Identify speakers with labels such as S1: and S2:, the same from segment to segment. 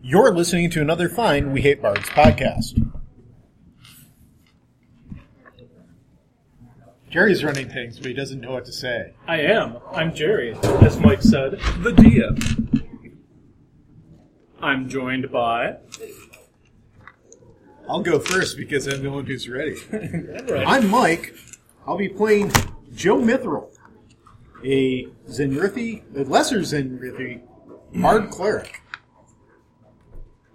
S1: You're listening to another fine We Hate Bards podcast. Jerry's running things, but he doesn't know what to say.
S2: I am. I'm Jerry, as Mike said, the DM. I'm joined by.
S1: I'll go first because I'm the one who's ready. I'm Mike. I'll be playing Joe Mithril, a Zenrithi, a lesser Zenrithi, bard cleric.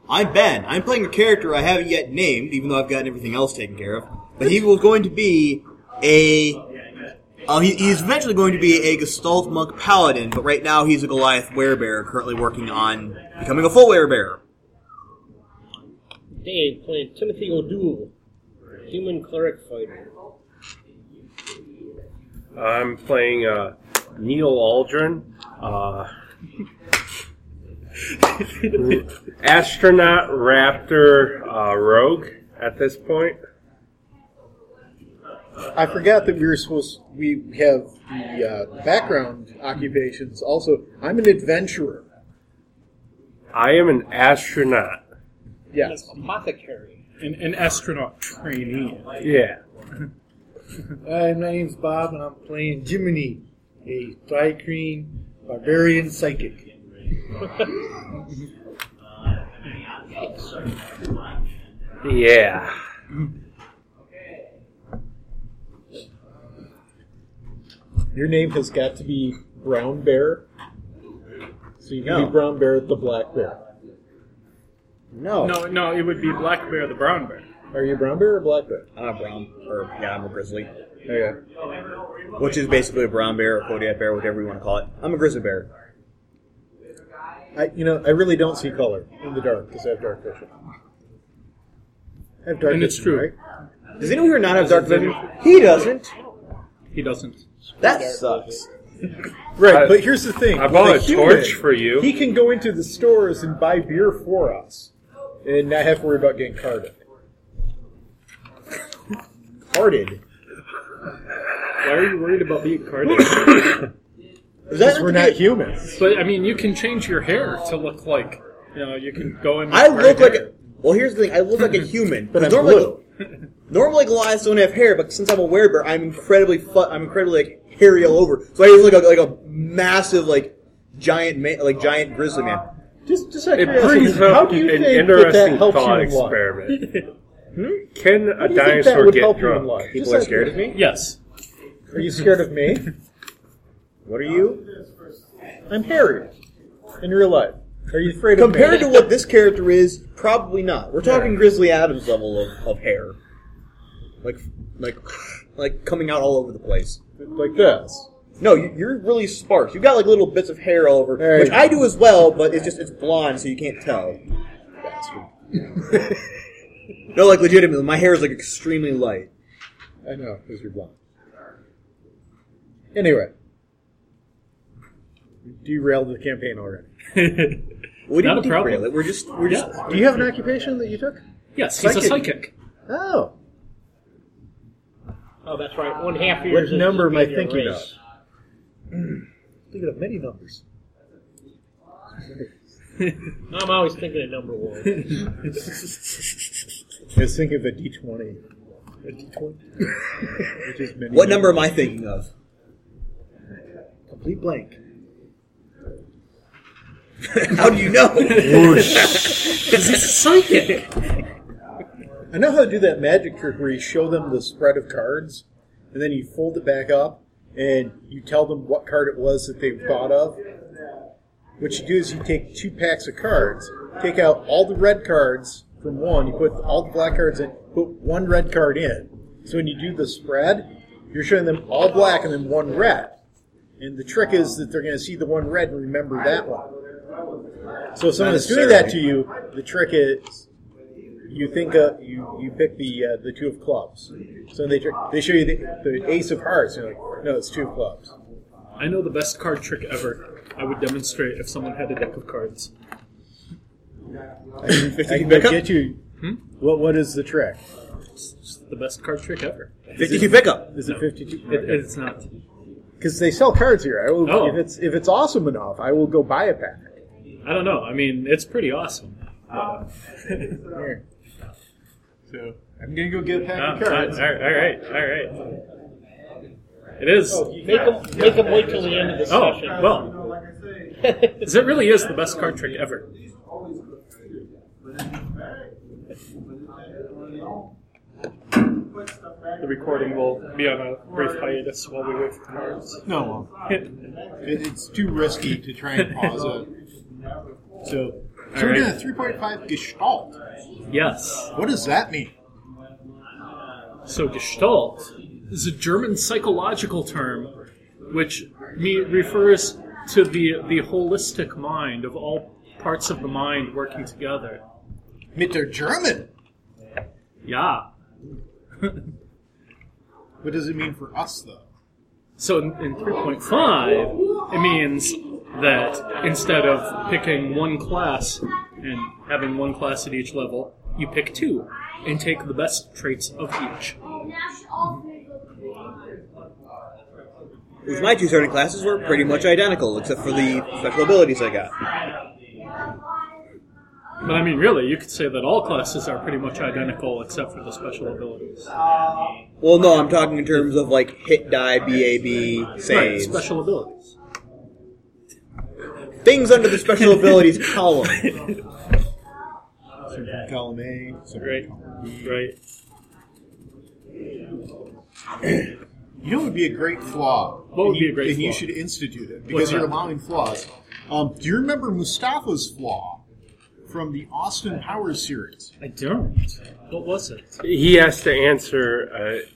S3: I'm Ben. I'm playing a character I haven't yet named, even though I've gotten everything else taken care of. But he was going to be a. Uh, he, he's eventually going to be a Gestalt monk paladin, but right now he's a Goliath werebear, currently working on becoming a full werebear.
S4: Dave played Timothy O'Doul, human cleric fighter.
S5: I'm playing uh, Neil Aldrin, uh, astronaut raptor uh, rogue. At this point,
S1: I forgot that we were supposed we have the uh, background occupations. Also, I'm an adventurer.
S5: I am an astronaut.
S1: Yes.
S4: Apothecary.
S2: An, an astronaut trainee.
S5: Yeah,
S6: Hi, my name's Bob, and I'm playing Jiminy, a Thrycreen barbarian psychic.
S5: yeah.
S1: Your name has got to be Brown Bear. So you can
S3: No.
S1: be Brown Bear the Black Bear.
S3: No.
S2: No, no, it would be Black Bear the Brown Bear.
S1: Are you a Brown Bear or Black Bear?
S3: I'm a brown, or yeah, I'm a grizzly,
S2: Oh,
S1: Okay.
S3: which is basically a brown bear or Kodiak bear, whatever you want to call it. I'm a grizzly bear.
S1: I, you know, I really don't see color in the dark because I have dark vision. I have dark
S2: And
S1: vision,
S2: it's true.
S1: right?
S3: Does anyone here not have dark vision? He doesn't.
S2: He doesn't.
S3: That sucks.
S1: Right,
S5: I-
S1: but here's the thing.
S5: Uh, I
S1: with
S5: bought a torch for you.
S1: He can go into the stores and buy beer for us and not have to worry about getting carded. Carded?
S2: Why are you worried about being carded?
S3: Is
S1: Because
S3: that
S1: we're not humans.
S2: but I mean, you can change your hair to look like. You know, you can go in. with
S3: I look
S2: carded
S3: like.
S2: hair.
S3: A, well, here's the thing. I look like a human,
S1: But I'm
S3: normally,
S1: blue.
S3: normally Goliaths don't have hair, but since I'm a werebear, I'm incredibly fu- I'm incredibly like hairy all over. So I just look like, like a massive like giant ma- like giant grizzly man.
S1: Just, just out of
S5: It
S1: curiosity,
S5: brings
S1: how
S5: up
S1: do you
S5: an
S1: think that that
S5: interesting
S1: helps
S5: thought
S1: human life?
S5: experiment. Can
S1: Hmm? How
S5: a
S1: do you think that
S5: dinosaur
S1: would
S5: get
S1: help human
S5: drunk?
S1: life?
S3: People
S1: Just
S3: are
S1: out of
S3: scared of
S1: curiosity.
S2: Yes.
S1: Are you scared of me?
S3: What are you?
S1: I'm hairy in real life. Are you afraid of me?
S3: Compared to what this character is, probably not. We're talking Grizzly Adams level of, of hair, like like like coming out all over the place.
S1: like this?
S3: No, you- you're really sparse. You've got like little bits of hair all over,
S1: There you
S3: which
S1: go.
S3: I do as well, but it's just it's blonde, so you can't tell. no, like legitimately, my hair is like extremely light.
S1: I know, because you're blind. Anyway. We derailed the campaign already.
S3: We
S2: Not
S3: didn't
S2: a problem.
S3: derail it. We're just we're just
S1: Do you have an occupation that you took?
S2: Yes, he's a psychic.
S1: Psychic. Oh.
S4: Oh, that's right. One half of
S1: What
S4: yours is
S1: number am I
S4: just being
S1: thinking
S4: your
S1: of?
S4: race.
S1: Thinking of many numbers.
S4: I'm always thinking of number one.
S1: I was thinking of a D20. A D20? Which is many
S3: what number am I thinking of?
S1: Complete blank.
S3: How do you know?
S2: Psychic.
S1: I know how to do that magic trick where you show them the spread of cards, and then you fold it back up, and you tell them what card it was that they thought of. What you do is you take two packs of cards, take out all the red cards from one, you put all the black cards in, put one red card in. So when you do the spread, you're showing them all black and then one red. And the trick is that they're going to see the one red and remember that one. So if someone's doing that to you, the trick is you think uh, you you pick the uh, the two of clubs. So they tr- they show you the, the ace of hearts. You're like, no, it's two of clubs.
S2: I know the best card trick ever. I would demonstrate if someone had a deck of cards.
S1: I can, I can
S3: pickup?
S1: get you. What what is the trick?
S2: It's the best card trick ever.
S3: Fifty-two pickup.
S1: Is it fifty two?
S2: It, it's not.
S1: Because they sell cards here. I will,
S2: Oh.
S1: if it's if it's awesome enough, I will go buy a pack.
S2: I don't know. I mean, it's pretty awesome. Uh,
S1: Here.
S2: so
S7: I'm gonna go get a pack
S2: Ah,
S7: of
S2: all right,
S7: cards.
S2: all right, all right. It is.
S4: Make them, make them wait till the end of the
S2: Oh
S4: session.
S2: well, because it really is the best card trick ever. The recording will be on a brief hiatus while we wait for cards.
S7: No, it, it's too risky to try and pause it. So, so
S2: All
S7: we're
S2: right.
S7: doing a 3.5 Gestalt.
S2: yes.
S7: What does that mean?
S2: So Gestalt is a German psychological term which me refers to the the holistic mind of all parts of the mind working together.
S7: Mit der German.
S2: Yeah.
S7: What does it mean for us though?
S2: So in, in 3.5, it means that instead of picking one class and having one class at each level, you pick two and take the best traits of each.
S3: Because my two starting classes were pretty much identical, except for the special abilities I got.
S2: But I mean, really, you could say that all classes are pretty much identical except for the special abilities.
S3: Well, no, I'm talking in terms of like hit die, BAB,
S2: Right,
S3: saves.
S2: special abilities.
S3: Things under the special abilities column.
S7: Column A. so-
S2: Right, right.
S7: You know, it would be a great flaw.
S2: What would
S7: And you-
S2: be a great
S7: And you
S2: flaw?
S7: should institute it
S2: What's
S7: because you're
S2: that?
S7: allowing flaws. Um, do you remember Mustafa's flaw from the Austin Powers series?
S2: I don't. What was it?
S5: He has to answer. Uh,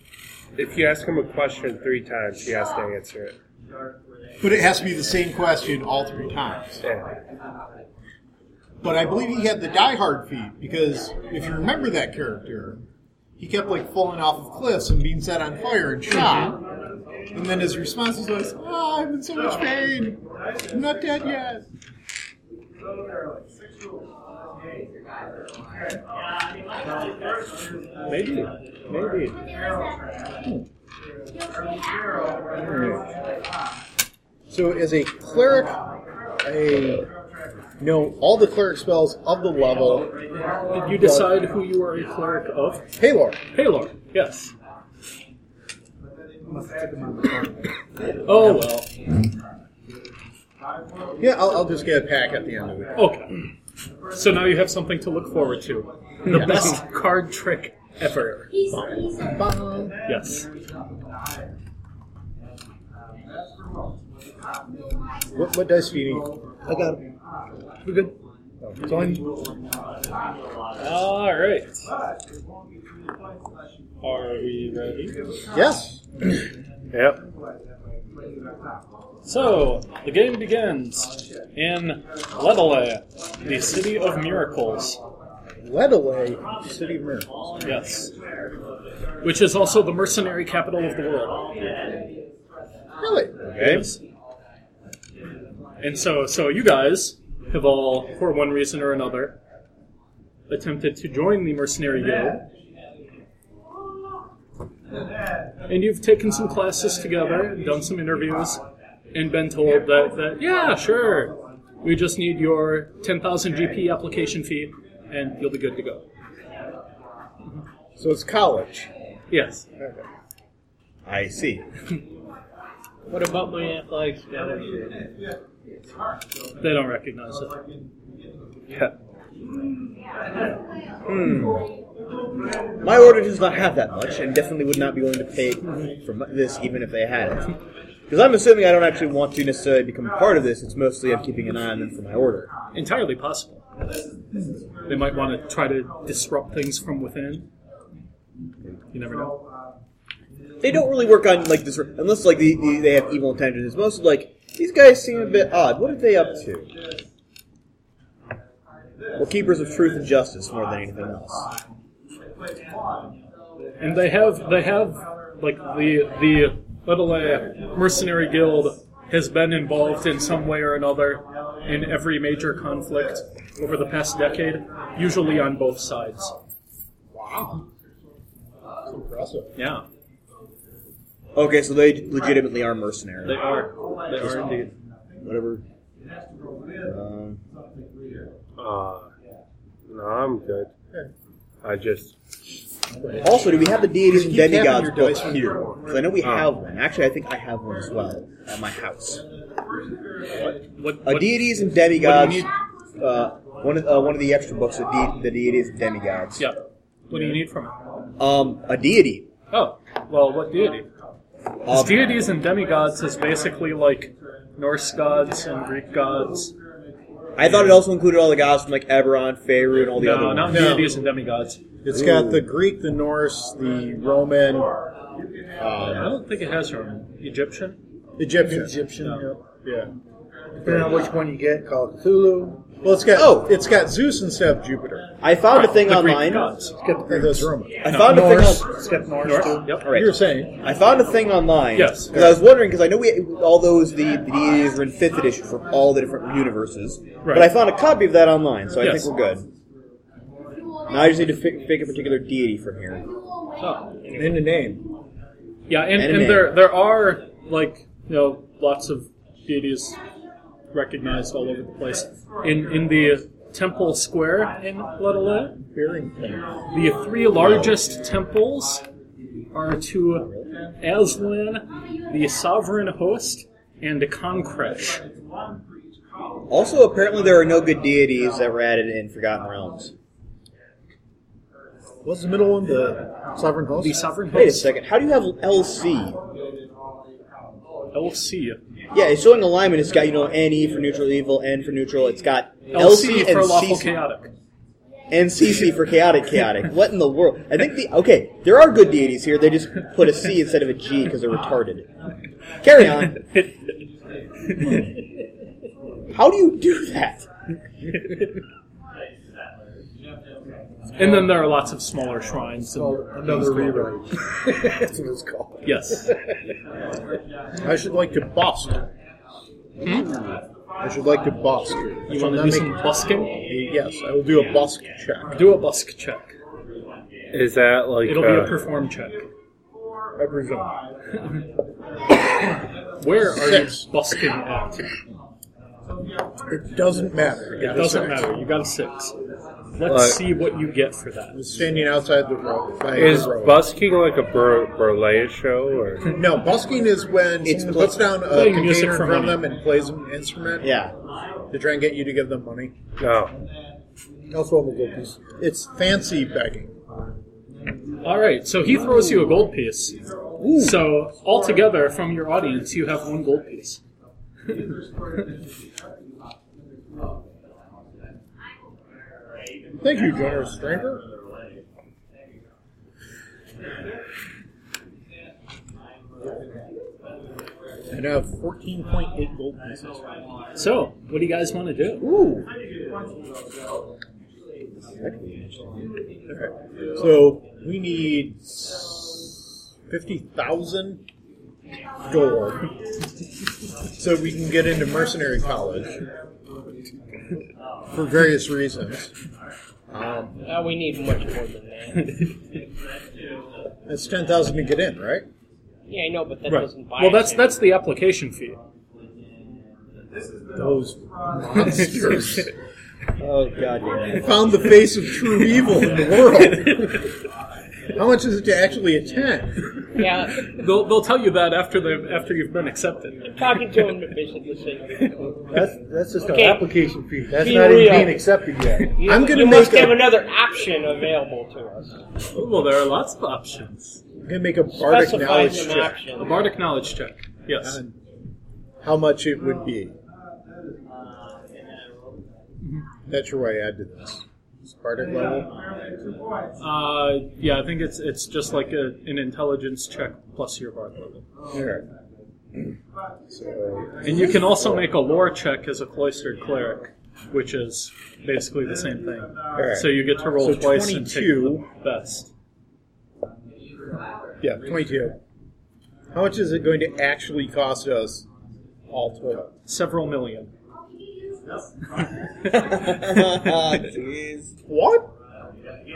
S5: if you ask him a question three times, he has to answer it.
S7: But it has to be the same question all three times.
S5: Yeah.
S7: But I believe he had the diehard feat because if you remember that character, he kept like falling off of cliffs and being set on fire and shot. And then his response was always, "Ah, I'm in so much pain. I'm not dead yet."
S2: Maybe. Maybe.
S7: So as a cleric, I know all the cleric spells of the level.
S2: Did you decide who you are a cleric of?
S7: Halor.
S2: Paylor, yes. Oh well.
S7: Yeah, I'll, I'll just get a pack at the end of it.
S2: Okay. So now you have something to look forward to. The best card trick ever. Yes.
S7: What, what dice do you need?
S1: I got it. We're good. It's on you.
S2: All right. Are we ready?
S7: Yes.
S5: Yep.
S2: So the game begins in Ledale, the city of miracles.
S7: Ledale, City of Miracles.
S2: Yes. Which is also the mercenary capital of the world.
S7: Really?
S2: It is. And so, so you guys have all, for one reason or another, attempted to join the mercenary guild, and you've taken some classes together, done some interviews, and been told that, that yeah, sure, we just need your ten thousand GP application fee, and you'll be good to go.
S7: So it's college.
S2: Yes.
S3: I see.
S4: What about my athletics scholarship?
S2: They don't recognize it.
S5: Yeah.
S3: My order does not have that much, and definitely would not be willing to pay for mu- this even if they had it. Because I'm assuming I don't actually want to necessarily become a part of this. It's mostly I'm keeping an eye on them for my order.
S2: Entirely possible. They might want to try to disrupt things from within. You never know.
S3: They don't really work on like this unless like the, the, they have evil intentions. It's mostly like these guys seem a bit odd. What are they up to? Well, keepers of truth and justice more than anything else.
S2: And they have they have like the the little uh, mercenary guild has been involved in some way or another in every major conflict over the past decade, usually on both sides.
S7: Impressive.
S2: Yeah,
S3: Okay, so they legitimately are
S2: they
S3: mercenary.
S2: are. They are indeed.
S3: Whatever. Um,
S5: Uh, No, I'm good.
S7: Okay.
S5: I just
S3: Also, do we have the deities and
S7: keep tapping
S3: demigods
S7: your dice
S3: book
S7: when
S3: here?
S7: you roll.
S3: 'Cause I know we
S2: Ah.
S5: Oh.
S3: have one. Actually, I think I have one as well at my house.
S2: What,
S3: Uh,
S2: what-
S3: deities and demigods.
S2: need?
S3: Uh, one of uh, one of the extra books, the, de- the deities and demigods.
S2: yeah. What do you need from it?
S3: Um, a deity.
S2: Oh, well, what deity? 'Cause
S3: Um,
S2: deities and demigods is basically like Norse gods and Greek gods.
S3: I thought it also included all the gods from like Eberron, Faerun, and all the
S2: No,
S3: other
S2: not
S3: ones.
S7: No.
S2: deities and demigods.
S7: It's got the Greek, the Norse, the Roman,
S2: I
S7: um,
S2: don't think it has Roman. Egyptian?
S7: Egyptian.
S1: Egyptian.
S7: Yeah.
S1: Depending on which one you get, Call of Cthulhu.
S7: Well, it's got
S3: Oh.
S7: it's got Zeus instead of Jupiter.
S3: I found a thing
S2: the Greek
S3: online. uh,
S2: gods.
S1: It's got the
S7: And that's Roman.
S3: I found a
S1: Norse.
S3: thing. On-
S1: It's got Norse,
S2: Norse?
S1: too.
S2: Yep.
S3: all right.
S7: You're saying
S3: I found a thing online.
S2: Yes.
S3: Because I was wondering, because I know we all those the, the deities were in fifth edition from all the different universes. But
S2: Right.
S3: I found a copy of that online, so I
S2: Yes.
S3: think we're good. Now I just need to fi- pick a particular deity from here.
S7: in the name.
S2: Yeah, and,
S3: And a
S2: and
S3: man.
S2: there there are like you know lots of deities recognized all over the place. In in the temple square in Letale, the three largest temples are to Aslan, the Sovereign Host, and Concresh.
S3: Also, apparently, there are no good deities that were added in Forgotten Realms.
S7: What's the middle one? The sovereign
S2: The
S7: host.
S2: Sovereign
S3: Wait a
S2: Host,
S3: second. How do you have LC?
S2: LC,
S3: Yeah, it's showing alignment. It's got you know NE for neutral evil, N for neutral. It's got LC,
S2: LC
S3: and
S2: for lawful
S3: CC
S2: chaotic.
S3: and CC for chaotic chaotic. What in the world? I think the okay. There are good deities here. They just put a C instead of a G because they're retarded. Carry on. How do you do that?
S2: And then there are lots of smaller shrines. And,
S7: Another rewrite.
S1: That's what it's called.
S2: yes.
S7: I should like to bust. I should like to bust.
S2: You want to do some busking?
S7: Yes, I will do a busk check.
S2: Do a busk check.
S5: is that like
S2: It'll be a
S5: uh,
S2: perform check.
S7: I presume.
S2: Where are
S7: Six.
S2: you busking at?
S7: It doesn't matter.
S2: It doesn't matter. You got a six. Let's
S5: Like-
S2: see what you get for that.
S7: I'm standing outside the road.
S5: is busking like a bur- burlesque show or
S7: No, busking is when
S3: It's
S7: someone
S3: pl-
S7: puts down a
S2: playing music
S7: container in
S2: for
S7: front of
S2: money.
S7: them and plays an instrument
S3: Yeah.
S7: to try and get you to give them money.
S5: no?
S7: That's what we'll do. It's fancy begging.
S2: All right, so he throws you a gold piece. So altogether, from your audience, you have one gold piece.
S7: Thank you, generous stranger. And I have 14.8 gold pieces.
S2: So, what do you guys want to do?
S3: Ooh.
S7: So we need fifty thousand gold, so we can get into mercenary college for various reasons. Um,
S4: Uh, we need much more than that.
S7: it's ten thousand to get in, right?
S4: yeah, I know, but that doesn't buy
S2: Well, that's
S4: it.
S2: that's the application fee.
S7: Those monsters
S3: Oh god. damn it.
S7: found the face of true evil in the world. How much is it to actually attend?
S4: Yeah,
S2: They'll, they'll tell you that after they after you've been accepted.
S4: talking to him efficiently. so-
S1: That's, that's just
S4: Okay.
S1: an application fee. That's
S4: Be
S1: not even
S4: real.
S1: being accepted yet.
S4: You,
S7: I'm gonna
S4: you
S7: make
S4: must
S7: a-
S4: have another option available to us.
S2: Oh, well, there are lots of options.
S7: I'm gonna make a bardic
S4: Specifies
S7: knowledge
S4: an
S7: check
S2: A
S4: option.
S2: bardic knowledge check. Yes.
S7: on how much it would be. That's your way I did this. Spartan level.
S2: Uh, yeah, I think it's it's just like a, an intelligence check plus your bard level.
S7: So
S2: And you can also make a lore check as a cloistered cleric, which is basically the same thing.
S7: right.
S2: So you get to roll
S7: So
S2: twice and take
S7: 22.
S2: the best.
S7: yeah, twenty-two. How much is it going to actually cost us all total?
S2: Several million.
S3: Jeez.
S7: What?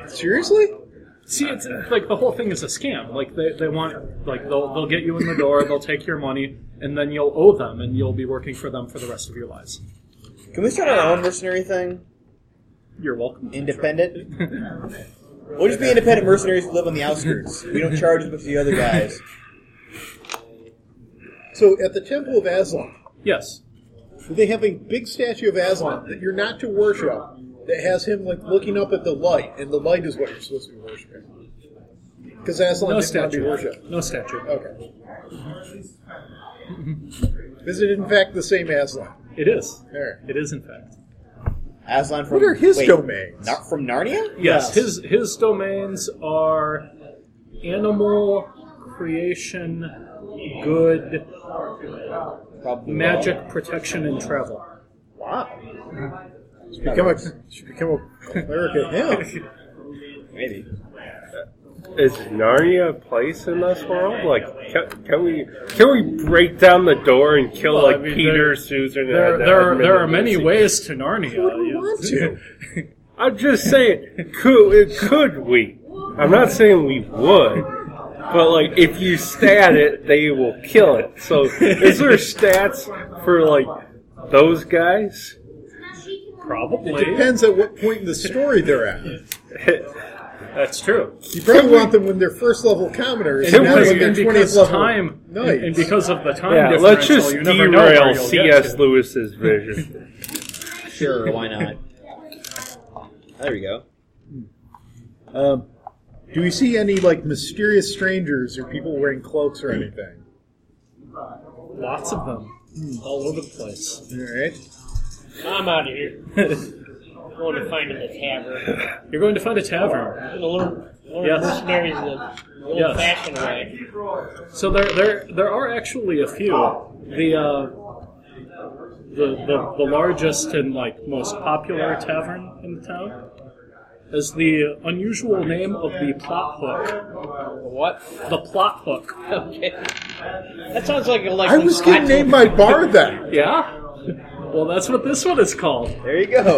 S7: Seriously?
S2: See, it's it's like the whole thing is a scam. Like they, they want like they'll they'll get you in the door, they'll take your money, and then you'll owe them, and you'll be working for them for the rest of your lives.
S3: Can we start our own mercenary thing?
S2: You're welcome.
S3: Independent. We'll just be independent mercenaries who live on the outskirts. We don't charge as much as the other guys.
S7: So at the Temple of Aslan,
S2: Yes.
S7: they have a big statue of Aslan that you're not to worship. That has him like looking up at the light, and the light is what you're supposed to be worshiping. Because Aslan
S2: No
S7: didn't want to be
S2: statue.
S7: worshipped.
S2: No statue.
S7: Okay. Is it in fact the same Aslan?
S2: It is.
S7: There.
S2: It is in fact.
S3: Aslan from
S7: What are his
S3: wait,
S7: domains?
S3: Nar- from Narnia?
S2: Yes. His his domains are animal creation, good,
S3: Probably
S2: magic, protection, and travel.
S7: Wow. Should become a should become a cleric of him.
S3: wrong. Maybe.
S5: Is Narnia a place in this world? Like, can, can we can we break down the door and kill
S2: Well, I
S5: like
S2: mean,
S5: Peter,
S2: there-
S5: Susan?
S2: There,
S5: and
S2: there, are,
S5: Edmund
S2: there are
S5: and
S2: many
S5: Lucy?
S2: ways to Narnia.
S7: we want to.
S5: I'm just saying, could could we? I'm not saying we would, but like if you stat it, they will kill it. So, is there stats for like those guys?
S2: Probably.
S7: Depends at what point in the story they're at.
S2: That's true.
S7: You probably want them when they're first level commoners,
S2: And
S7: not
S2: because,
S7: when they're
S2: and
S7: twentieth
S2: because
S7: level.
S2: time, and,
S7: knights.
S2: and because of the time
S5: Yeah,
S2: difference,
S5: let's just
S2: you never know where
S5: derail
S2: you'll get
S5: C.S.
S2: to.
S5: Lewis's vision.
S3: Sure, why not? There we go.
S7: Um, do we see any like mysterious strangers or people wearing cloaks or anything?
S2: Lots of them, all over the place.
S7: All right.
S4: I'm out of here. going to find a tavern.
S2: You're going to find a tavern.
S4: I'm going to learn, learn
S2: Yes.
S4: mercenaries the old
S2: Yes.
S4: fashioned way.
S2: So there, there, there are actually a few. The, uh, the, the, the largest and like most popular tavern in the town is the unusual name of the plot hook.
S4: What?
S2: The plot hook.
S4: Okay. That sounds like a like.
S7: I was
S4: I
S7: gonna
S4: told-
S7: name my bar that.
S2: Yeah. Well, that's what this one is called.
S3: There you go.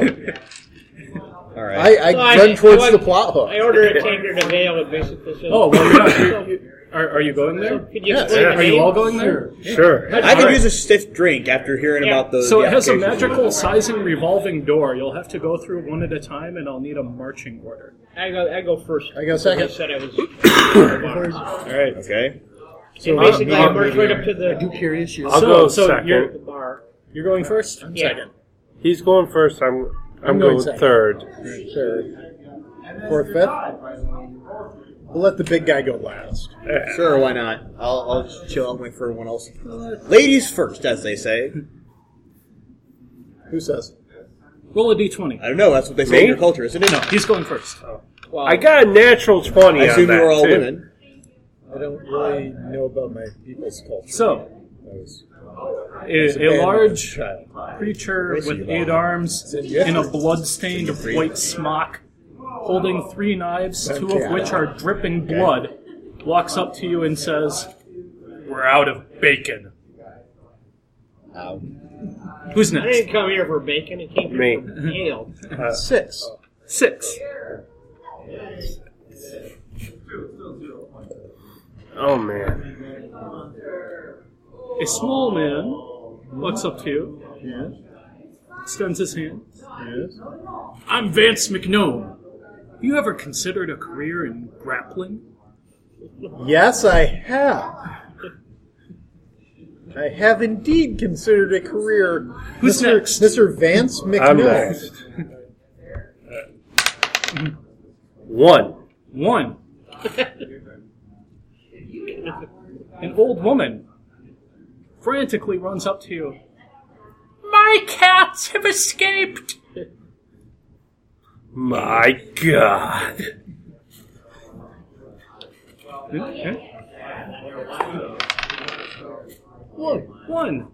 S3: All right.
S7: I, I
S4: No, I-
S7: run towards
S4: I-
S7: the plot hook.
S4: I ordered a tankard of ale and basically said,
S2: Oh, well, you're not, you you- are, are you going there?
S4: Could you
S7: Yes.
S4: explain the
S2: Are you
S4: name?
S2: all going there?
S5: sure.
S3: I could
S2: Alright.
S3: use a stiff drink after hearing
S4: Yeah.
S3: about the.
S2: So
S3: the
S2: it has a
S3: application.
S2: magical sizing revolving door. You'll have to go through one at a time, and I'll need a marching order.
S4: I go, I go first.
S7: I go
S4: I
S7: second.
S4: said I was.
S3: All right. Okay.
S4: So basically, I
S5: I'll-
S4: marched right up to
S1: I do
S4: the,
S1: carry issues.
S5: I'll
S2: so,
S5: go
S2: so
S5: second.
S2: You're,
S4: the bar.
S2: you're going first.
S4: Yeah.
S5: He's going first. I'm I'm,
S7: I'm going
S5: going,
S7: second.
S5: third.
S7: Third, fourth, fifth. We'll let the big guy go last.
S3: Sure. Why not? I'll, I'll just chill out and wait for everyone else. Ladies first, as they say.
S7: Who says?
S2: Roll a d20.
S3: I don't know. That's what they say
S5: Me?
S3: in your culture, isn't it? No.
S2: He's going first.
S4: Well,
S5: I got a natural twenty.
S3: I assume
S5: on
S3: you
S5: that,
S3: were all
S5: too.
S3: women.
S7: I don't really know about my people's culture.
S2: So,
S7: I was-
S2: a, a
S7: band
S2: large
S7: child.
S2: creature
S3: Race
S2: with
S3: you
S2: eight
S3: are.
S2: arms
S7: yeah.
S2: in a blood-stained white smock, holding three knives, two of which are dripping blood, walks up to you and says, "We're out of bacon."
S3: Ow.
S2: Who's
S4: I
S2: next?
S4: didn't come here for bacon. I came here
S5: Me.
S4: for ale.
S7: Six.
S2: Six.
S5: Oh man.
S2: A small man walks up to you,
S7: Yes.
S2: extends his hand.
S7: Yes.
S2: I'm Vance McNome. Have you ever considered a career in grappling?
S7: Yes, I have. I have indeed considered a career.
S2: Who's
S7: Mr.
S2: next?
S7: Mr. Vance
S5: I'm
S7: McNeil.
S5: next. One.
S2: One. An old woman frantically runs up to you. My cats have escaped!
S5: My God.
S2: One. One.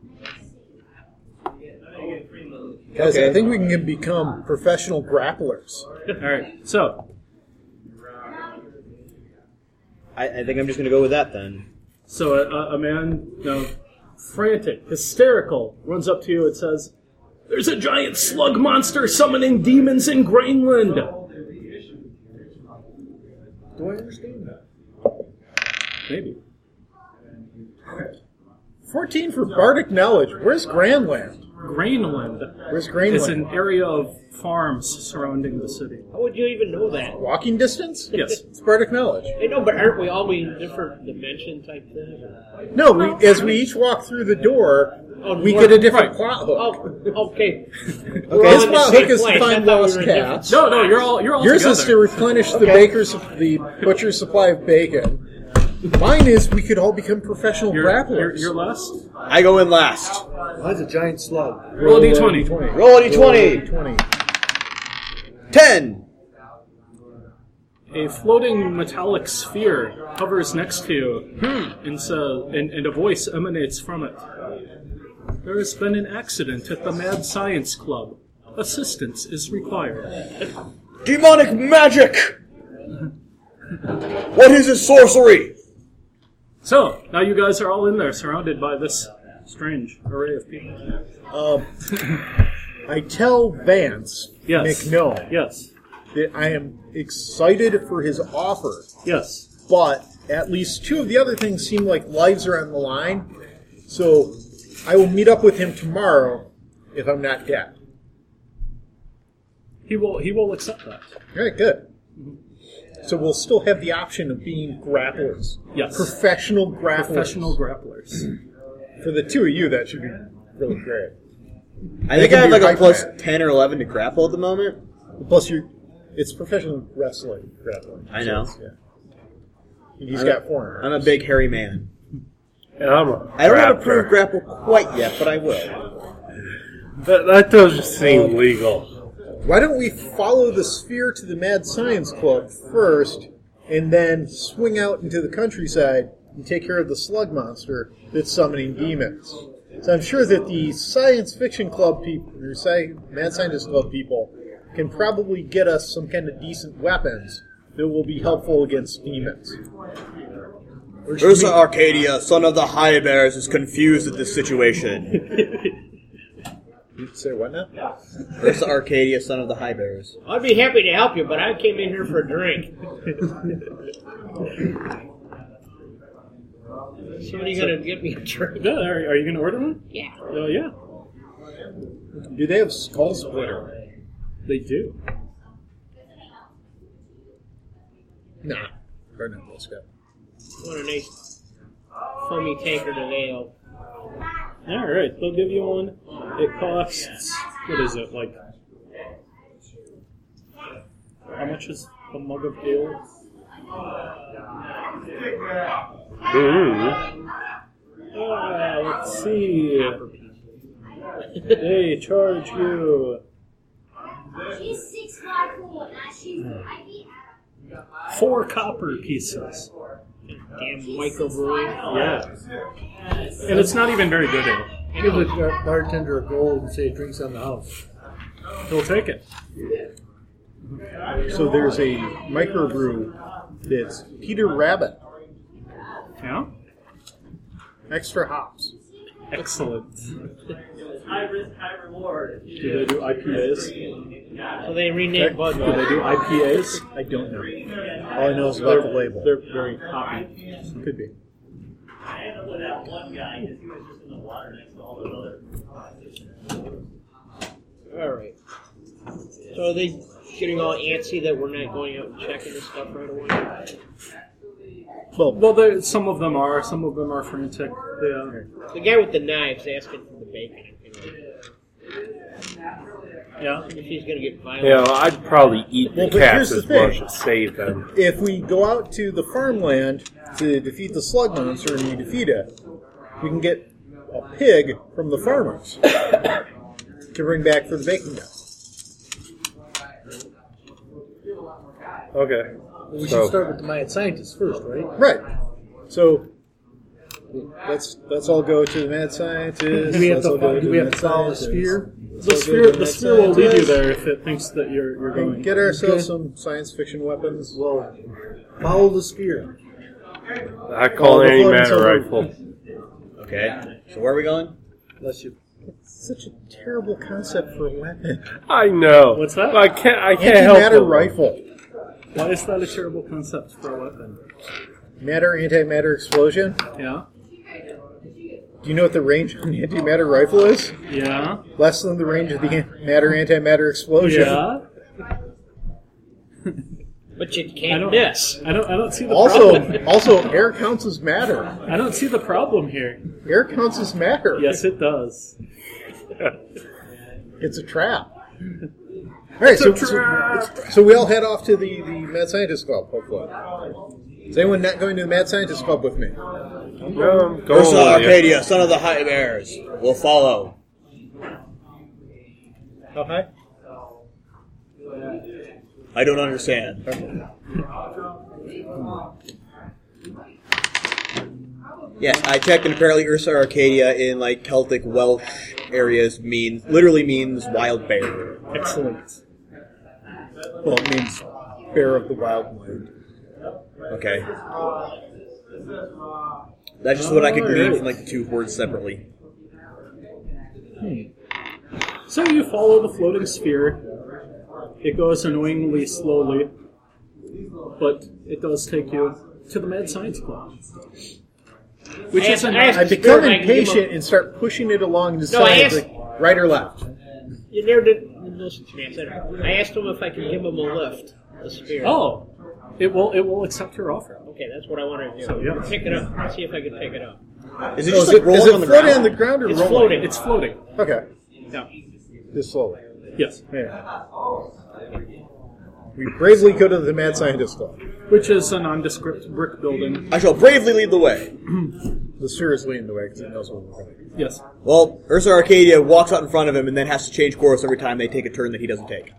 S7: Guys, I think we can become professional grapplers.
S2: Alright, so
S3: I, I think I'm just gonna go with that then.
S2: So a- a, a man, you know, frantic, hysterical, runs up to you and says, "There's a giant slug monster summoning demons in Greenland."
S7: Do I understand that?
S2: Maybe
S7: 14 for bardic knowledge. Where's Grandland?
S2: Grainland
S7: Where's
S2: is
S7: Grainland?
S2: an area of farms surrounding the city.
S4: How would you even know that?
S7: Walking distance?
S2: Yes.
S7: Spartak knowledge.
S4: I know, but aren't we always in different dimension type things?
S7: No, we, as we each walk through the door,
S4: Oh,
S7: we
S4: we're-
S7: get a different
S2: right.
S7: plot hook.
S4: Oh,
S7: Okay,
S4: okay.
S7: his
S4: on the
S7: plot
S4: same
S7: hook is to
S4: plane. I
S7: find
S4: thought we
S7: lost
S4: were in different-
S7: cats.
S2: No, no, you're all you're all
S7: Yours
S2: together.
S7: is to replenish the baker's, the butcher's supply of bacon. Mine is we could all become professional
S2: You're-
S7: grapplers.
S2: you're- you're last.
S3: I go in last.
S1: Mine's a giant slug.
S2: Roll a d20.
S3: Roll a d20.
S7: Twenty.
S3: Ten.
S2: A floating metallic sphere hovers next to you, and, so, and, and a voice emanates from it. There has been an accident at the Mad Science Club. Assistance is required.
S3: Demonic magic. What is this sorcery?
S2: So, now you guys are all in there, surrounded by this strange array of people.
S7: Um, I tell Vance
S2: Yes.
S7: McNo
S2: Yes.
S7: that I am excited for his offer,
S2: Yes.
S7: but at least two of the other things seem like lives are on the line. So I will meet up with him tomorrow if I'm not dead.
S2: He will, he will accept that.
S7: All right, good. So we'll still have the option of being grapplers.
S2: Yes.
S7: Professional grapplers.
S2: Professional grapplers.
S7: For the two of you, that should be really great.
S3: I think
S7: They
S3: I
S7: can
S3: have
S7: do
S3: like a
S7: right
S3: plus
S7: back.
S3: ten or eleven to grapple at the moment.
S7: Plus, you it's professional wrestling grappling.
S3: I know.
S7: So, it's- yeah. He's
S3: I'm
S7: got
S3: a-
S7: four
S3: I'm
S7: arms.
S3: a big hairy man.
S5: And I'm a
S3: I don't have a pro
S5: grappler.
S3: grapple quite yet, but I will.
S5: That, that doesn't seem
S7: Uh,
S5: legal.
S7: Why don't we follow the sphere to the Mad Science Club first, and then swing out into the countryside and take care of the slug monster that's summoning demons? So I'm sure that the science fiction club people, or sci- mad scientist club people, can probably get us some kind of decent weapons that will be helpful against demons. Or should
S3: Ursa
S7: we-
S3: Arcadia, son of the High Bears, is confused at this situation.
S7: say what now?
S3: Ursa Arcadia, son of the High Bears.
S4: I'd be happy to help you, but I came in here for a drink. Somebody gonna get me a drink?
S2: Yeah, are, are you going to order one?
S4: Yeah.
S2: Uh, yeah.
S7: Do they have skull splitter?
S2: They do.
S7: Nah, they're not those guys.
S4: What a nice foamy oh. tankard of ale.
S2: All right, they'll give you one. It costs what is it like? How much is a mug of ale?
S7: mm-hmm.
S5: Mm.
S2: Uh, let's see. They charge you
S8: She's six five four, and she's. I beat
S2: four copper pieces.
S4: Damn Michael Brewery.
S2: Yeah, and it's not even very good ale.
S1: Give the bar- bartender a gold and say drinks on the house.
S2: He'll take it.
S7: So there's a microbrew that's Peter Rabbit,
S2: Yeah,
S7: extra hops.
S2: excellent. Do they do IPAs?
S4: So they renamed Bud
S2: Do they
S4: Light.
S2: do IPAs?
S7: I don't know. All I know is about the label.
S2: They're very hoppy.
S7: Could be.
S4: Alright. So are they getting all antsy that we're not going out and checking this stuff right away?
S7: Well,
S2: Well, there- some of them are. Some of them are frantic. Yeah.
S4: The guy with the knives asking for the bacon.
S2: Yeah.
S4: If he's gonna get violent.
S5: Yeah, well, I'd probably eat
S7: Well,
S5: the
S7: but here's
S5: cats
S7: the
S5: as much
S7: thing.
S5: as save them.
S7: if we go out to the farmland to defeat the slug monster and we defeat it, we can get a pig from the farmers to bring back for the bacon guy.
S5: Okay.
S1: We should
S5: So-
S1: start with the Mayan scientists first, right?
S7: Right. So let's let's all go to the mad scientist.
S1: Do we have
S7: let's all
S1: to,
S7: go
S1: fo- do
S7: the
S1: we have
S7: mad
S1: to follow the
S7: scientist.
S1: sphere?
S2: The sphere, the sphere will lead you there if it thinks that you're, you're going.
S7: And get ourselves
S1: Okay.
S7: some science fiction weapons.
S1: Well, follow the sphere.
S5: I
S7: Oh,
S5: call
S7: the
S5: any
S7: floating
S5: man a
S7: silver-
S5: rifle.
S3: Okay. So where are we going?
S1: Unless you
S7: Such a terrible concept for a weapon.
S5: I know.
S2: What's that?
S5: I can't. I can't help
S7: Antimatter
S5: it.
S7: rifle.
S2: Why is that a terrible concept for a weapon?
S7: Matter antimatter explosion.
S2: Yeah.
S7: Do you know what the range of an antimatter rifle is?
S2: Yeah.
S7: Less than the range of the an- matter antimatter
S1: Oh,
S7: explosion.
S2: Yeah.
S4: But you
S2: I
S4: can't
S2: don't
S4: miss.
S2: I don't. I don't see the
S7: Also,
S2: problem.
S7: also, air counts as matter.
S2: I don't see the problem here.
S7: Air counts as matter.
S2: Yes, it does.
S7: It's a trap. All right, so, so so we all head off to the, the Mad Scientist Club, hopefully. Is anyone not going to the Mad Scientist Club with me?
S5: No, I'm going
S3: Ursa
S5: with you.
S3: Arcadia, son of the High Bears, will follow.
S7: How high?
S3: I don't understand. Yes, I checked, and apparently Ursa Arcadia in like Celtic Welsh areas means literally means wild bear.
S2: Excellent.
S7: Well, it means bear of the wild land.
S3: Okay, that's just what I could read from like the two words separately.
S2: So you follow the floating sphere. It goes annoyingly slowly, but it does take you to the Mad Science Club. Which
S4: I-
S2: is a
S4: I-
S2: nice.
S7: I
S4: Spirit,
S7: become
S4: I can give
S7: impatient
S4: up.
S7: and start pushing it along to
S4: No,
S7: decide
S4: I asked-
S7: like, right or left.
S4: You never did listen to me. I said I asked him if I could give him a lift. The spirit.
S2: Oh, it will. It will accept your offer.
S4: Okay, that's what I wanted to do.
S2: So, yeah.
S4: Pick it up. See if I can pick it up.
S3: Is it
S7: Oh,
S3: just
S7: is
S3: like
S7: it,
S3: rolling
S7: is it
S3: on the
S7: floating
S3: ground?
S7: on the ground or
S4: It's
S7: rolling?
S4: floating.
S2: It's floating.
S7: Okay,
S4: No.
S7: just slowly.
S2: Yes.
S7: Yeah. We bravely go to the Mad Scientist Club.
S2: Which is a nondescript brick building.
S3: I shall bravely lead the way.
S7: The seer is leading the way because he knows where we're going.
S2: Yes.
S3: Well, Ursa Arcadia walks out in front of him and then has to change course every time they take a turn that he doesn't take.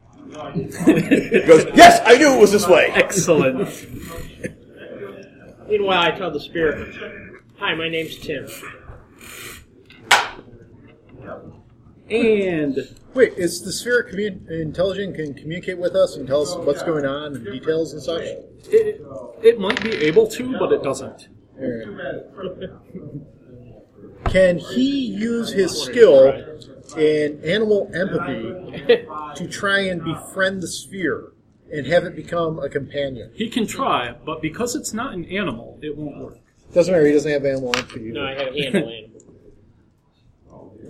S3: He goes, yes, I knew it was this way.
S2: Excellent.
S4: Meanwhile, I tell the spirit, "Hi, my name's Tim."
S2: and
S7: Wait, is the sphere commun- intelligent? Can communicate with us and tell us what's going on and details and such?
S2: it, it might be able to, but it doesn't.
S7: Can he use his skill in animal empathy to try and befriend the sphere and have it become a companion?
S2: He can try, but because it's not an animal, it won't work.
S7: Doesn't matter. He doesn't have animal empathy.
S4: No,
S7: Either.
S4: I have handle animal.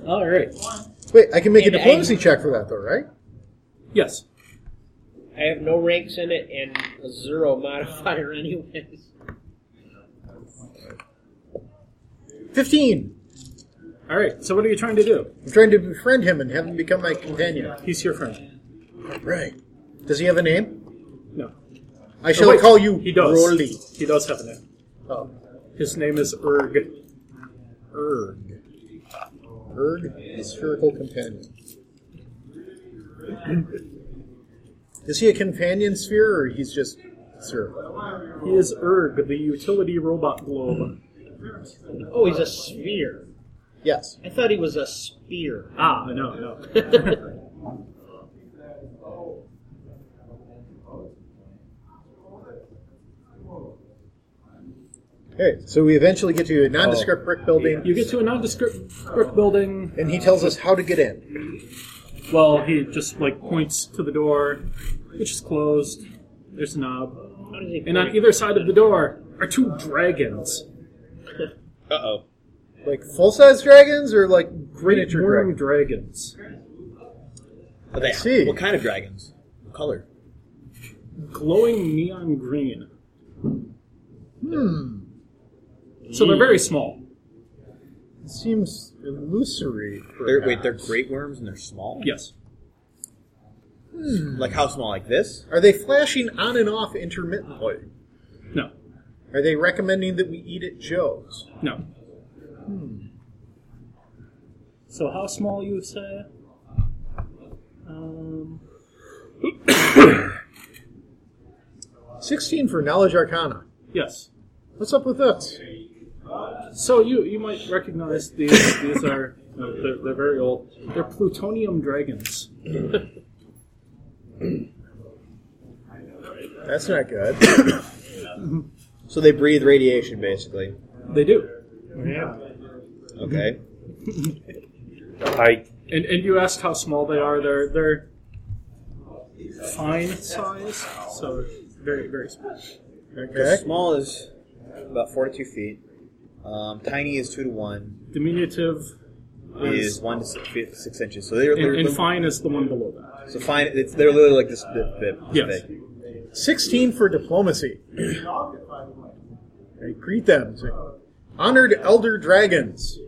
S2: All right.
S7: Wait, I can make a
S4: And I-
S7: diplomacy check for that though, right?
S2: Yes.
S4: I have no ranks in it and a zero modifier, anyways.
S7: Fifteen.
S2: All right. So what are you trying to do?
S7: I'm trying to befriend him and have him become my companion.
S2: He's your friend.
S7: Right. Does he have a name?
S2: No.
S7: I shall
S2: Oh, wait,
S7: call you
S2: He does.
S7: Rolly.
S2: He does have a name.
S7: Oh,
S2: His name is Erg.
S7: Erg. Erg, the spherical companion. Is he a companion sphere or he's just spherical?
S2: He is Erg, the utility robot globe.
S4: Oh, he's a sphere.
S7: Yes.
S4: I thought he was a spear.
S2: Ah, no, no.
S7: Okay, so we eventually get to a nondescript brick building,
S2: Oh. You get to a nondescript brick building.
S7: and he tells us how to get in.
S2: Well, he just like points to the door, which is closed. There's a knob,
S4: How does he?
S2: and on
S4: point?
S2: either side of the door are two dragons.
S7: Like full size dragons or like
S2: Great
S7: miniature
S2: worm
S7: dragons?
S2: dragons.
S3: But they-
S7: see.
S3: What kind of dragons? What color?
S2: glowing neon green. Hmm. So they're very small.
S7: It seems illusory.
S3: They're,
S7: perhaps.
S3: wait, they're great worms and they're small. Mm.
S2: Yes.
S3: Like how small? Like this?
S7: Are they flashing on and off intermittently?
S2: No.
S7: Are they recommending that we eat at Joe's? Hmm.
S2: No. Hmm. So how small you say? Um,
S7: 16 for Knowledge Arcana.
S2: yes.
S7: What's up with this?
S2: So you you might recognize these. these are no, they're, they're very old. They're plutonium dragons.
S7: That's not good.
S3: So they breathe radiation, basically.
S2: They do.
S3: Okay.
S5: I
S2: And and you asked how small they are. They're they're fine size. So very very small.
S7: Okay.
S3: Small is about forty-two feet. Um, tiny is two to one.
S2: Diminutive
S3: Is
S2: is,
S3: one to six, fif- six inches. So they're,
S2: and,
S3: they're
S2: and fine is the one below that.
S3: so fine. It's, they're literally like this. this, this
S2: Yes.
S3: big.
S7: 16 for diplomacy. I greet them. Say, Honored elder dragons,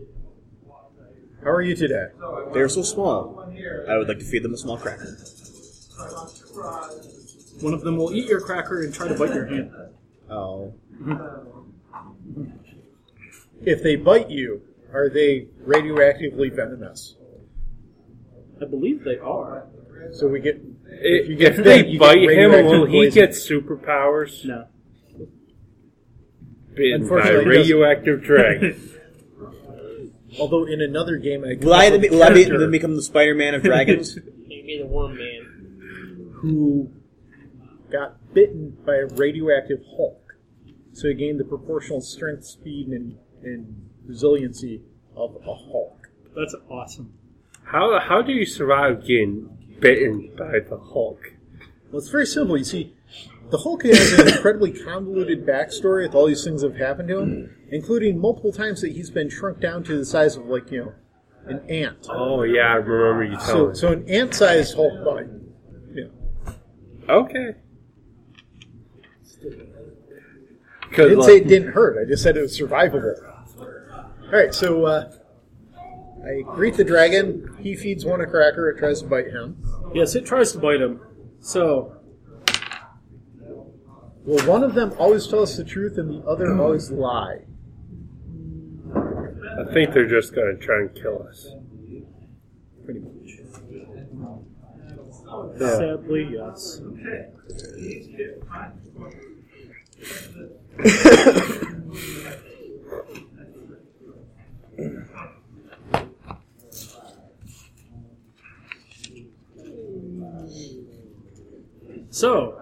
S7: how are you today?
S3: They're so small. I would like to feed them a small cracker.
S2: One of them will eat your cracker and try to bite your hand.
S3: Oh,
S7: If they bite you, are they radioactively venomous?
S2: I believe they are.
S7: So we get.
S5: If,
S7: you get
S5: they
S7: bit, you get
S5: bite him,
S7: radioactive
S5: will he
S7: poison.
S5: get superpowers?
S2: No.
S5: Bitten by
S7: Unfortunately,
S5: a
S7: he doesn't.
S5: radioactive dragon.
S7: Although in another game, I
S3: will I,
S7: come up
S3: be-
S7: with a
S3: will I be,
S7: character
S3: then become the Spider Man of dragons?
S4: You'd be the worm man.
S7: who got bitten by a radioactive Hulk, so he gained the proportional strength, speed, and, and resiliency of a Hulk.
S2: That's awesome.
S5: how how do you survive getting bitten by the Hulk?
S7: Well, it's very simple. You see, the Hulk has an incredibly convoluted backstory with all these things that have happened to him, including multiple times that he's been shrunk down to the size of, like, you know, an ant.
S5: Oh yeah, I remember you telling.
S7: So,
S5: me.
S7: so an ant-sized Hulk bite. Yeah.
S5: okay.
S7: I
S5: Because
S7: didn't say it didn't hurt. I just said it was survivable. All right, so uh, I greet the dragon. He feeds one a cracker. It tries to bite him.
S2: Yes, it tries to bite him. So
S7: Will one of them always tell us the truth and the other always lie?
S5: I think they're just going to try and kill us.
S7: Pretty much.
S2: sadly, yes. So,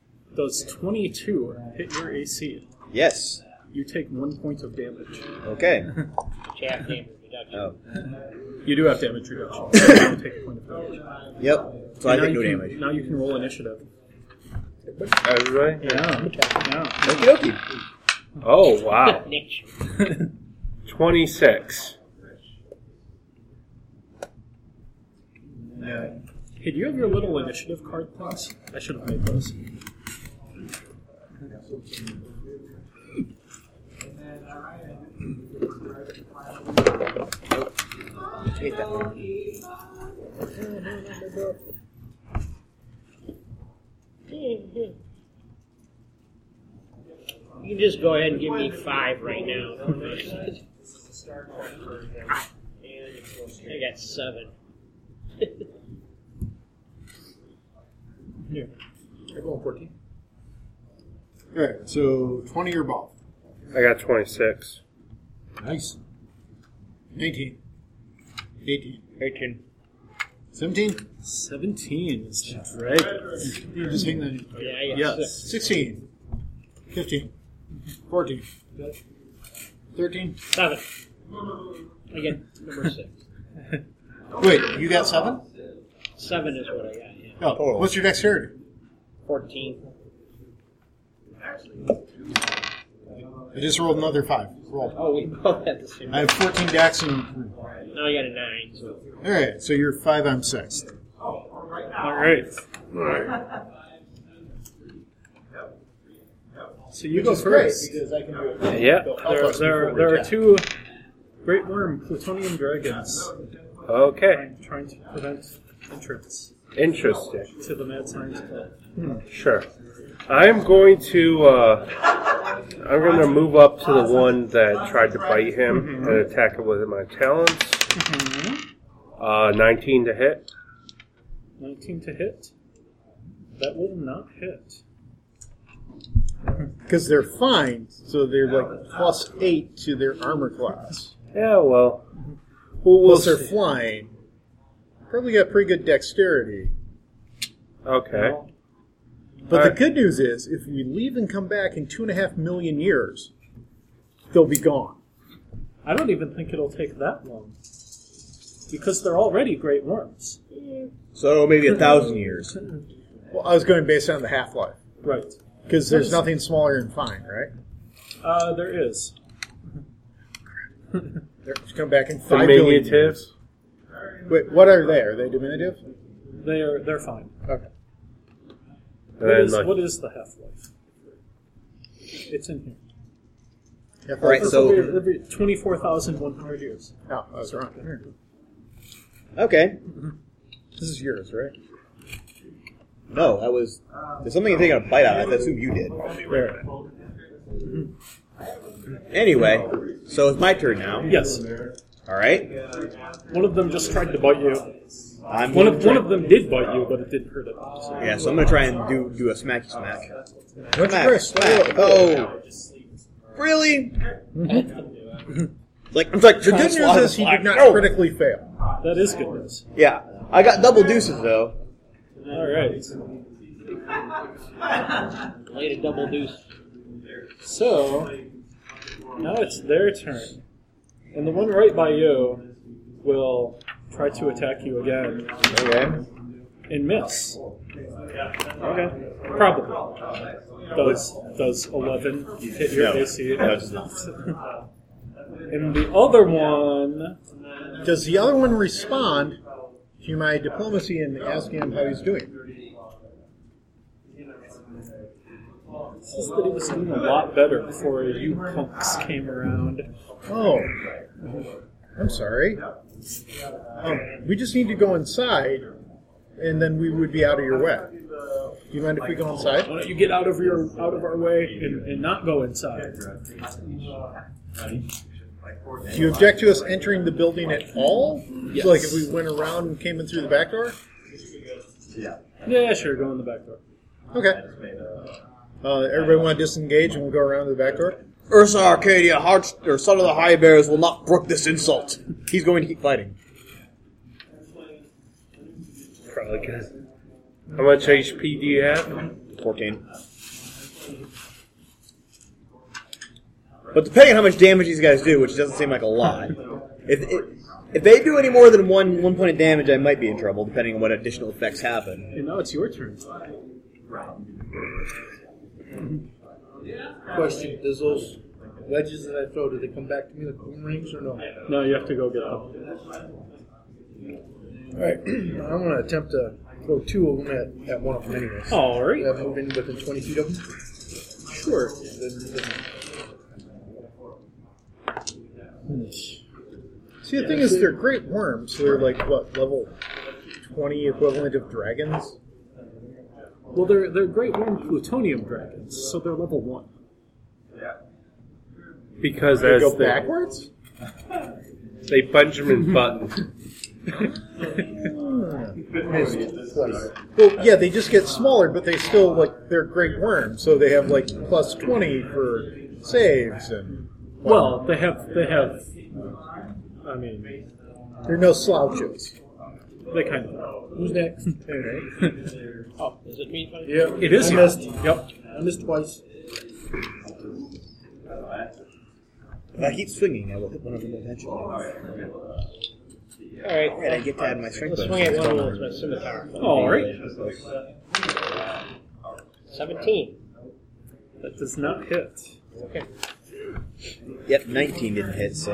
S2: does 22 hit your AC?
S3: yes.
S2: You take one point of damage.
S3: Okay.
S4: Chaff damage reduction.
S3: Oh.
S2: You do have damage reduction. so you don't take a point of damage.
S3: Yep. So I
S2: now
S3: take
S2: you
S3: no
S2: can-
S3: damage.
S2: Now you can roll initiative.
S5: Everybody?
S2: Yeah. yeah.
S3: Okie dokie.
S5: Oh wow,
S4: Niche.
S5: twenty six.
S2: Hey, do you have your little initiative card, please? I should have made those.
S3: Hate that one.
S4: You can just go ahead and give me five right now. I got seven.
S7: All right, so 20 or above.
S5: I got twenty six.
S7: Nice. 19. 18.
S4: 13.
S7: 17.
S2: 17 is the dragon.
S7: You just hang that.
S4: Yeah, I got six.
S2: Yes.
S7: 16. 15. 14. 13.
S4: Seven. I got number six.
S7: Wait, you got 7?
S4: Seven is what I got, yeah.
S7: Oh, what's your dexterity?
S4: 14.
S7: I just rolled another 5. Roll.
S4: Oh, we both had the same.
S7: I have 14 dax and.
S4: Now I got a nine, so.
S7: Alright, so you're 5, I'm 6.
S2: All right. So you go first.
S7: because I can do it.
S5: Yeah.
S2: There, there, there are two great worm plutonium dragons
S5: Okay.
S2: trying, trying to prevent entrance
S5: Interesting.
S2: to the mad science club.
S5: Sure. I'm going to uh, I'm going to move up to the one that tried to bite him
S2: Mm-hmm.
S5: and attack it with my talons.
S2: Mm-hmm.
S5: Uh, 19 to hit.
S2: 19 to hit. That will not hit.
S7: Because they're fine, so they're like plus 8 to their armor class.
S5: Yeah, well, we'll, we'll
S7: Plus they're
S5: see.
S7: flying. Probably got pretty good dexterity.
S5: Okay.
S7: But the
S5: Alright.
S7: good news is, if we leave and come back in two and a half million years, they'll be gone.
S2: I don't even think it'll take that long. Because they're already great worms.
S3: So maybe a thousand years.
S7: Well, I was going based on the half life
S2: Right.
S7: because there's nothing smaller than fine, right?
S2: Uh, there is.
S7: They're to come back in five billion
S5: Diminutive.
S7: years. Wait, what are they? Are they diminutive?
S2: They're they're fine.
S7: Okay.
S5: And
S2: What
S5: then,
S2: is,
S5: Uh,
S7: Uh,
S5: like,
S2: what is the half life? It's in here.
S7: Yeah,
S3: All right,
S7: that's-
S3: so-
S2: twenty four thousand one hundred years.
S7: Oh, I was wrong.
S3: Okay.
S7: This is yours, right?
S3: No, that was. There's something taking a bite out of. That's who you did.
S7: There.
S3: Anyway, so it's my turn now.
S2: Yes,
S3: All right.
S2: one of them just tried to bite you.
S3: I'm
S2: One
S3: gonna
S2: of
S3: try-
S2: one of them did bite you, but it didn't hurt it.
S3: Yeah, so I'm gonna try and do do a smacky smack.
S7: Don't you
S3: Smack,
S7: press
S3: smack. Oh, really? like I'm like
S7: The good news is he did not critically fail.
S2: That is good news.
S3: Yeah, I got double deuces though.
S2: All right.
S4: Laid a double deuce.
S2: So now it's their turn, and the one right by you will try to attack you again
S3: Okay.
S2: and miss. Okay. Probably. Does does eleven hit your
S3: No.
S2: AC?
S3: No, it does not.
S2: And the other one,
S7: Does the other one respond to my diplomacy and asking him how he's doing?
S2: says that he was doing a lot better before you punks came around.
S7: Oh, I'm sorry. Um, we just need to go inside, and then we would be out of your way. Do you mind if we go inside?
S2: Why don't you get out of your out of our way and, and not go inside?
S7: Do you object to us entering the building at all? Like if we went around and came in through the back door?
S2: Yeah, sure, go in the back door.
S7: Okay. Uh, everybody want to disengage and we'll go around to the back door?
S3: Ursa Arcadia, heart, or son of the High Bears, will not brook this insult. He's going to keep fighting.
S5: Probably good. How much HP do you have?
S3: Fourteen. But depending on how much damage these guys do, which doesn't seem like a lot, if if they do any more than one one point of damage, I might be in trouble. Depending on what additional effects happen.
S2: And now it's your turn.
S1: Question: Does those wedges that I throw, do they come back to me like boomerangs or no? All
S2: No, you have to go get them.
S1: right, I'm gonna attempt to throw two of them at, at one of them anyways.
S2: All right.
S1: Did I move in within 20 feet of them?
S2: Sure.
S1: Then- then-
S7: See, the thing is, they're great worms. They're like, what, level 20 equivalent of dragons?
S2: Well, they're they're great worm plutonium dragons, so they're level one.
S5: Because
S7: They
S5: that's
S7: go
S5: the,
S7: backwards?
S5: they Benjamin Button.
S1: Missed twice.
S7: Well, yeah, they just get smaller, but they still, like, they're great worms. So they have, like, plus 20 for saves, and
S2: Well, they have they have. I mean,
S7: they're no slouches.
S2: they kind of.
S1: Who's next?
S4: Oh, is it me? Tony?
S1: Yeah,
S2: It is
S1: I
S2: you.
S1: missed.
S2: Yep.
S1: I missed twice.
S3: If I keep swinging, I will hit one of them eventually.
S4: All right.
S3: And I get to add my strength.
S4: Let's
S3: bonus.
S4: swing at one of them with my scimitar.
S2: All right.
S4: Seventeen.
S2: That does not hit.
S4: Okay.
S3: Yep, 19 didn't hit, so.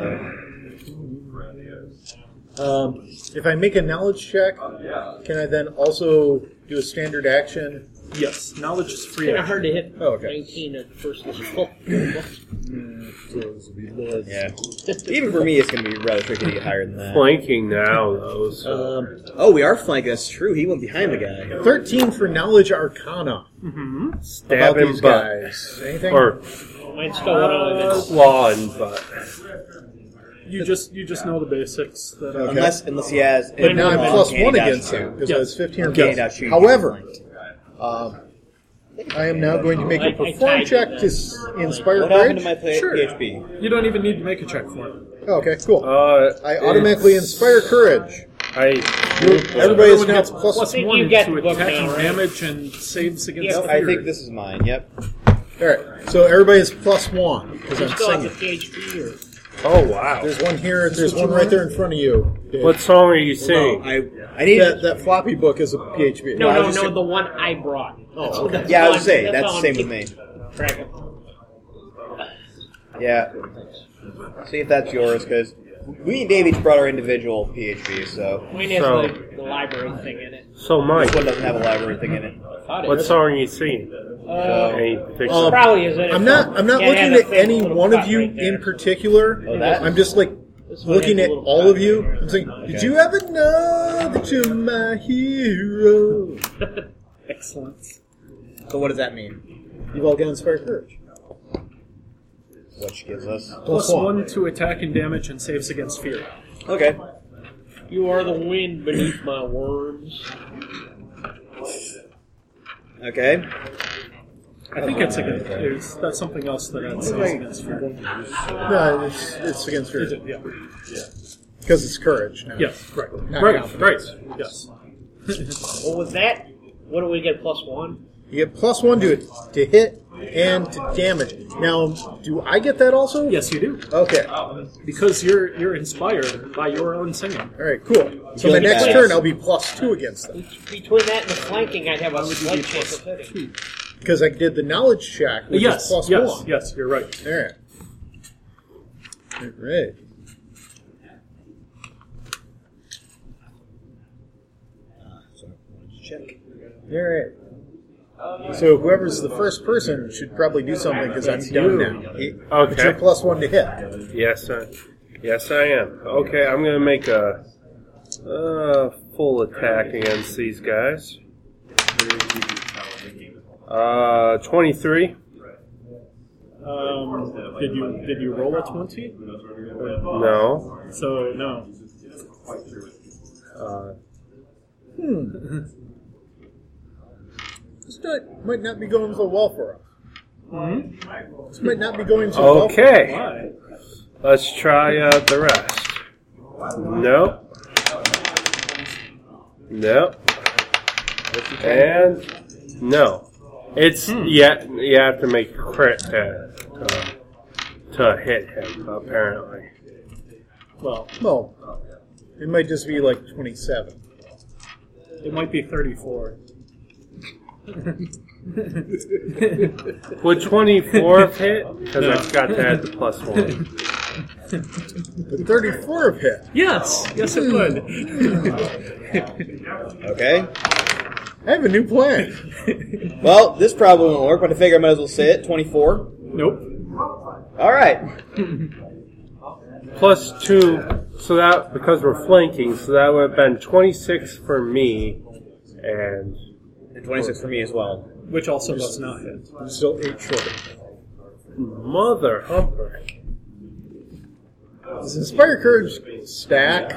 S7: Um, if I make a knowledge check, can I then also do a standard action?
S2: Yes, knowledge is free.
S4: Kind of
S2: action.
S4: hard to hit.
S7: Oh, okay.
S4: Nineteen at first level.
S3: Yeah. Even for me, it's going to be rather tricky to get higher than that.
S5: Flanking now, though.
S7: Uh,
S5: So.
S3: Um, oh, we are flanking. That's true. He went behind the guy.
S7: 13 for knowledge arcana about
S5: Stab
S7: these
S5: and butt.
S7: guys. Anything?
S5: Or
S4: Mine's still one of them.
S5: claw and butt.
S2: You just you just know the basics. That uh,
S7: Okay.
S3: Unless unless he has.
S7: But now I'm
S3: Oh,
S7: plus
S3: uncanny
S7: one
S3: dash
S7: against
S3: shoot.
S7: him because
S2: Yeah.
S7: I was 15 or
S3: Uncanny
S7: plus.
S3: dash shoot.
S7: However, um, I am now going to make
S4: I-
S7: a
S4: I
S7: perform
S4: tied
S7: check
S4: you
S7: to s- inspire
S3: What happened to my
S7: courage.
S3: play-
S2: Sure.
S3: PHP?
S2: you don't even need to make a check for it.
S7: Oh, okay, cool.
S5: Uh,
S7: I automatically
S5: it's-
S7: inspire courage.
S5: I.
S7: Everybody is
S2: Everyone
S7: now
S2: gets
S7: plus.
S2: plus
S4: You
S2: one to
S4: get
S2: attack
S4: the book
S2: and
S4: now, right?
S2: damage and saves against.
S4: Yeah,
S2: fear.
S3: I think this is mine. Yep.
S7: All right, so everybody is plus one because
S4: You
S7: I'm
S4: still have the
S7: singing.
S4: PHP or?
S5: Oh wow!
S7: There's one here. There's one right there in front of you. Dave.
S5: What song are you
S3: No,
S5: singing?
S3: I I need.
S7: that, that floppy book is a PHP.
S4: No,
S3: I was
S4: no, no,
S3: just saying-
S4: the one I brought. Oh, okay.
S3: yeah, I was saying that's the same with me.
S4: Dragon.
S3: Yeah. See if that's yours, because we and Dave each brought our individual PHP, so
S4: Mine has
S5: So-
S4: the, the library thing in it.
S5: So, Mike,
S3: this one doesn't have a library thing in it.
S4: Thought it
S5: what song are you singing?
S4: Uh,
S5: Any particular-
S7: Um,
S4: probably is in it.
S7: I'm not. I'm not
S4: Yeah, it
S7: looking
S4: had a
S7: at
S4: thing,
S7: any
S4: a little
S7: one of
S4: cut
S7: you
S4: right there.
S7: in particular.
S3: Oh, that?
S7: I'm just like
S4: This one
S7: looking
S4: has
S7: at
S4: a little
S7: all
S4: cut
S7: of you.
S4: right there.
S7: I'm saying, did
S3: Okay.
S7: you ever know that you're my hero?
S2: Excellent.
S3: So what does that mean?
S7: You've all got inspired courage.
S3: Which gives us
S2: Plus one to attack and damage and saves against fear.
S3: okay.
S4: You are the wind beneath my worms.
S3: Okay.
S2: I think it's against. It's, that's something else that it saves against fear.
S7: No, it's it's against
S2: Is
S7: courage
S2: it? Yeah.
S7: because it's courage. Now.
S2: Yes. Right.
S7: Not
S2: Right. Right.
S7: confidence.
S2: Yes.
S4: Well, with that, what do we get? Plus one.
S7: You get plus one to it to hit and to damage. Now, do I get that also?
S2: Yes, you do.
S7: Okay.
S2: Because you're you're inspired by your own singing.
S7: All right. Cool. So
S3: You'll
S7: my
S3: be
S7: next
S3: badass.
S7: turn, I'll be plus two against them
S4: Between that and the flanking, I'd have a slight chance of hitting.
S7: because I did the knowledge check, which
S2: yes.
S7: is plus
S2: yes.
S7: one.
S2: Yes. You're right.
S7: All right. All right. Ah, All right. So whoever's the first person should probably do something because I'm done now. But
S5: Okay.
S7: you're plus one to hit.
S5: Yes, I, yes, I am. Okay, I'm gonna make a, uh full attack against these guys. Uh, twenty-three.
S2: Um, did you did you roll a twenty?
S5: No.
S2: So no.
S5: Uh,
S7: This not, might not be going so well for us. This might not be going so well. for us.
S5: okay.
S2: Why?
S5: Let's try uh, the rest. Nope. Nope. And no. It's yeah. You have to make crit to to, to hit him. Apparently.
S2: Well,
S7: Well, it might just be like 27.
S2: it might be thirty-four.
S5: Would 24 have hit? Because I've got to add the plus one.
S7: But 34 of hit.
S2: Yes. Yes, it would.
S3: Okay.
S7: I have a new plan.
S3: Well, this probably won't work, but I figure I might as well say it. Twenty-four.
S2: Nope.
S3: All right.
S5: Plus two, so that, because we're flanking, so that would have been 26 for me, and
S3: And Twenty-six for me as well.
S2: Which also does not hit.
S7: I'm still 8 short.
S5: mother humper.
S7: Does Inspire Courage stack?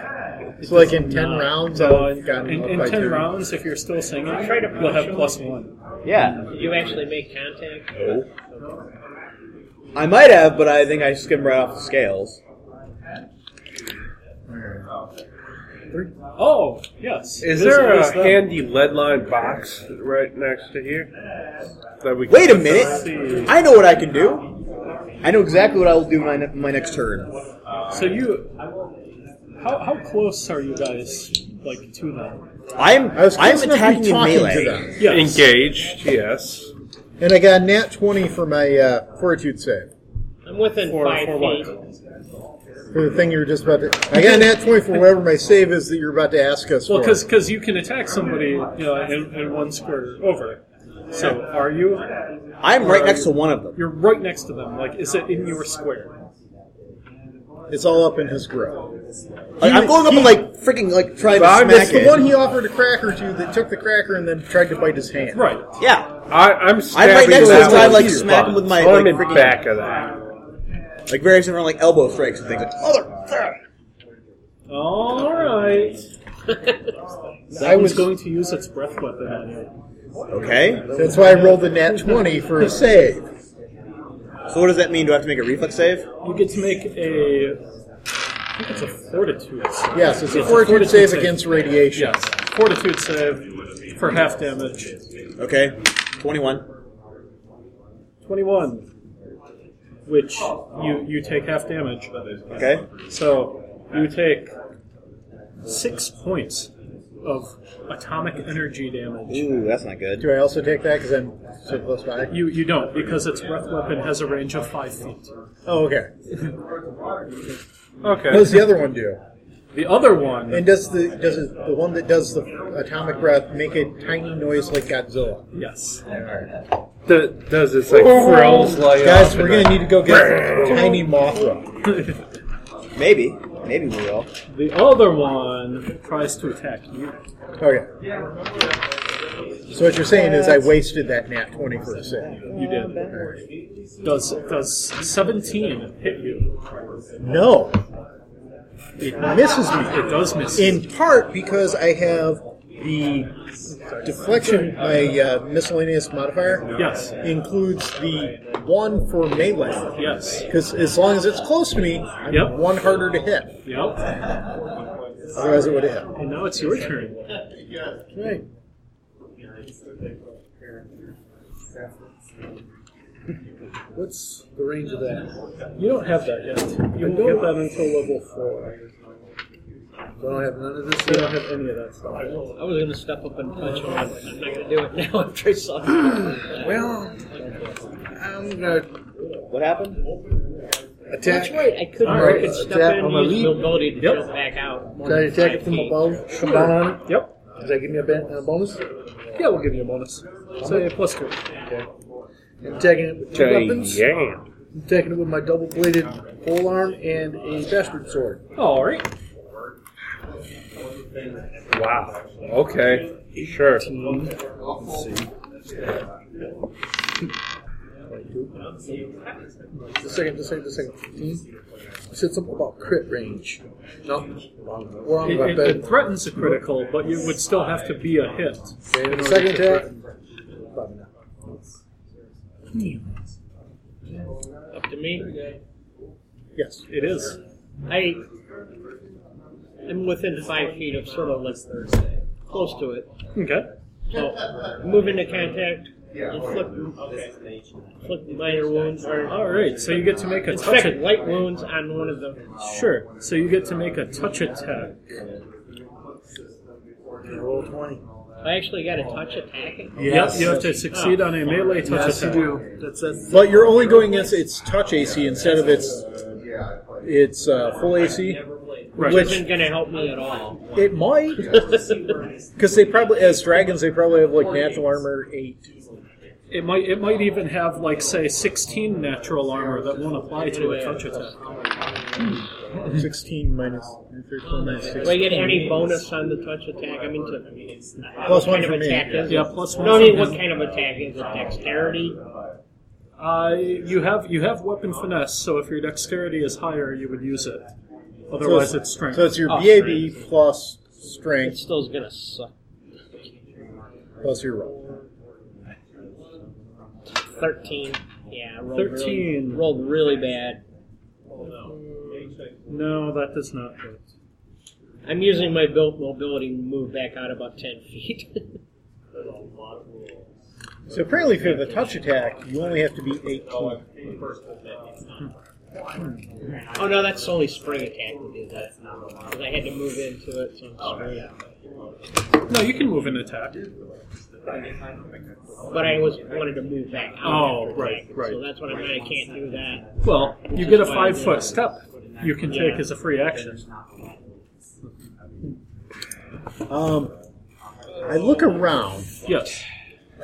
S7: It's like in 10 rounds, I've gotten
S2: In,
S7: up
S2: in
S7: by
S2: ten
S7: 30.
S2: rounds, if you're still singing, you'll have plus one.
S3: Yeah.
S4: You actually make contact.
S3: I might have, but I think I skimmed right off the scales.
S2: Oh, yes.
S5: Is
S2: It
S5: there
S2: it
S5: a
S2: them.
S5: handy lead line box right next to here? That we can
S3: Wait a
S5: put
S2: Let's see.
S3: minute. I know what I can do. I know exactly what I will do my ne- my next turn.
S2: um, So you, how, how close are you guys, like to them?
S3: I'm
S7: I was
S3: I'm
S7: close enough to
S3: attacking
S7: be
S3: in
S7: talking
S3: melee.
S7: to them.
S5: some- Engaged, yes.
S7: And I got a nat 20 for my uh, fortitude save.
S4: I'm within
S2: For,
S4: five
S2: for
S4: feet.
S2: what?
S7: For the thing you were just about to. I got a nat 20 for whatever my save is that you're about to ask us
S2: Well,
S7: for.
S2: because you can attack somebody, you know, in, in one square over. So are you?
S3: I'm right next to one of them.
S2: You're right next to them. Like, is it in your square?
S7: It's all up in his grill.
S3: Like, I'm going up and like freaking like trying to
S5: I'm-
S3: smack
S7: It's the
S3: it.
S7: one he offered a cracker to that took the cracker and then tried to bite his hand.
S2: Right.
S3: Yeah,
S5: I, I'm stabbing
S3: next to
S5: that
S3: this guy,
S5: one
S3: like,
S5: here.
S3: smack him with my,
S5: So I'm
S3: like,
S5: in
S3: freaking-
S5: back of that.
S3: like various different like elbow strikes and things. Like, mother.
S2: All right.
S7: I
S2: I was
S7: was-
S2: going to use its breath weapon on you.
S3: Okay.
S7: That's why I rolled the nat 20 for a save.
S3: So what does that mean? Do I have to make a reflex save?
S2: You get to make a. I think it's a fortitude. save.
S7: Yes, it's a fortitude
S2: Yes, fortitude
S7: save
S2: save.
S7: against radiation.
S2: Yes, fortitude save for half damage.
S3: Okay. Twenty-one.
S2: Twenty-one, which you you take half damage.
S3: Okay.
S2: So you take six points of atomic energy damage.
S3: Ooh, that's not good.
S7: Do I also take that because I'm so close by?
S2: You you don't because its breath weapon has a range of five feet.
S7: Oh, okay. What
S5: Okay.
S7: does the other one do?
S2: The other one,
S7: And does the does it, the one that does the atomic breath make a tiny noise like Godzilla?
S2: yes,
S5: Th- does this like frills lay
S7: Guys,
S5: up
S7: we're
S5: and
S7: gonna
S5: then-
S7: need to go get tiny Mothra.
S3: Maybe. Maybe we will.
S2: the other one tries to attack you.
S7: Okay. Oh, So what you're saying is I wasted that nat twenty for a second.
S2: You did. Does does seventeen hit you?
S7: No,
S2: It,
S7: misses me.
S2: it does miss. you.
S7: In part because I have the deflection, my uh, miscellaneous modifier
S2: yes,
S7: includes the one for melee.
S2: yes,
S7: Because as long as it's close to me, I'm
S2: Yep.
S7: one harder to hit.
S2: yep.
S7: Otherwise, it would hit.
S2: And now it's your turn.
S7: Right.
S1: What's the range of that?
S2: You don't have that yet. You
S1: I
S2: won't get
S1: don't.
S2: that until level four.
S1: So I don't have none of this.
S2: You don't have any of that stuff.
S4: I was gonna step up and punch him, but I'm not gonna do it now after I saw him.
S1: Well, I'm gonna
S3: What happened?
S1: attack.
S4: That's right. I could.
S1: All right,
S4: I could
S1: is
S4: step
S1: that
S4: in
S1: on
S4: and
S1: my
S4: use
S1: lead?
S4: mobility to
S2: Yep.
S4: jump back out. more
S1: Can I
S4: than
S1: attack
S4: five
S1: it from
S4: feet.
S1: above? Come down on it.
S2: Yep.
S1: Does that give me a, ban- a bonus?
S2: Yeah, we'll give you a bonus. Say plus two.
S1: I'm attacking it with two weapons.
S5: Yeah.
S1: I'm attacking it with my double-bladed polearm and a bastard sword.
S2: All right.
S5: Wow. Okay. Sure.
S1: Just a second, just a second, just a second. Hmm? It said something about crit range. No, wrong, wrong
S2: It, it,
S1: weapon.
S2: it threatens a critical, but you would still have to be a hit.
S1: And the second attack. Probably not.
S4: Up to me.
S7: Yes.
S2: It is.
S4: I am within five feet of sort of like close to it.
S2: Okay.
S4: So move into contact. Inflict, inflict minor wounds or
S2: All right. So you get to make a touch.
S4: inflict
S2: A-
S4: light wounds on one of them.
S2: sure. So you get to make a touch attack.
S1: Roll 20.
S4: I actually got a touch attack.
S2: Yep. You have to succeed on a melee touch attack.
S1: That's it.
S7: But you're only going against its touch AC instead of its its uh, full AC,
S2: Right.
S4: Which
S7: which
S4: isn't gonna help me at all.
S7: it might, because they probably as dragons they probably have like natural armor eight.
S2: It might. It might even have like say 16 natural armor that won't apply to a touch attack.
S7: 16 minus 13 minus
S4: Do I
S7: 16.
S4: get any bonus on the touch attack? I mean, to
S7: Plus one
S4: what kind
S7: for
S4: of
S7: me.
S4: attack is
S2: Yeah.
S4: it?
S2: Plus one.
S4: No, I mean,
S2: from
S4: what
S2: him.
S4: kind of attack is it? Dexterity?
S2: Uh, you have you have weapon finesse, so if your dexterity is higher, you would use it.
S7: So
S2: Otherwise, it's
S7: it's,
S2: strength. Ah,
S7: so it's your
S4: Oh,
S7: BAB plus
S4: It
S7: strength
S4: still's gonna suck.
S7: plus your roll.
S4: Thirteen. Yeah, I rolled
S2: 13.
S4: Really, rolled really bad.
S2: no, that does not hit.
S4: I'm using my built mobility to move back out about ten feet.
S7: So apparently, for the touch attack, you only have to be 18.
S4: oh no, that's only spring attack to do that. 'Cause I had to move into it. So
S2: Oh,
S4: I'm sorry.
S2: No, you can move an attack.
S4: But I was wanted to move back out.
S2: Oh,
S4: after
S2: right,
S4: attack,
S2: right.
S4: So that's what I meant. I can't do that.
S2: Well, you get a five foot step you can take
S4: Yeah.
S2: as a free action.
S7: Um, I look around.
S2: Yes.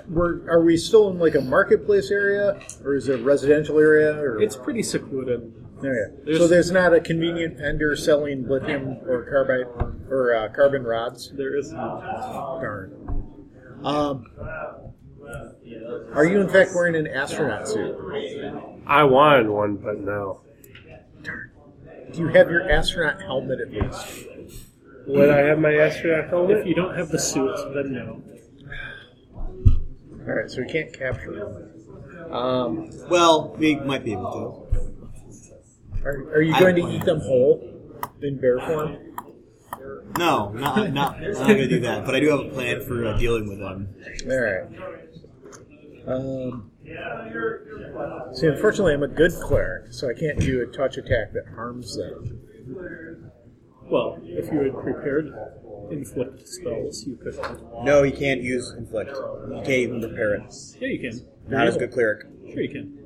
S7: We're, are we still in like a marketplace area, or is it a residential area? Or
S2: It's pretty secluded.
S7: There you go.
S2: There's-
S7: Oh, so there's not a convenient vendor selling lithium or carbide or uh, carbon rods.
S2: There is no.
S7: Darn. Um, are you in fact wearing an astronaut suit?
S5: I wanted one, but no.
S7: Do you have your astronaut helmet at least?
S5: Would I have my astronaut
S2: If
S5: helmet?
S2: you don't have the suit, then no.
S7: All right, so we can't capture it. Um,
S3: Well, we might be able
S7: are, are you going to eat them whole in bear form?
S3: to. No, not, not, I'm not going to do that. But I do have a plan for uh, dealing with them.
S7: All right. Um, see, unfortunately, I'm a good cleric, so I can't do a touch attack that harms them.
S2: Well, if you had prepared inflict spells, you could.
S3: No, he can't use inflict. He can't even prepare it.
S2: Yeah, you can.
S3: Not as a good cleric.
S2: Sure, you can.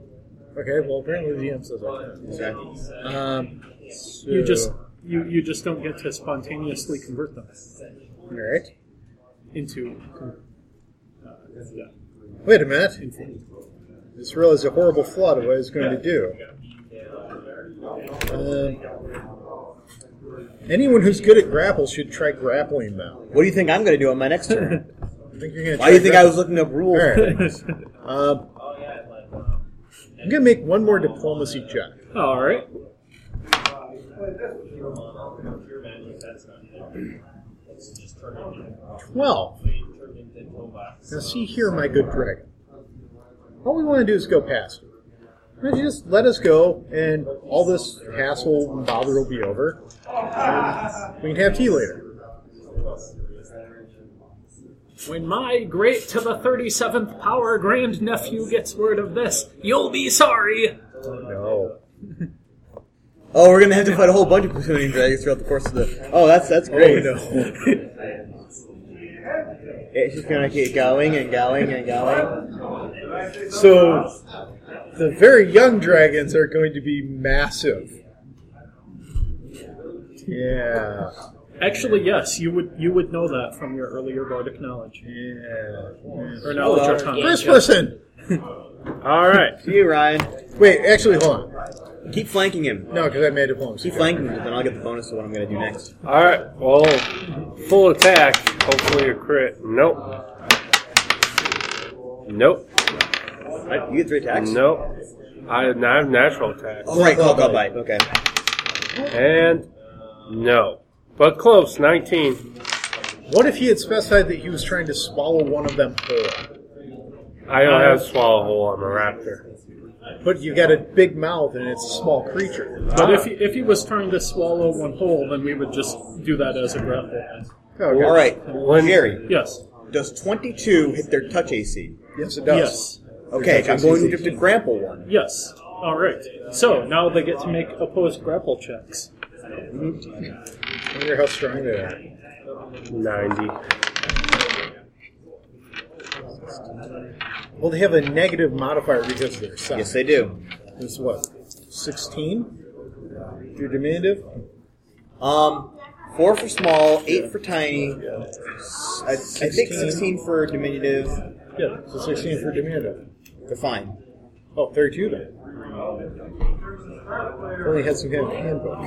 S1: Okay, well, apparently the GM says that.
S3: Exactly.
S1: Um,
S2: You
S1: so-
S2: just you, you just don't get to spontaneously convert them
S1: Alright.
S2: into. Uh, yeah.
S7: Wait a minute. Just realized a horrible flaw to what I was going to do. Um, anyone who's good at grapple should try grappling now.
S3: What do you think I'm going to do on my next turn?
S7: I think you're going to.
S3: Why do you think I was looking up rules?
S7: All Um, I'm going to make one more diplomacy check.
S2: All right.
S7: Twelve. Now see here, my good dragon. All we want to do is go past. Why don't you just let us go, and all this hassle and bother will be over. And we can have tea later.
S2: When my great to the 37th power grandnephew gets word of this, you'll be sorry!
S7: No.
S3: Oh, we're gonna have to fight a whole bunch of plutonium dragons throughout the course of the. Oh, that's that's great. it's just gonna keep going and going and going.
S7: So, the very young dragons are going to be massive. Yeah.
S2: Actually, yes, you would you would know that from your earlier bardic knowledge.
S7: Yeah.
S2: Or knowledge
S3: Hold on.
S2: autonomy.
S7: First person!
S5: All right.
S3: See you, Ryan.
S7: Wait, actually, hold on.
S3: Keep flanking him.
S7: No, because I made a diplomacy.
S3: Keep flanking him, then I'll get the bonus of what I'm gonna do next.
S5: All right. Well, full attack. Hopefully a crit. Nope. Nope.
S3: You get three attacks.
S5: Nope. I have I have natural attack.
S3: Oh, right, claw claw bite. Okay.
S5: And no. But close. 19.
S7: What if he had specified that he was trying to swallow one of them whole?
S5: I don't have swallow hole. I'm a raptor.
S7: But you got a big mouth and it's a small creature.
S2: But if he, if he was trying to swallow one whole, then we would just do that as a grapple.
S7: Oh, Okay.
S3: All right,
S5: When-
S3: Jerry.
S2: Yes.
S3: Does 22 hit their touch AC?
S7: Yes, it
S2: Yes.
S7: does.
S3: Okay, I'm going to have to grapple one.
S2: Yes. All right. So now they get to make opposed grapple checks.
S7: I wonder how strong they are.
S5: 90.
S7: Well, they have a negative modifier because of their size.
S3: Yes, they do.
S7: It's what? 16? Your diminutive?
S3: Um, four for small, eight for tiny. s- I, I think 16 for diminutive.
S7: Yeah, so 16 for diminutive.
S3: They're fine.
S7: Oh, 32 then. Only had some kind of handbook.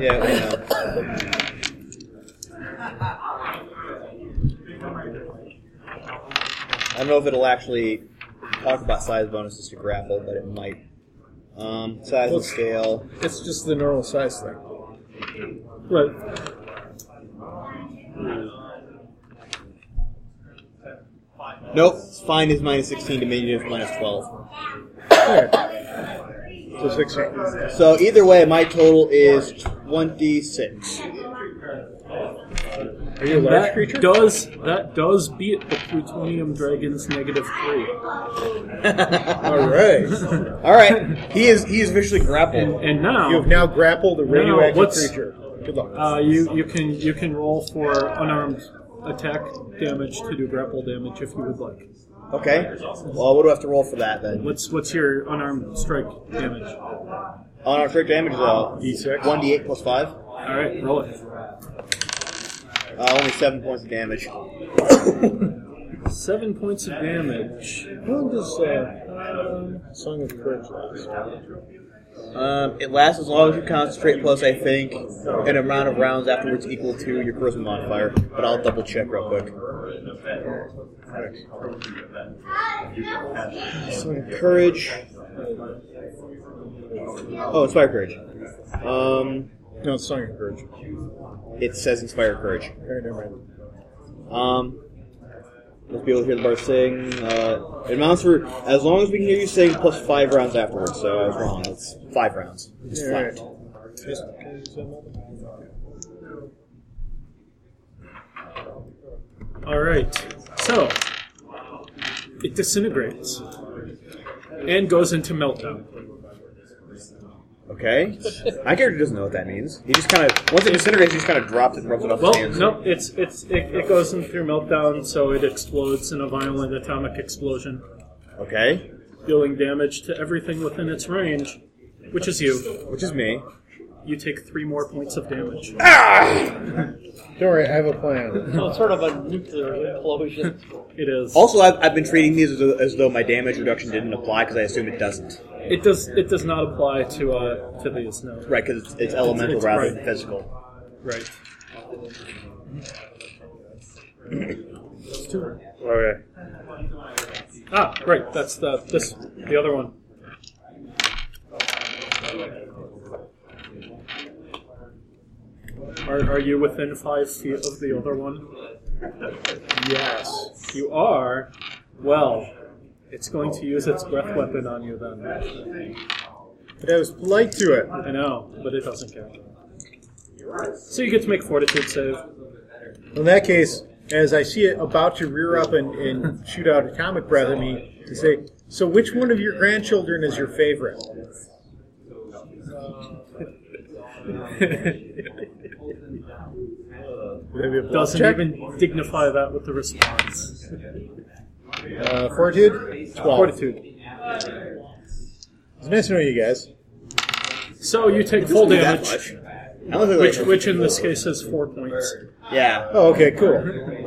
S3: Yeah, I know. I don't know if it'll actually talk about size bonuses to grapple, but it might. Um, size and scale.
S7: It's just the normal size thing.
S2: Right.
S3: Nope, fine is minus 16, diminutive minus 12.
S7: So 16.
S3: So either way, my total is 26.
S7: Are you a large
S2: That
S7: creature?
S2: does that does beat the plutonium dragon's negative three,
S7: All right.
S3: Alright, he is he is visually grappled.
S2: and
S7: You have now
S2: now
S7: grappled a radioactive
S2: what's-
S7: creature. Good luck.
S2: uh, you you can you can roll for unarmed attack damage to do grapple damage if you would like.
S3: Okay. Well, what do I have to roll for that then?
S2: What's what's your unarmed strike damage?
S3: On our trick damage uh, though,
S7: D6.
S3: 1d8 plus 5.
S2: All right, roll it.
S3: Uh, only 7 points of damage.
S2: Seven points of damage.
S7: How long does uh, Song of Courage last?
S3: Um, it lasts as long as you concentrate, plus I think an amount of rounds afterwards equal to your charisma modifier. But I'll double check real quick. So courage. Oh, inspire courage. Um,
S7: No, it's Song of Courage.
S3: it says inspire courage.
S7: All right, never mind.
S3: Um, let's be able to hear the bar sing. Uh, it amounts for as long as we can hear you sing, plus five rounds afterwards. So I was wrong. It's five rounds. It's
S7: All
S3: flat.
S7: right. Just because I'm on the-
S2: All right, so it disintegrates and goes into meltdown.
S3: Okay. My character doesn't know what that means. He just kind of once it disintegrates, he just kind of drops it and rubs it off
S2: Well,
S3: his hands.
S2: no, it's it's it, it goes in through meltdown, so it explodes in a violent atomic explosion,
S3: Okay.
S2: dealing damage to everything within its range, which is you.
S3: Which is me.
S2: You take three more points of damage.
S9: Don't worry, I have a plan.
S4: So it's sort of a nuclear explosion.
S2: It is.
S3: Also, I've, I've been treating these as, though- as though my damage reduction didn't apply because I assume it doesn't.
S2: It does it does not apply to uh to these no.
S3: Right, because it's, it's elemental
S2: it's
S3: rather
S2: right.
S3: than physical.
S2: Right.
S5: Okay.
S2: Ah, right. That's the this the other one. Are, are you within five feet of the other one? Yes, you are. Well, it's going to use its breath weapon on you then.
S7: But I was polite to it.
S2: I know, but it doesn't care. So you get to make fortitude save.
S7: In that case, as I see it about to rear up and, and shoot out atomic breath at me, to say, "So, which one of your grandchildren is your favorite?" Would that be a bluff
S2: Doesn't
S7: check?
S2: even dignify that with the response.
S7: uh, fortitude. Twelve.
S2: Fortitude.
S7: It's nice to know you guys.
S2: So you take full
S3: Not that
S2: damage.
S3: much. I don't think
S2: Which,
S3: like-
S2: which in this case is four points.
S3: yeah,
S7: Oh, okay, cool.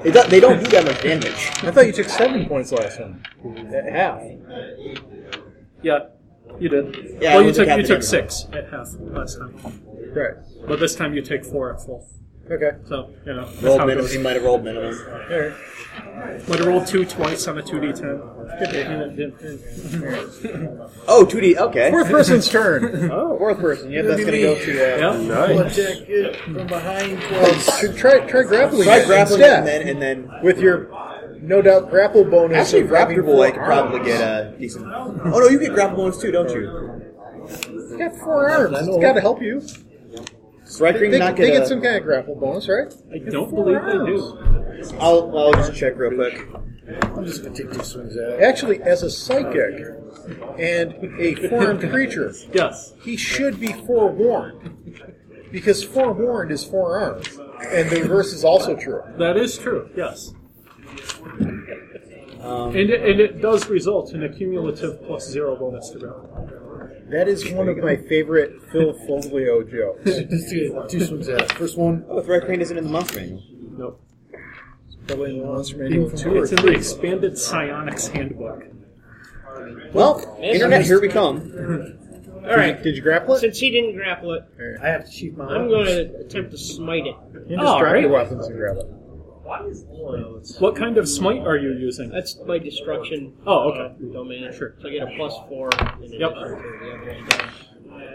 S3: It do- they don't do that much damage.
S7: I thought you took seven points last time. At half.
S2: Yeah, you did.
S3: Yeah, I
S2: well, you
S3: wasn't
S2: took you
S3: counting
S2: took
S3: it.
S2: six at half last time,
S7: Right.
S2: but this time you take four at full.
S7: Okay.
S2: So you know that's
S3: Rolled
S2: how it
S3: minimum.
S2: goes.
S3: He might have rolled minimum.
S7: All right.
S2: Might roll two twice on a two d ten.
S3: Oh, 2D. Okay.
S7: Fourth person's turn.
S3: Oh, fourth person. Yeah, that's gonna go to. Uh,
S2: Yeah,
S5: Nice.
S9: Jack, it from behind twice.
S7: Should try try grappling.
S3: Try
S7: it
S3: grappling
S7: instead.
S3: and then and then.
S7: with your no doubt grapple bonus.
S3: Actually,
S7: of having
S3: grapple boy could
S7: four
S3: probably
S7: arms.
S3: get a decent. Oh no, you get grapple bonus too, don't you?
S7: It's got four arms. It's got to help you. They,
S3: Striking
S7: they-
S3: not
S7: they
S3: get.
S7: get
S3: a-
S7: some kind of grapple bonus, right?
S2: I don't believe they do.
S3: I'll I'll just check real quick.
S9: I'm just gonna take two swings at it.
S7: Actually, as a psychic and a foreign creature,
S2: Yes,
S7: he should be forewarned because forewarned is forearmed, and the reverse is also true.
S2: that is true. Yes.
S3: Um,
S2: and, it, and it does result in a cumulative plus zero bonus to grapple.
S7: That is one of my favorite Phil Foglio jokes.
S9: Just do two swings at it. First one.
S3: Oh, Threat Crane isn't in the monster manual.
S2: Nope.
S7: Probably in the Monster Manual two or
S2: It's in the expanded psionics handbook.
S3: Well, internet, here we come.
S4: All right.
S7: Did you grapple it?
S4: Since he didn't grapple it,
S9: I have to sheath my
S4: I'm going to attempt to smite it.
S7: You can just
S2: All
S7: drop
S2: right.
S7: your weapons and grab it.
S2: What kind of smite are you using?
S4: That's my destruction.
S2: Oh, okay.
S4: uh, domain.
S2: Sure.
S4: So I get a plus four. In
S2: Yep.
S4: addition to the other stuff.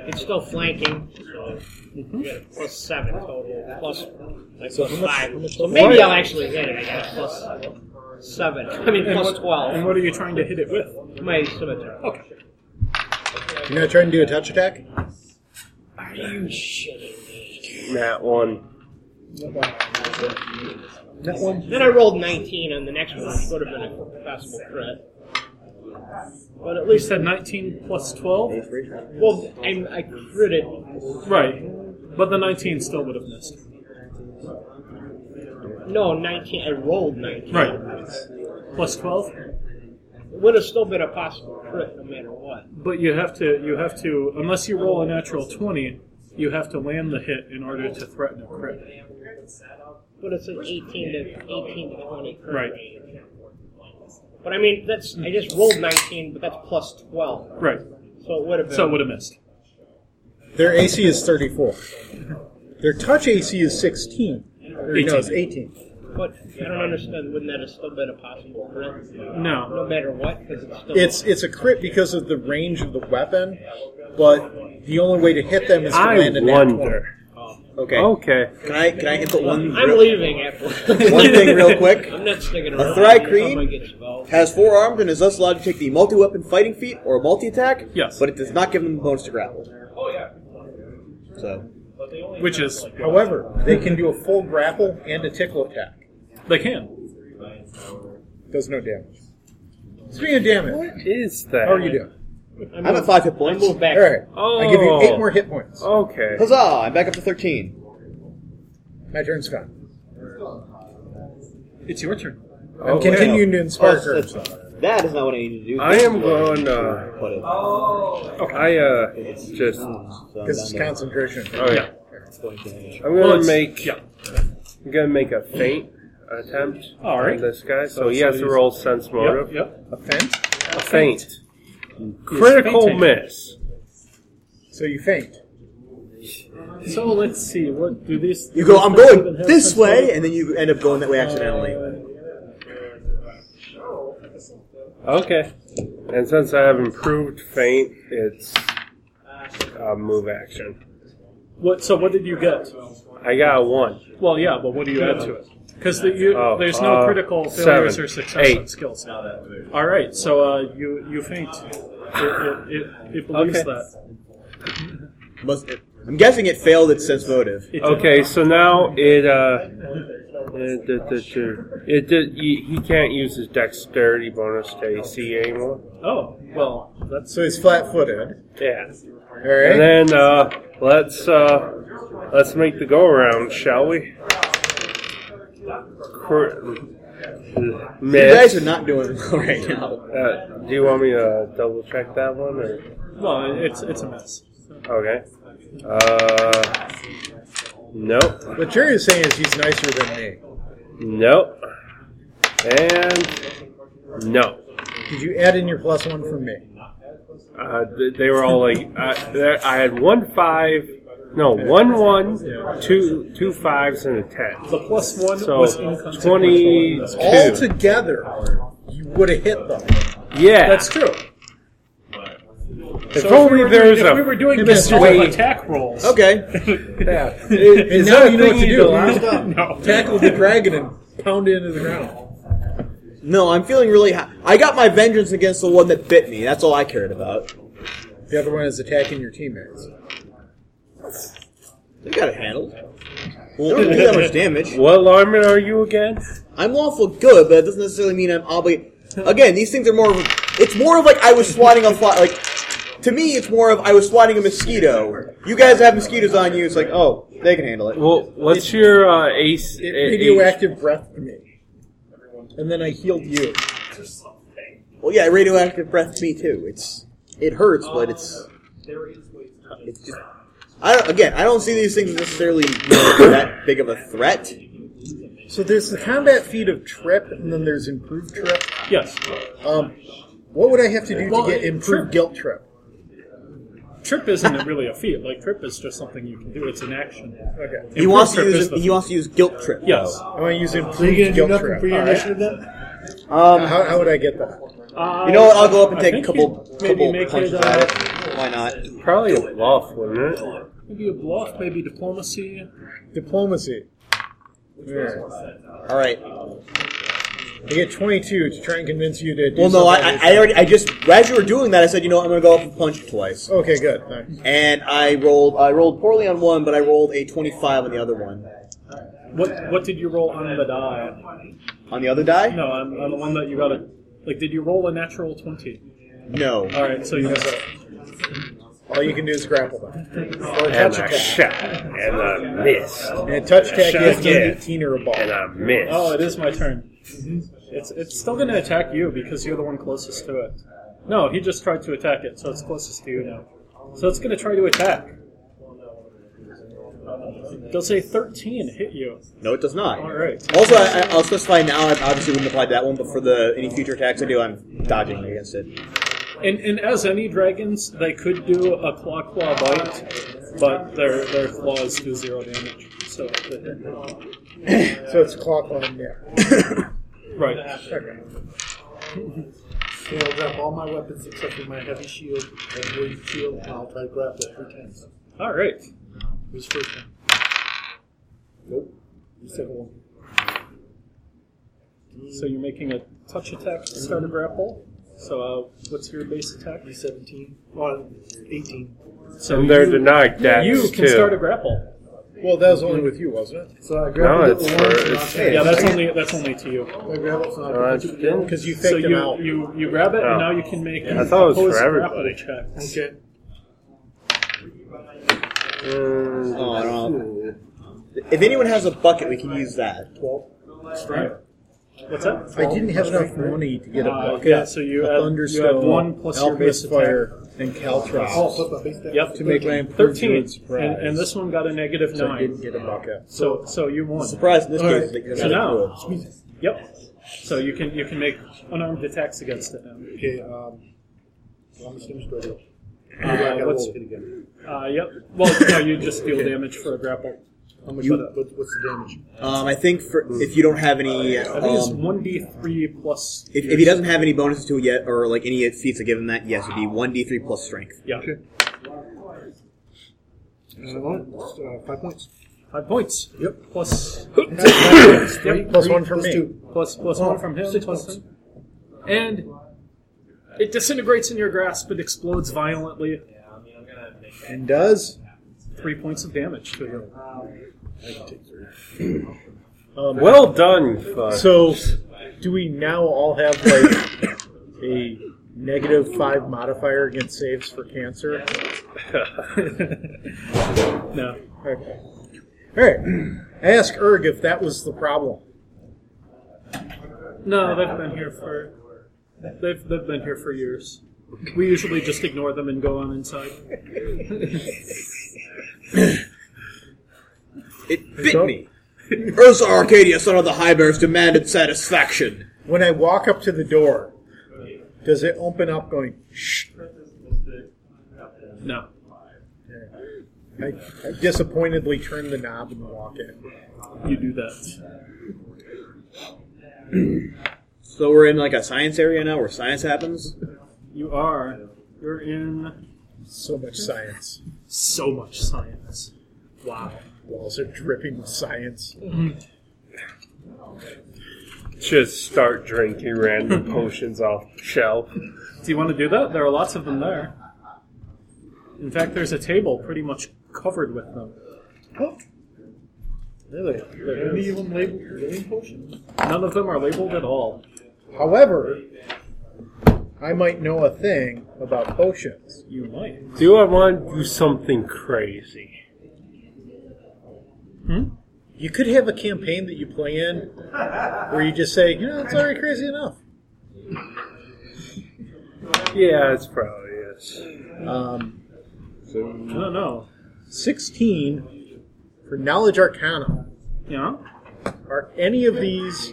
S4: It's still flanking. So
S2: Mm-hmm.
S4: I get a plus seven total. Plus, like plus five. So maybe I'll actually hit it. I got a plus seven. I mean,
S2: And
S4: plus
S2: what- And
S4: twelve.
S2: what are you trying to hit it with?
S4: My scimitar. Okay.
S7: You're not trying to do a touch attack?
S4: Are you shitting me?
S5: That one.
S7: That one.
S4: Then I rolled 19 on the next one, which would have been a possible crit. But at
S2: You
S4: least,
S2: said 19 plus 12?
S4: well, I'm, I critted.
S2: Right. But the 19 still would have missed.
S4: No, 19. I rolled 19.
S2: Right. Plus 12?
S4: It would have still been a possible crit no matter what.
S2: But you have to, you have to, unless you roll a natural 20, you have to land the hit in order to threaten a crit.
S4: But it's an 18 to 18 to 20 crit
S2: Right.
S4: range. But I mean, that's I just rolled 19, but that's plus 12.
S2: Right.
S4: So it would have been.
S2: So it would have missed.
S7: Their AC is 34. Their touch AC is 16. Or, No, it's 18.
S4: But I don't understand. Wouldn't that have still been a possible crit?
S2: No.
S4: No matter what, because it's still.
S7: It's it's a crit because of the range of the weapon, but the only way to hit them is to
S5: I
S7: land a nat 20.
S5: wonder.
S3: Okay.
S7: Oh.
S5: Okay.
S3: Can I can I input one
S4: I'm leaving after.
S3: one thing real quick?
S4: I'm not sticking
S3: A
S4: around.
S3: Thrive
S4: Someone
S3: Creed?
S4: gets involved.
S3: Has four arms and is thus allowed to take the multi-weapon fighting feat or multi-attack.
S2: Yes.
S3: But it does not give them bonus to grapple. Oh yeah. So
S2: Which is,
S7: However, they can do a full grapple and a tickle attack.
S2: they can.
S7: Does no damage. Speaking of damage,
S5: What is that?
S7: how are you doing?
S4: I'm
S3: I'm at five hit points.
S4: move back.
S7: All right.
S5: Oh,
S7: I give you eight more hit points.
S5: Okay.
S3: Huzzah! I'm back up to 13.
S7: My turn's gone.
S2: It's your turn.
S7: I'm
S5: Okay.
S7: continuing to inspire
S3: Oh,
S7: Curb.
S3: that's- that is not what I need to do.
S5: I am going. Uh,
S3: Put it.
S5: I uh, just. Oh
S3: So I'm
S7: Because
S3: down
S7: it's
S3: there.
S7: concentration.
S5: yeah.
S3: It's going to-
S5: I'm
S2: Well,
S5: gonna
S2: it's-
S5: make.
S2: yeah.
S5: I'm gonna make a feint attempt
S2: All right.
S5: on this guy. So,
S2: So-
S5: he
S2: so
S5: has to
S2: he's-
S5: roll sense motive.
S2: Yep. Yep.
S7: A fence.
S5: A feint. Critical
S2: fainting.
S5: miss.
S7: So you faint.
S2: So let's see. What do these?
S3: You go, I'm going this way, and then you end up going that way accidentally.
S5: Okay. And since I have improved feint, it's a move action.
S2: What? So what did you get?
S5: I got a one.
S2: Well, yeah, but what do you add to it? Because the, you,
S5: Oh,
S2: there's no
S5: uh,
S2: critical failures
S5: seven.
S2: or success on
S5: Eight.
S2: skills. All right, so uh, you you faint. It, it, it, it believes
S5: Okay.
S2: that.
S3: Must, I'm guessing it failed its sense motive.
S2: It did.
S5: Okay, so now it uh, it did, did, did- it did, he, he can't use his dexterity bonus to AC anymore.
S2: Oh well, that's
S7: So he's flat-footed.
S5: Yeah.
S7: All
S5: And
S7: right.
S5: then uh, let's uh, let's make the go around, shall we? Cr-
S3: You guys
S5: miss.
S3: are not doing well right now.
S5: Uh, do you want me to double check that one? Or?
S2: well, it's it's a mess.
S5: Okay. Uh, nope.
S7: What Jerry is saying is he's nicer than me.
S5: Nope. And no.
S7: Did you add in your plus one from me?
S5: Uh, th- they were all like, uh, there, I had one five, no, one one, two two fives, and a ten.
S2: The plus one
S5: So
S2: was inconsequential.
S5: twenty
S7: All
S5: two.
S7: together, you would have hit them.
S5: Yeah.
S2: That's true.
S5: if
S2: So
S5: only
S2: we were
S5: there
S2: doing-
S5: was
S2: if
S5: a
S2: we were doing
S5: this
S2: mischief
S5: way-
S2: attack rolls.
S3: Okay.
S7: And
S5: Is
S7: now
S5: that
S7: you
S5: a
S7: know what
S5: thing
S7: to
S5: you
S7: do.
S5: do?
S7: Round up,
S2: No.
S7: tackle the dragon, and pound it into the ground.
S3: No, I'm feeling really. Ha- I got my vengeance against the one that bit me. That's all I cared about.
S7: The other one is attacking your teammates.
S3: They got it handled. Well, it don't do that much damage.
S5: What alignment are you again?
S3: I'm lawful good, but that doesn't necessarily mean I'm obligated. Again, these things are more. Of, it's more of like I was swatting a fly. Like to me, it's more of I was swatting a mosquito. You guys have mosquitoes on you. It's like oh, they can handle it.
S5: Well, what's your uh, ace?
S7: It
S5: a- age?
S7: radioactive breathed me, and then I healed you.
S3: Well, yeah, radioactive breath me too. It's it hurts, but it's it's just. I don't, again, I don't see these things necessarily being that big of a threat.
S7: So there's the combat feat of trip, and then there's improved trip.
S2: Yes.
S7: Um, what would I have to do
S2: Well,
S7: to get
S2: it-
S7: improved
S2: trip-
S7: guilt trip?
S2: Trip isn't really a feat. Like trip is just something you can do. It's an action.
S7: Okay,
S3: He wants to
S2: Improved
S3: use
S2: trip is
S3: he
S2: the-
S3: wants to use guilt trip.
S2: Yes.
S7: I want to use
S1: So you
S7: improved
S1: gonna do
S7: guilt
S1: nothing
S7: trip.
S1: for your
S7: All right.
S1: initiative then?
S3: Um,
S7: How, how would I get that?
S2: Uh,
S3: you know what? I'll go up and
S2: I
S3: take a
S2: think
S3: couple
S2: you'd maybe
S3: couple
S2: make
S3: punches
S2: it,
S3: at
S2: uh,
S3: it. Why not?
S5: Probably a bluff, wouldn't it?
S2: Maybe a bluff, maybe diplomacy.
S7: Diplomacy. Yeah.
S3: All right.
S7: I get 22 to try and convince you to do
S3: Well, no, I,
S7: something
S3: I I already I just as you were doing that, I said, you know, what, I'm gonna go up and punch twice,
S7: Okay, good. Nice.
S3: and I rolled I rolled poorly on one, but I rolled a 25 on the other one.
S2: What What did you roll on the die?
S3: On the other die,
S2: No, on, on the one that you got a. Like, did you roll a natural twenty?
S3: no.
S2: All right, so you miss it.
S7: All you can do is grapple them. Or a
S5: And
S7: touch
S5: I
S7: attack.
S5: shot, and I missed,
S7: And a touch attack
S5: shot
S7: is an
S5: again.
S7: 18 or a ball.
S5: and I missed.
S2: Oh, it is my turn. It's It's still going to attack you because you're the one closest to it. No, he just tried to attack it, so it's closest to you now. So it's going to try to attack. Does a thirteen hit you?
S3: No, it does not.
S2: All right.
S3: Also, I, I- I'll specify now. I obviously wouldn't apply that one, but for the any future attacks I do, I'm dodging against it.
S2: And, and as any dragons, they could do a claw claw bite, but their their claws do zero damage. So
S7: So it's clock on, yeah.
S2: right.
S7: Okay.
S1: So I'll drop all my weapons except for my heavy shield and weighted shield, and I'll try to grab it three times.
S2: All right.
S1: Who's first one? Nope. The second one.
S2: So you're making a touch attack to start a
S1: Mm-hmm.
S2: grapple. So uh, what's your base attack?
S1: Me 17. Well, 18.
S2: So
S5: and they're
S2: you,
S5: denied dex
S2: you
S5: too.
S2: can start a grapple.
S7: Well, that was only with you, wasn't it?
S1: So I
S5: No,
S1: grabbed it
S5: it's
S1: with one.
S5: for-
S1: and I'll
S5: it's-
S1: take it.
S2: Yeah, that's only that's only to you.
S1: I grabbed it, so I'll
S5: Uh,
S1: put it
S5: then-
S7: Because you faked
S2: So
S7: him
S2: you,
S7: out.
S2: you you grab it,
S5: Oh.
S2: and now you can make.
S5: I thought it was for
S2: opposed
S5: everybody.
S2: grapple checks.
S1: Okay.
S5: Uh,
S3: Oh, I don't know. If anyone has a bucket, we can use that.
S2: Strike. What's that?
S7: I didn't have enough money to get a
S2: Uh,
S7: bucket,
S2: yeah, so you
S7: a
S2: add- you
S7: thunderstone,
S2: add one plus your
S7: alchemist
S2: base
S7: fire, and caltrops.
S1: Oh, put my base down.
S2: Yep.
S7: to make my improved
S2: Thirteen,
S7: surprise.
S2: and, and this one got a negative
S7: so I didn't
S2: nine.
S7: get a bucket.
S2: So so you won.
S3: Surprise! In this case,
S1: Alright.
S3: that you're
S2: So
S3: not
S2: now-
S3: approved.
S2: Yep. So you can you can make unarmed attacks against it now.
S1: Okay, um, so I'm just gonna start it.
S2: Uh,
S1: gotta
S2: what's-
S1: roll it again.
S2: Uh, yep. Well, no, you just deal damage for a grapple.
S1: How much, what, what, what's the damage?
S3: Um, I think for
S7: Hmm.
S3: if you don't have any,
S2: I think it's
S3: um,
S2: one d three plus.
S3: if, if he doesn't have any bonuses to it yet, or like any feats that give him that, yes, it'd be one d three plus strength.
S2: Yeah.
S1: Uh, well, it's, uh, five points.
S2: Five points. Yep. Plus
S1: Three,
S7: Plus
S1: three,
S7: one from me.
S1: two.
S2: plus plus
S1: Oh,
S2: one from him.
S1: six
S2: plus
S1: points.
S2: him. And it disintegrates in your grasp. It explodes violently.
S7: And does
S2: Three points of damage to you.
S7: um,
S5: well done, fun.
S7: So, do we now all have like a negative five modifier against saves for cancer?
S2: No.
S7: Okay. All right. I asked Erg if that was the problem.
S2: No, they've been here for they've they've been here for years. We usually just ignore them and go on inside.
S3: It bit me. Ursa Arcadia, son of the High Bears, demanded satisfaction.
S7: When I walk up to the door, does it open up going, shh?
S2: No.
S7: I, I disappointedly turn the knob and walk in.
S2: You do that.
S3: So we're in like a science area now, where science happens.
S2: You are. You're in
S7: So much science.
S2: so much science. Wow.
S7: Walls are dripping with science.
S5: Just start drinking random potions off the shelf.
S2: Do you want to do that? There are lots of them there. In fact, there's a table pretty much covered with them.
S7: Really?
S1: Any of them labeled healing potion?
S2: None of them are labeled at all.
S7: However, I might know a thing about potions.
S2: You might.
S5: Do I want to do something crazy?
S7: You could have a campaign that you play in where you just say, you know, it's already crazy enough.
S5: Yeah, it's probably yes.
S7: Um,
S2: I don't know.
S7: 16 for Knowledge Arcana.
S2: Yeah?
S7: Are any of these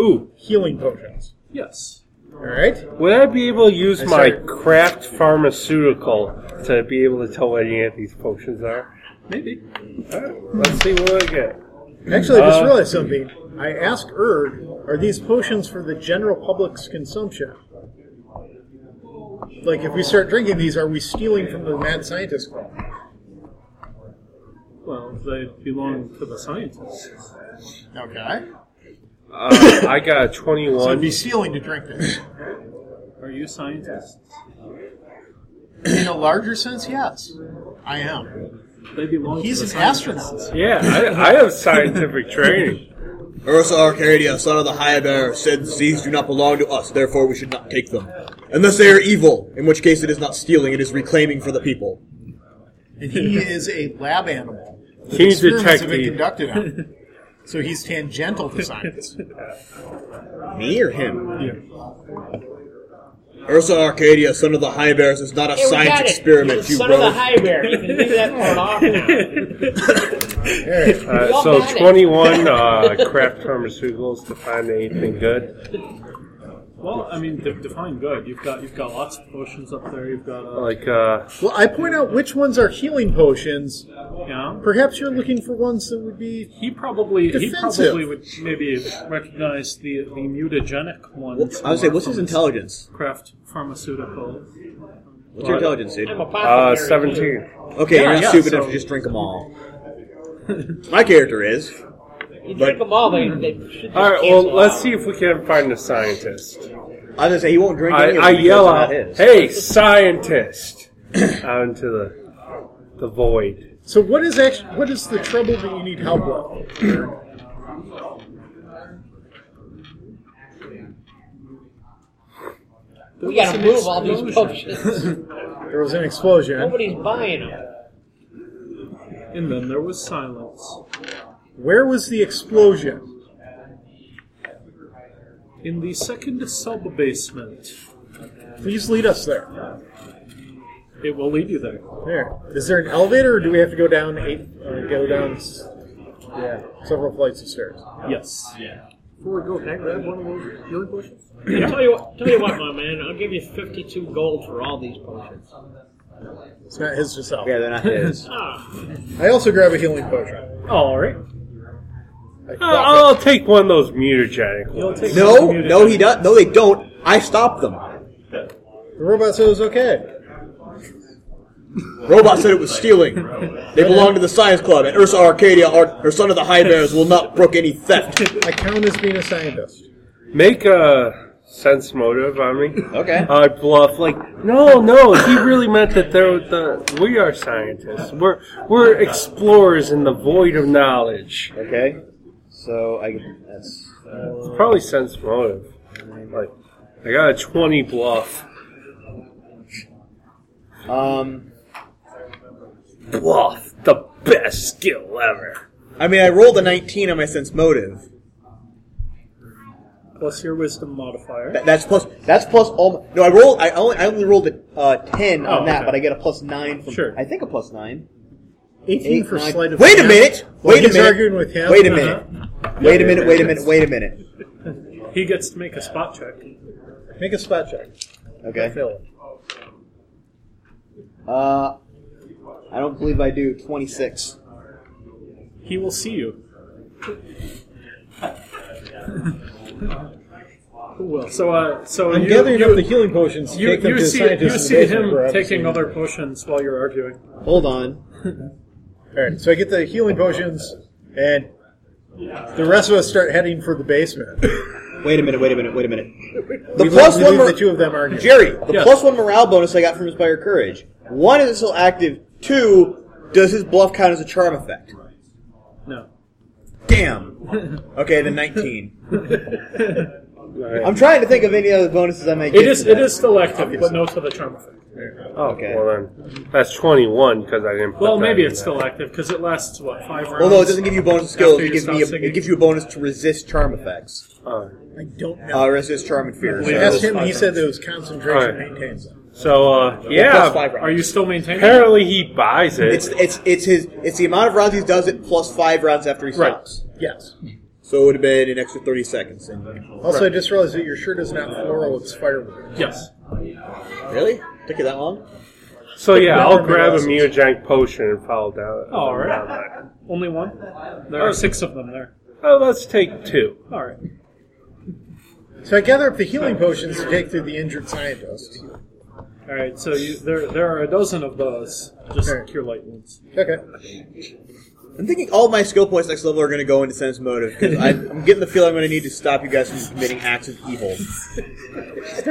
S5: Ooh,
S7: healing potions?
S2: Yes.
S7: All right.
S5: would I be able to use
S7: I
S5: my
S7: started-
S5: craft pharmaceutical to be able to tell what any of these potions are?
S2: Maybe.
S5: Alright, let's see what I get.
S7: Actually, I just
S5: Uh,
S7: realized something. I asked Erg, are these potions for the general public's consumption? Like, if we start drinking these, are we stealing from the mad scientist club?
S2: Well, they belong to the scientists.
S7: Okay.
S5: Uh, I got a
S7: So it'd
S5: 21.
S7: be stealing to drink this.
S2: Are you scientists?
S7: In a larger sense, yes. I am.
S2: They belong
S7: He's
S2: to
S7: an
S2: the scientists.
S7: astronaut.
S5: Yeah, I, I have scientific training.
S3: Ursa Arcadia, son of the High Bear, said these do not belong to us, therefore we should not take them. Unless they are evil, in which case it is not stealing, it is reclaiming for the people.
S7: And he is a lab animal. The
S5: He's
S7: experiments have been
S5: detective.
S7: conducted on him. So he's tangential to science.
S3: Me or him? Ursa Arcadia, son of the High Bears, is not a
S4: Hey, we
S3: science
S4: got it.
S3: experiment,
S4: The
S3: you
S4: son of
S3: rogue.
S4: the high bear. You can leave that part off now.
S5: Uh, so 21 uh, craft pharmaceuticals to find anything good.
S2: Well, I mean, de- define good. You've got you've got lots of potions up there. You've got uh,
S5: Like, uh,
S7: well, I point out which ones are healing potions.
S2: yeah.
S7: Perhaps you're looking for ones that would be.
S2: He probably he
S7: Defensive.
S2: probably would maybe recognize the the mutagenic ones.
S3: I would say,
S2: more
S3: what's
S2: from
S3: his intelligence?
S2: Craft pharmaceutical.
S3: What's your intelligence, dude?
S4: I'm
S5: uh,
S4: apothecary.
S5: 17.
S3: Okay,
S2: Yeah,
S3: you're not
S2: yeah,
S3: stupid
S2: so-
S3: enough to just drink them all. My character is.
S4: You drink them all, they, they should just
S5: Alright,
S4: cancel
S5: well, let's
S4: out.
S5: see if we can find a scientist.
S3: I was gonna say, he won't drink
S5: I,
S3: any of
S5: I
S3: them because
S5: yell
S3: they're not
S5: out,
S3: his.
S5: "Hey, scientist!" out into the the void.
S7: So what is actually what is the trouble that you need help with?
S4: We gotta move all these potions.
S7: There was an explosion.
S4: Nobody's buying them.
S2: And then there was silence.
S7: Where was the explosion?
S2: In the second sub basement,
S7: Please lead us there.
S2: it will lead you there.
S7: There. Is there an elevator, or do we have to go down eight? Or go down? s- Yeah, several flights of stairs.
S2: Yes.
S1: Before we go, can I grab one of those healing potions?
S4: tell you what, tell you what, my man. I'll give you fifty-two gold for all these potions.
S7: It's not his to sell.
S10: Yeah, they're not his.
S4: Ah,
S7: I also grab a healing potion.
S2: All right.
S7: I
S5: I'll, I'll take one of those mutagenic ones.
S2: You'll take
S3: No,
S2: the
S3: no, he does. No, they don't. I stopped them.
S7: the robot said it was okay.
S3: Robot said it was stealing. They belong to the science club, and Ursa Arcadia, our, her son of the High Bears, will not brook any theft.
S7: I count as being a scientist.
S5: Make a sense motive on me.
S10: Okay.
S5: I bluff like, no, no. He really meant that there. The we are scientists. We're we're explorers in the void of knowledge.
S10: Okay. So I uh, that's
S5: It's probably sense motive. Like, I got a twenty bluff.
S10: um
S5: Bluff, the best skill ever.
S3: I mean, I rolled a 19 on my sense motive.
S2: plus your wisdom modifier.
S3: That, that's plus. That's plus all. My, no, I rolled. I only. I only rolled a uh, 10 on
S2: Oh,
S3: that,
S2: okay.
S3: but I get a plus nine from.
S2: Sure.
S3: I think a plus nine.
S7: 18
S3: Eight,
S7: for
S3: nine-
S7: sleight of
S3: Wait a
S7: hand.
S3: minute!
S7: While
S3: Wait a
S7: he's
S3: minute.
S7: arguing with him. uh-huh.
S3: Wait a minute. Wait a minute. Wait a minute. Wait a minute.
S2: He gets to make a spot check.
S7: Make a spot check.
S3: Okay.
S7: Fail it.
S3: Uh, I don't believe I do. 26.
S2: He will see you. Who will? So, uh, so
S7: I'm
S2: you,
S7: gathering
S2: you,
S7: up the healing potions to
S2: you,
S7: take them
S2: you
S7: to the
S2: see,
S7: scientist.
S2: you
S7: in the
S2: see
S7: basement
S2: him
S7: for episode.
S2: taking other potions while you're arguing.
S3: Hold on.
S7: All right, so I get the healing potions, and the rest of us start heading for the basement.
S3: Wait a minute. Wait a minute. Wait a minute. The
S7: we
S3: plus
S7: leave,
S3: one.
S7: we leave
S3: mor-
S7: the two of them arguing.
S3: Jerry, the
S2: Yes.
S3: plus one morale bonus I got from Inspire Courage. One, is it still active? Two, does his bluff count as a charm effect?
S2: No.
S3: Damn. Okay, then 19. I'm trying to think of any other bonuses I might get.
S2: It is
S3: to
S2: it
S3: that.
S2: is still active, but no to the charm effect.
S5: Oh,
S3: Okay.
S5: well then, that's twenty-one because I didn't. Put
S2: Well,
S5: that
S2: maybe
S5: in
S2: it's
S5: there.
S2: still active because it lasts what five rounds.
S3: Well, no, it doesn't give you bonus skills.
S2: After
S3: It
S2: you
S3: gives,
S2: stop
S3: me a,
S2: singing.
S3: it gives you a bonus to resist charm effects.
S5: Alright.
S7: I don't know.
S3: Uh, resist charm and fear.
S7: I
S3: so-
S7: asked him, he said that it was concentration
S5: All right.
S7: maintains them.
S5: So uh,
S3: Plus
S5: yeah.
S3: five rounds.
S2: Are you still maintaining? it?
S5: Apparently he buys it.
S3: It's it's it's his it's the amount of rounds he does it plus five rounds after he
S2: Right.
S3: stops.
S7: Yes.
S3: So it would have been an extra thirty seconds. And,
S7: Also, I just realized that your shirt is not floral; it's firewood.
S2: Yes.
S3: really? Took you that long?
S5: so yeah, I'll
S7: Never
S5: grab a
S7: realized.
S5: mutagenic potion and follow down.
S2: All
S5: down
S2: right.
S5: that.
S2: Only one. There are six of them there.
S5: Oh, let's take two.
S2: All right.
S7: So I gather up the healing potions to take to the injured scientist.
S2: All right. So you, there there are a dozen of those. Just
S7: Sure.
S2: cure light wounds.
S7: Okay.
S3: I'm thinking all my skill points next level are going to go into sense motive because I'm, I'm getting the feel I'm going to need to stop you guys from committing acts of evil. evil.
S4: there's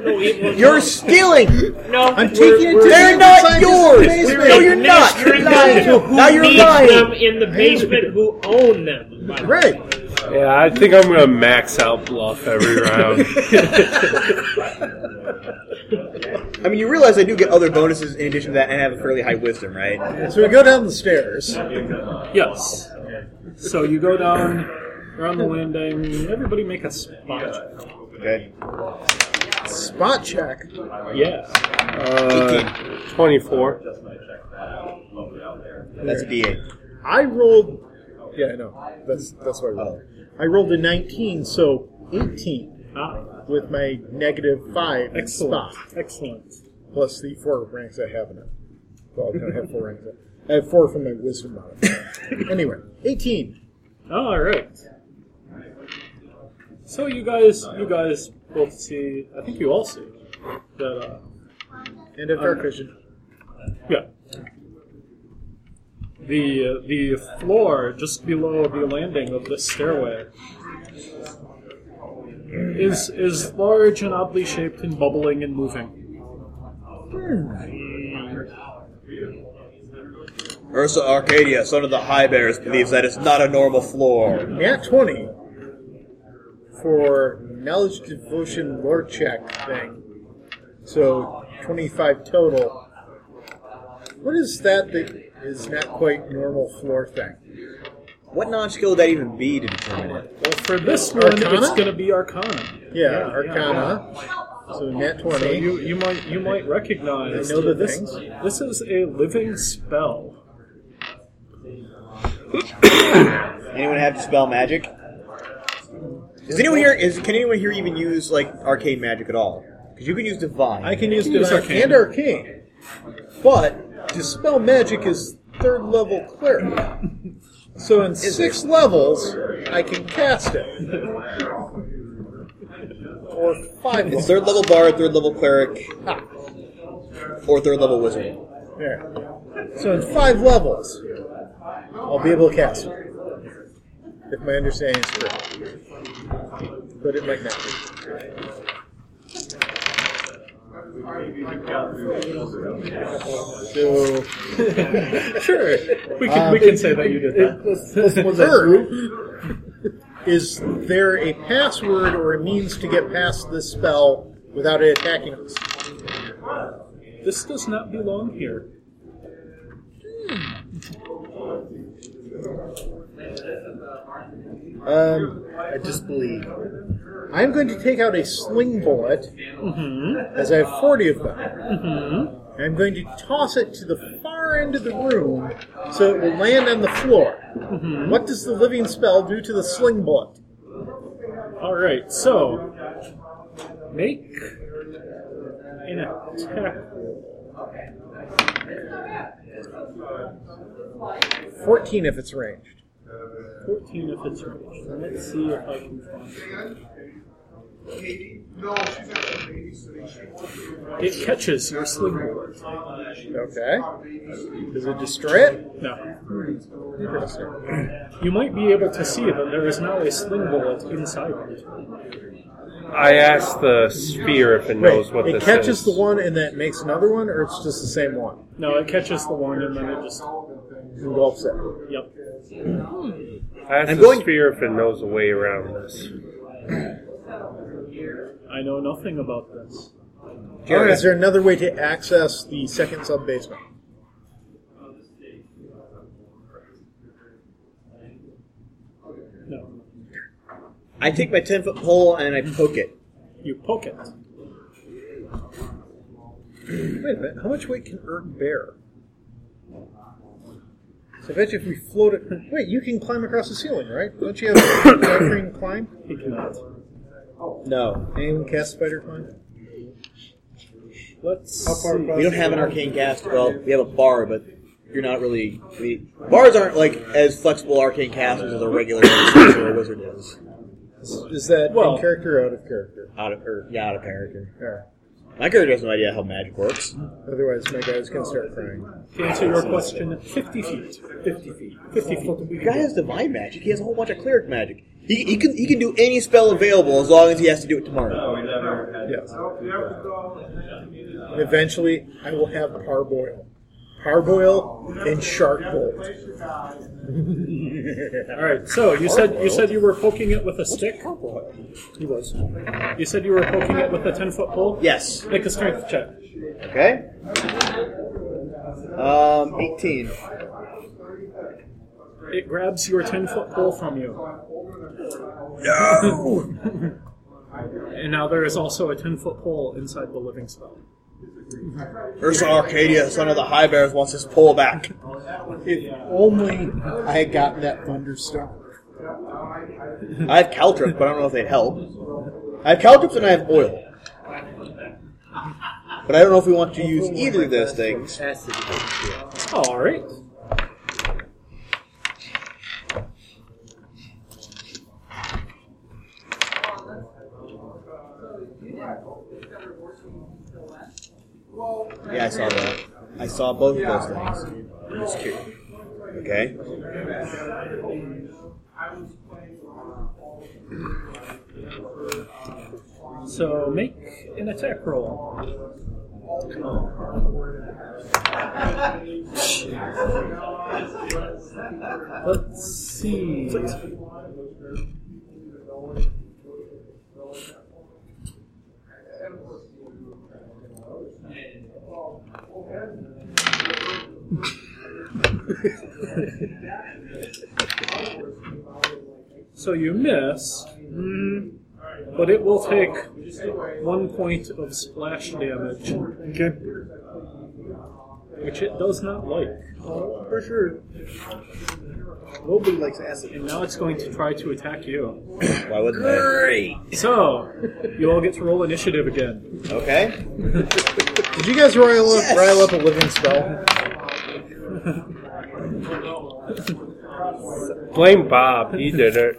S4: no evil.
S3: You're stealing.
S4: no.
S7: I'm
S4: we're-
S7: taking it
S4: we're-
S7: to
S3: They're
S7: the
S3: not
S7: scientist in the
S3: yours.
S7: basement.
S3: No, you're not. You're
S4: administering
S3: lying.
S4: them to
S3: Now
S4: who
S3: you're
S4: needs them
S3: lying.
S4: in the basement who own them. by the way.
S7: Right.
S5: Yeah, I think I'm gonna max out bluff every round.
S3: I mean, you realize I do get other bonuses in addition to that, and I have a fairly high wisdom, right?
S7: So we go down the stairs.
S2: Yes. So you go down. You're on the landing. Everybody make a spot. check.
S3: Okay.
S7: Spot check.
S2: Yeah.
S5: Uh, Twenty-four.
S3: That's a D8.
S7: I rolled. Yeah, I know. That's that's what I rolled. I rolled a 19, so 18
S2: Ah,
S7: with my negative five in
S2: excellent.
S7: spot
S2: Excellent.
S7: plus the four ranks I have in it. Well, I have four ranks. I have four from my wisdom modifier. anyway, 18.
S2: All right. So you guys, you guys both see. I think you all see that. Uh,
S7: End of dark vision.
S2: yeah. The uh, the floor just below the landing of this stairway is is large and oddly shaped and bubbling
S7: Hmm.
S2: and moving.
S3: Ursa Arcadia, son of the High Bears, believes that it's not a normal floor.
S7: Nat 20 for knowledge devotion lore check thing. So 25 total. What is that that is not quite normal floor thing?
S3: What knowledge skill would that even be to determine it?
S2: Well, for this one,
S7: Arcana?
S2: it's going to be Arcana.
S7: Yeah, Arcana. So Nat 20.
S2: So you, you might you might recognize
S7: I know the
S2: this.
S7: things.
S2: This is a living spell.
S3: Anyone have dispel magic? Is anyone here? Is can anyone here even use like arcane magic at all? Because you can use divine.
S7: I can use
S2: can use
S7: divine
S2: arcane.
S7: and arcane, but dispel magic is third level cleric. So in six levels, I can cast it, or five. Levels.
S3: It's third level bard, third level cleric, or third level wizard.
S7: There. So in five levels, I'll be able to cast it. If my understanding is correct. But it might not be. So,
S2: Sure, we can
S7: Um,
S2: we can say that you did that.
S7: third, is there a password or a means to get past this spell without it attacking us?
S2: This does not belong here.
S7: Um,
S1: I disbelieve.
S7: I'm going to take out a sling bullet, as I have 40 of them. And I'm going to toss it to the far end of the room so it will land on the floor. What does the living spell do to the sling bullet?
S2: All right, so make an attack.
S7: 14 if it's ranged.
S2: Fourteen if it's ranged. Let's see if I can find. It, it catches your sling board.
S7: Okay. Does it destroy it?
S2: No,
S7: Interesting.
S2: you might be able to see that there is now a sling bullet inside it.
S5: I asked the sphere if it knows
S7: Wait,
S5: what
S7: it
S5: this
S7: catches
S5: is.
S7: the one and then it makes another one, or it's just the same one?
S2: No, it catches the one and then it just
S7: Engulfs it.
S2: yep.
S5: I asked
S3: I'm
S5: the
S3: going-
S5: sphere if it knows a way around this.
S2: I know nothing about this.
S7: Or is there another way to access the second sub basement?
S2: No,
S3: I take my ten foot pole and I poke it.
S2: you poke it.
S7: Wait a minute. How much weight can Erg bear? So I bet you if we float it. Wait, you can climb across the ceiling, right? Don't you have spider climb?
S2: He cannot.
S3: No,
S7: Anyone cast spider climb?
S2: Let's
S1: How far
S2: see.
S1: across
S3: we don't have an arcane cast. Well, we have a bar, but you're not really. We, bars aren't like as flexible arcane casters as a regular sorcerer or wizard is.
S7: Is that
S2: Well-
S7: in character or out of character?
S3: Out of or yeah, out of character.
S7: There.
S3: My character has no idea how magic works.
S7: Otherwise, my guy's going to start crying.
S2: To answer your question, 50 feet. 50 feet. 50
S3: The
S2: feet.
S3: guy has divine magic. He has a whole bunch of cleric magic. He, he can he can do any spell available as long as he has to do it tomorrow.
S7: Yes. And eventually, I will have parboil. Parboil and shark bolt.
S2: All right. So you said you said you were poking it with a stick.
S7: He was.
S2: You said you were poking it with a 10 foot pole.
S3: Yes.
S2: Make a strength check.
S3: Okay. Um, eighteen.
S2: It grabs your 10 foot pole from you. No. and now there is also a 10 foot pole inside the living spell.
S3: Ursa Arcadia, son of the High Bears, wants his pole back.
S7: If only I had gotten that thunderstorm.
S3: I have caltrip, but I don't know if they'd help. I have caltrips and I have oil. But I don't know if we want to use either of those things.
S2: All right.
S3: Yeah, I saw that. I saw both of those things. I'm just curious. Okay.
S2: So make an attack roll. Let's see. so you miss, but it will take one point of splash damage,
S1: Okay.
S2: which it does not like.
S1: For sure. Nobody likes acid.
S2: And now it's going to try to attack you.
S3: Why wouldn't they?
S2: So, you all get to roll initiative again.
S3: Okay.
S7: Did you guys rile up, rile up a living spell?
S5: Blame Bob. He did it.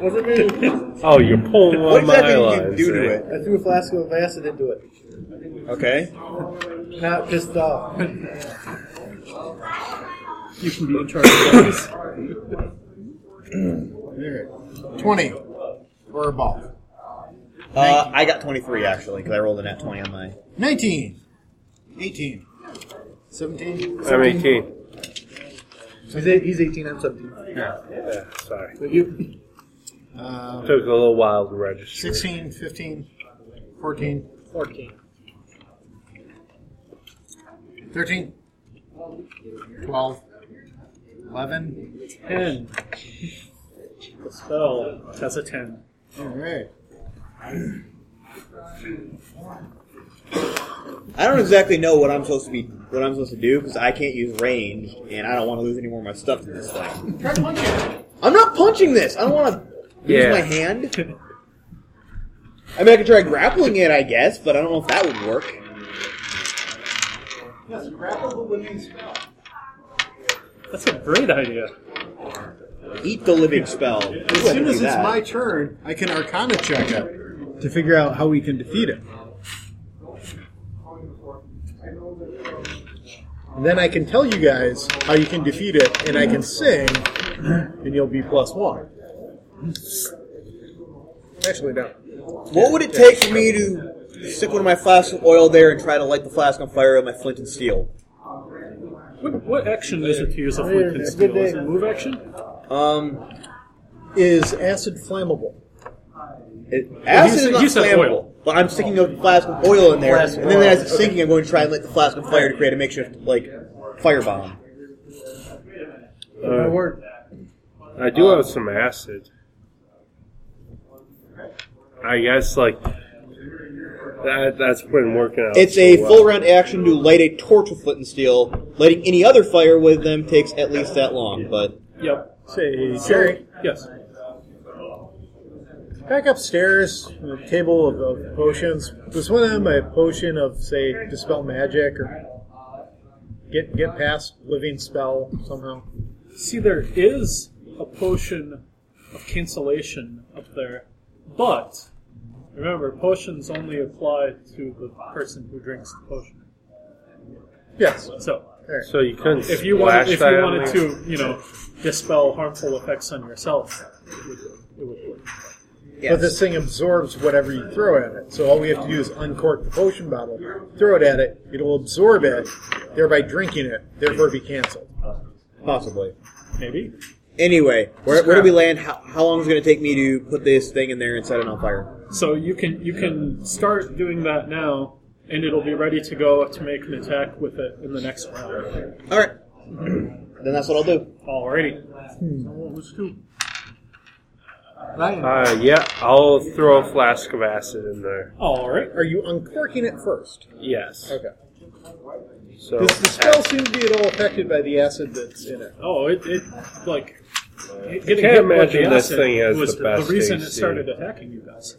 S1: Wasn't me.
S5: Oh, you're pulling
S3: What
S5: one of my
S3: exactly did you
S5: lines.
S3: do to
S5: eh?
S3: it?
S1: I threw a flask of acid into it.
S3: Okay.
S1: Not pissed off.
S2: You can be in charge of this.
S7: Alright. 20. Or a ball.
S3: Uh, I got 23 actually because I rolled a nat 20 on my.
S7: 19. 18. 17.
S5: I'm 18.
S1: He's, eight, he's 18, I'm 17.
S5: Yeah, sorry.
S1: But you?
S3: Oh.
S7: Um,
S5: Took a little while to register.
S7: 16, 15, 14,
S4: 14.
S7: 13, 12, 11.
S2: 10. The spell has a 10.
S7: Alright.
S3: I don't exactly know what I'm supposed to be, what I'm supposed to do because I can't use range and I don't want to lose any more of my stuff in this thing. I'm not punching this. I don't want to use
S5: Yeah.
S3: my hand. I mean, I could try grappling it, I guess, but I don't know if that would work.
S2: That's a great idea.
S3: Eat the living spell.
S7: As soon as it's my turn, I can Arcana check it to figure out how we can defeat it. And then I can tell you guys how you can defeat it, and I can sing, and you'll be plus one. Actually, no.
S3: What would it take for me to stick one of my flasks of oil there and try to light the flask on fire with my flint and steel?
S2: What, what action is it to use a flint and steel? Is it move action?
S3: Um,
S7: Is acid flammable?
S3: it, acid
S2: said-
S3: is not
S2: you said
S3: flammable,
S2: oil.
S3: but I'm sticking a flask of oil in there, and then as it's sinking, I'm going to try and light the flask on fire to create a makeshift like firebomb.
S1: My
S5: Uh,
S1: word.
S5: I do have some acid. I guess, like, that, that's been working out.
S3: It's
S5: so
S3: a
S5: well.
S3: full round action to light a torch with flint and steel. Lighting any other fire with them takes at least that long, but
S2: Yep.
S7: Say, Sherry,
S2: Yes.
S7: back upstairs, on the table of, of potions. Was one of them a potion of, say, dispel magic or get get past living spell somehow?
S2: See, there is a potion of cancellation up there, but remember, potions only apply to the person who drinks the potion.
S7: Yes.
S2: So,
S5: So you couldn't
S2: if you wanted, if you
S5: splash that on
S2: wanted
S5: me?
S2: to, you know, dispel harmful effects on yourself, it would, it would work.
S7: But this thing absorbs whatever you throw at it. So all we have to do is uncork the potion bottle, throw it at it, it'll absorb it, thereby drinking it, therefore be canceled.
S3: possibly.
S2: Maybe.
S3: Anyway, where, where do we land? How, how long is it going to take me to put this thing in there and set it on fire?
S2: So you can you can start doing that now, and it'll be ready to go to make an attack with it in the next round.
S3: All right, then that's what I'll do.
S2: Alrighty.
S5: Uh, yeah, I'll throw a flask of acid in there.
S2: Alright.
S7: Are you uncorking it first?
S5: Yes.
S7: Okay.
S5: So
S7: Does the spell seem to be at all affected by the acid that's in it?
S2: Oh, it, it like it, getting
S5: can't
S2: hit with the
S5: imagine this
S2: acid
S5: thing has
S2: was
S5: the best
S2: reason it
S5: AC.
S2: started attacking you guys.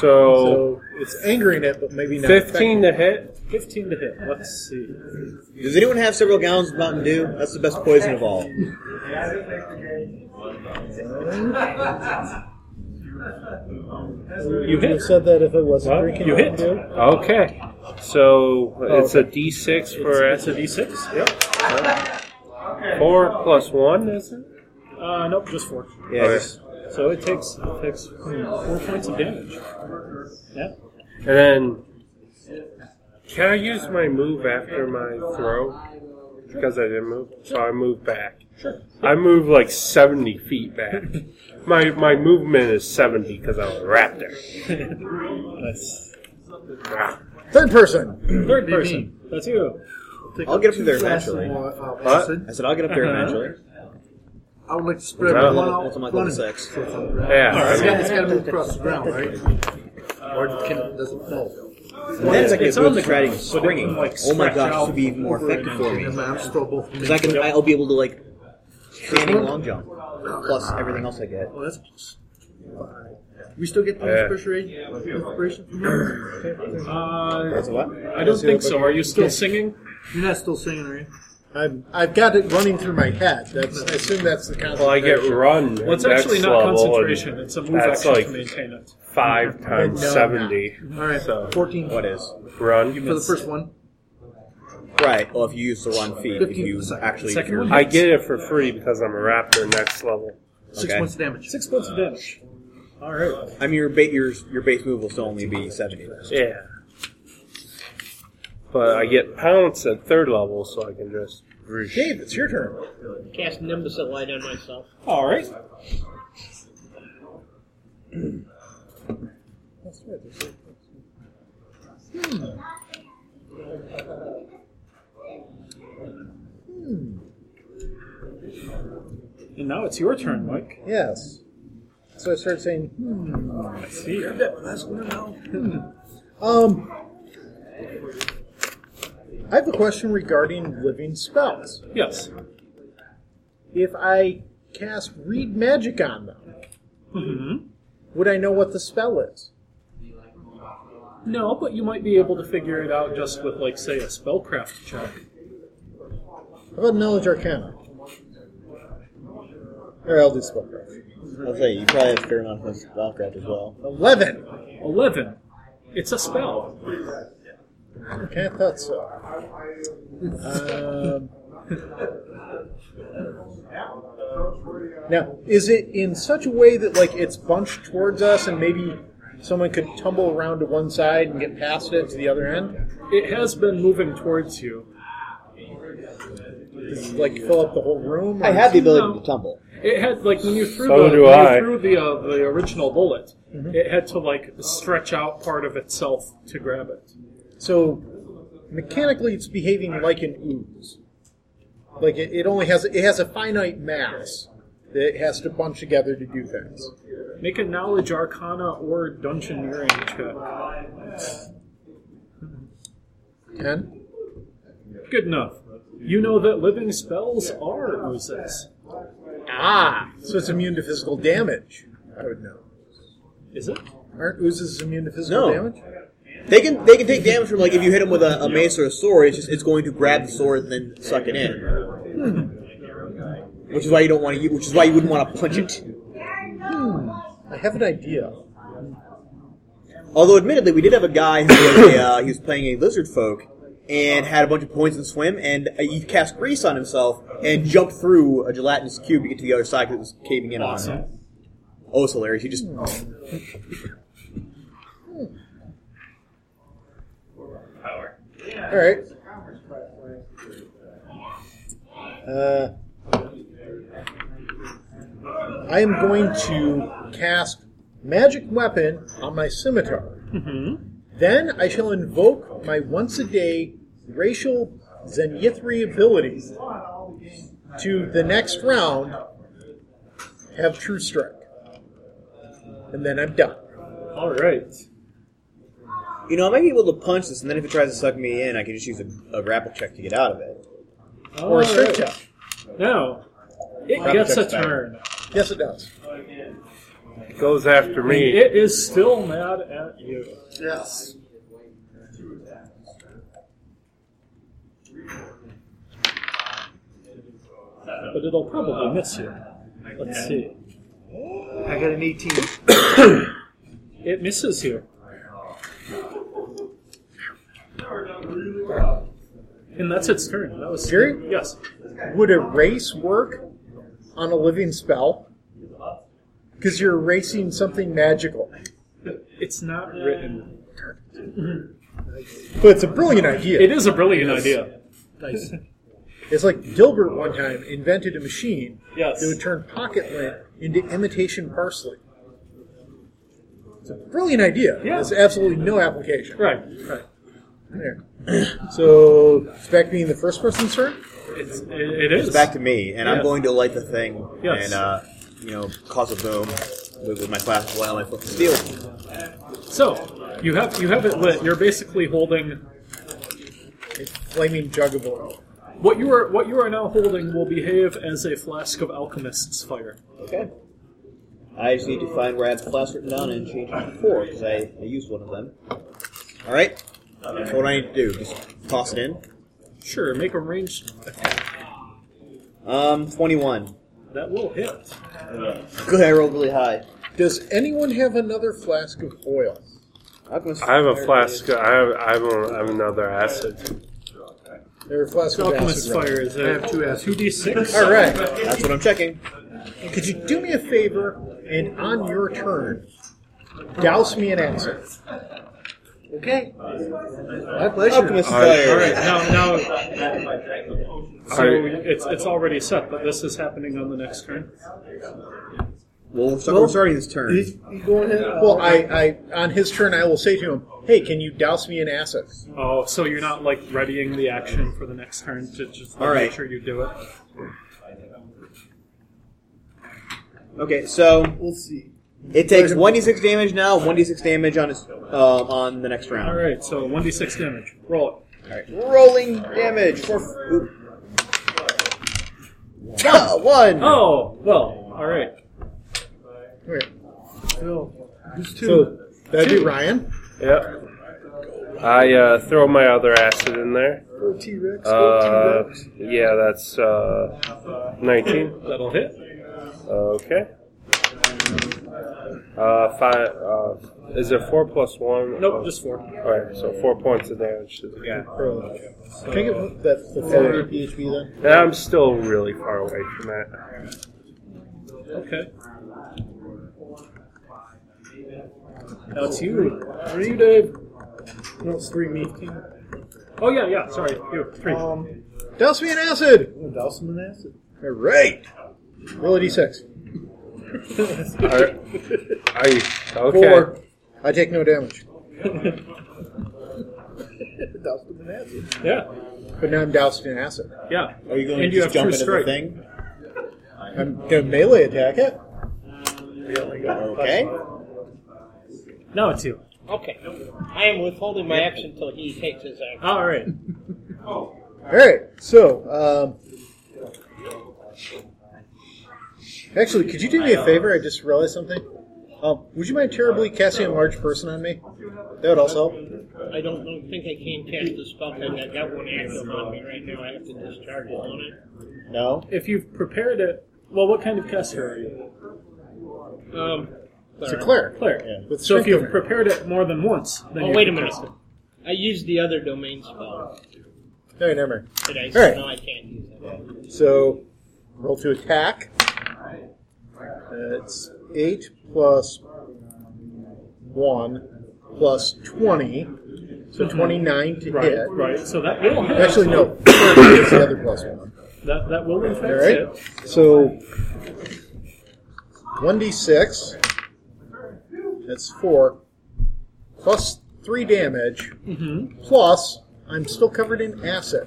S5: so
S7: So it's angering it, but maybe not.
S5: fifteen to hit.
S2: Fifteen to hit. Let's see.
S3: Does anyone have several gallons of Mountain Dew? That's the best poison of all.
S2: You hit.
S7: said that if it wasn't
S2: What?
S7: drinking
S2: You
S7: it,
S2: hit.
S7: too.
S5: Okay. So it's a D six for
S2: It's, it's
S5: acid.
S2: a d6. Yep.
S5: Four plus one, is it?
S2: Uh, nope, just four.
S3: Yeah, just-
S2: So it takes it takes hmm, four points of damage. Yeah.
S5: And then, can I use my move after my throw? Because I didn't move, so I move back. Sure. I move like seventy feet back. my my movement is seventy because I was a raptor. Ah,
S10: Third person.
S2: Third person. That's you.
S3: I'll get up to there eventually.
S11: What?
S3: I said I'll get up there eventually.
S11: I would like to spread
S5: What's
S11: one
S3: up?
S11: out.
S3: What's up, Mike,
S11: running.
S3: with the sex?
S11: So it's on the ground.
S5: Yeah.
S11: It's
S5: I
S11: got-
S5: mean,
S11: it's got to move across the ground, right? Or it can, doesn't fall.
S3: That is like
S2: It's
S3: a
S2: on
S3: good
S2: the
S3: strategy.
S2: ground, but it
S3: Springing.
S2: can, like,
S3: oh my
S2: stretch
S3: gosh,
S2: out
S3: this would be even more effective for me.
S11: And then I have to throw both of
S3: Because I
S11: them.
S3: can, I'll be able to like standing long jump plus everything else I get.
S11: Oh, that's We still get the
S5: Yeah.
S11: inspiration? inspiration?
S2: Uh,
S3: That's a what?
S2: I don't think so. Are you still singing?
S11: You're not still singing, are you?
S10: I'm, I've got it running through my head. That's, I assume that's the concept.
S5: well, I get run.
S2: Well, it's
S5: next
S2: actually not
S5: level, and
S2: concentration. It's a move
S5: that's
S2: action to
S5: like-
S2: maintain it.
S5: Five times
S10: No.
S5: seventy.
S11: All right,
S5: So
S11: 14
S3: What is?
S5: run.
S11: for the first one.
S3: Right. Well, if you use the run feet, if
S11: 15
S3: you
S11: second-
S3: actually
S2: second
S3: if
S2: one?
S3: you're-
S5: I get it for free because I'm a raptor. Next level.
S11: Six
S3: Okay.
S11: points of damage.
S2: Six points of damage. All right.
S3: I mean, your, ba- your your base move will still only be seventy.
S5: Yeah. But I get pounce at third level, so I can just.
S10: Dave, it's your turn.
S4: Cast Nimbus of Light on myself.
S2: All right. And now it's your turn, Mike.
S10: Yes. So I start saying, hmm,
S2: I see.
S10: um, I have a question regarding living spells.
S2: Yes.
S10: If I cast Read Magic on them,
S2: Mm-hmm.
S10: would I know what the spell is?
S2: No, but you might be able to figure it out just with, like, say, a spellcraft check.
S10: How about Knowledge Arcana? Or I'll do Spellcraft.
S3: I'll say you probably have a fair amount of spellcraft as well.
S10: 11.
S2: Eleven. It's a spell.
S10: Okay, I thought so. Um, now, is it in such a way that like it's bunched towards us, and maybe someone could tumble around to one side and get past it to the other end?
S2: It has been moving towards you.
S10: Does it, like fill up the whole room? or-
S3: I have the ability
S2: No.
S3: to tumble.
S2: It had like when you threw
S5: So
S2: the
S5: do
S2: when
S5: I.
S2: you threw the uh, the original bullet. It had to like stretch out part of itself to grab it.
S10: So mechanically, it's behaving like an ooze. Like it, it only has it has a finite mass that it has to bunch together to do things.
S2: Make a knowledge arcana or dungeoneering check.
S10: Ten.
S2: Good enough. You know that living spells are oozes.
S10: Ah, so it's immune to physical damage. I would know.
S2: Is it?
S10: Aren't oozes immune to physical
S3: No.
S10: damage?
S3: They can they can take damage from like if you hit them with a, a mace or a sword. It's just it's going to grab the sword and then suck it in. Which is why you don't want to. Which is why you wouldn't want to punch it.
S10: Hmm. I have an idea.
S3: Although, admittedly, we did have a guy who was, a, uh, he was playing a lizard folk and had a bunch of points in swim, and uh, he cast grease on himself and jumped through a gelatinous cube to get to the other side because it was caving in on him. Oh, it's hilarious. He just.
S10: Hmm. All right. Uh, I am going to cast magic weapon on my scimitar. Then I shall invoke my once a day racial Zenithri ability to the next round have true strike. And then I'm done.
S2: All right.
S3: You know, I might be able to punch this, and then if it tries to suck me in, I can just use a, a grapple check to get out of it.
S10: Or
S2: All
S10: a strength
S2: right.
S10: check.
S2: No. It
S3: Rapid
S2: gets a
S3: check's back.
S2: turn.
S10: Yes, it does.
S5: Goes after me.
S2: It is still mad at you.
S10: Yes.
S2: But it'll probably miss you. Let's see.
S11: I got an 18.
S2: It misses you. And that's its turn. That was
S10: Jerry?
S2: Yes.
S10: Would erase work on a living spell? Because you're erasing something magical.
S2: It's not written.
S7: But it's a brilliant idea.
S2: It is a brilliant idea.
S7: Nice. It's like Gilbert one time invented a machine
S2: Yes.
S7: that would turn pocket lint into imitation parsley. It's a brilliant idea.
S2: Yeah.
S7: There's absolutely no application.
S2: Right.
S7: There. So, it's back being the first person's turn?
S2: It's, it, it is.
S3: It's back to me, and
S2: Yeah.
S3: I'm going to light the thing
S2: Yes.
S3: and uh, you know cause a boom with, with my flash while my foot steel.
S2: So you have you have it lit. You're basically holding
S7: A flaming jug of oil.
S2: what you are what you are now holding will behave as a flask of alchemist's fire.
S3: Okay. I just need to find where I have the flask written down and change it to four because I, I used one of them. All right. That's what I need to do. Just toss it in.
S2: Sure, make a range
S3: Um, twenty-one.
S2: that will hit.
S3: Good. I rolled really high.
S7: Does anyone have another flask of oil?
S3: Alchemist-
S5: I have
S3: there it
S5: a flask.
S3: is.
S5: I have, I have, a, I have another acid.
S7: Or a flask of
S2: Alchemist's
S7: acid rather.
S2: fire is
S10: I have two
S2: two
S10: acid.
S2: d six.
S7: All right.
S3: That's what I'm checking.
S7: Could you do me a favor and on your turn, douse me in acid?
S10: Okay. My pleasure.
S3: Alchemist
S5: All right,
S3: fire.
S2: All right, now now so
S5: Alright.
S2: it's it's already set, but this is happening on the next turn.
S3: Well, we're, start,
S10: Well,
S3: we're starting his turn.
S10: He's going in.
S7: Well, I, I on his turn, I will say to him, "Hey, can you douse me in acid?"
S2: Oh, so you're not like readying the action for the next turn to just like,
S3: All right.
S2: make sure you do it.
S3: Okay, so
S10: We'll see.
S3: it takes one d6 damage now, one d6 damage on his uh, on the next round.
S2: All right, so one d six damage. Roll
S3: Alright, rolling damage for. Oop. Ah,
S2: it.
S3: one.
S2: Oh well, all right.
S7: Okay.
S10: Phil, who's two?
S7: So that'd be Ryan.
S5: Yep. I uh, throw my other acid in there.
S10: Go T-Rex.
S5: Uh,
S10: Go T-Rex.
S5: yeah, that's uh, 19.
S2: That'll hit.
S5: Okay. Uh, five. Uh, is it four plus one?
S2: Nope,
S5: Oh,
S2: just four.
S5: All right, so four points of damage to the guy,
S7: Can I get that the four PHB then?
S5: and I'm still really far away from that.
S2: Okay. Now it's you. What are you, Dave?
S7: No, it's three me.
S2: Oh yeah, yeah. Sorry, you three.
S10: Um,
S7: Douse me in acid.
S10: I'm gonna douse him in acid.
S7: All right. Roll a d6.
S5: Are, are you okay?
S7: Four. I take no damage,
S10: Douse him in acid.
S2: Yeah,
S7: but now I'm doused in acid.
S2: yeah.
S3: Are you going
S2: And
S3: to
S2: you
S3: just
S2: have
S3: jump
S2: true
S3: into
S2: strike.
S3: the thing?
S7: I'm gonna melee attack it.
S3: Okay.
S2: Now it's you.
S4: Okay. I am withholding my action until he takes his action.
S2: All right.
S7: All right. So, um, actually, could you do me a favor? I just realized something. Um, would you mind terribly casting a large person on me? That would also help.
S4: I don't, don't think I can cast the spell thing. I got one active on me right now. I have to discharge it on it.
S3: No.
S2: If you've prepared it, well, what kind of caster are you?
S4: Um,
S7: It's a cleric.
S2: Cleric.
S7: With
S2: So if
S7: strength
S2: you've
S7: domain.
S2: prepared it more than once, then
S4: oh,
S2: you
S4: wait a
S2: can
S4: minute.
S2: cast it.
S4: I used the other domain spell
S7: No, never mind.
S4: today,
S7: All
S4: so
S7: right.
S4: now I can't use that.
S7: So, roll to attack. That's 8 plus 1 plus 20. So 29 to
S2: Right,
S7: hit.
S2: right. So that will hit.
S7: Actually, no. It's the other plus 1.
S2: That that will in fact
S7: All right.
S2: hit.
S7: So 1d6. That's 4. Plus 3 damage. Mm-hmm. Plus, I'm still covered in acid.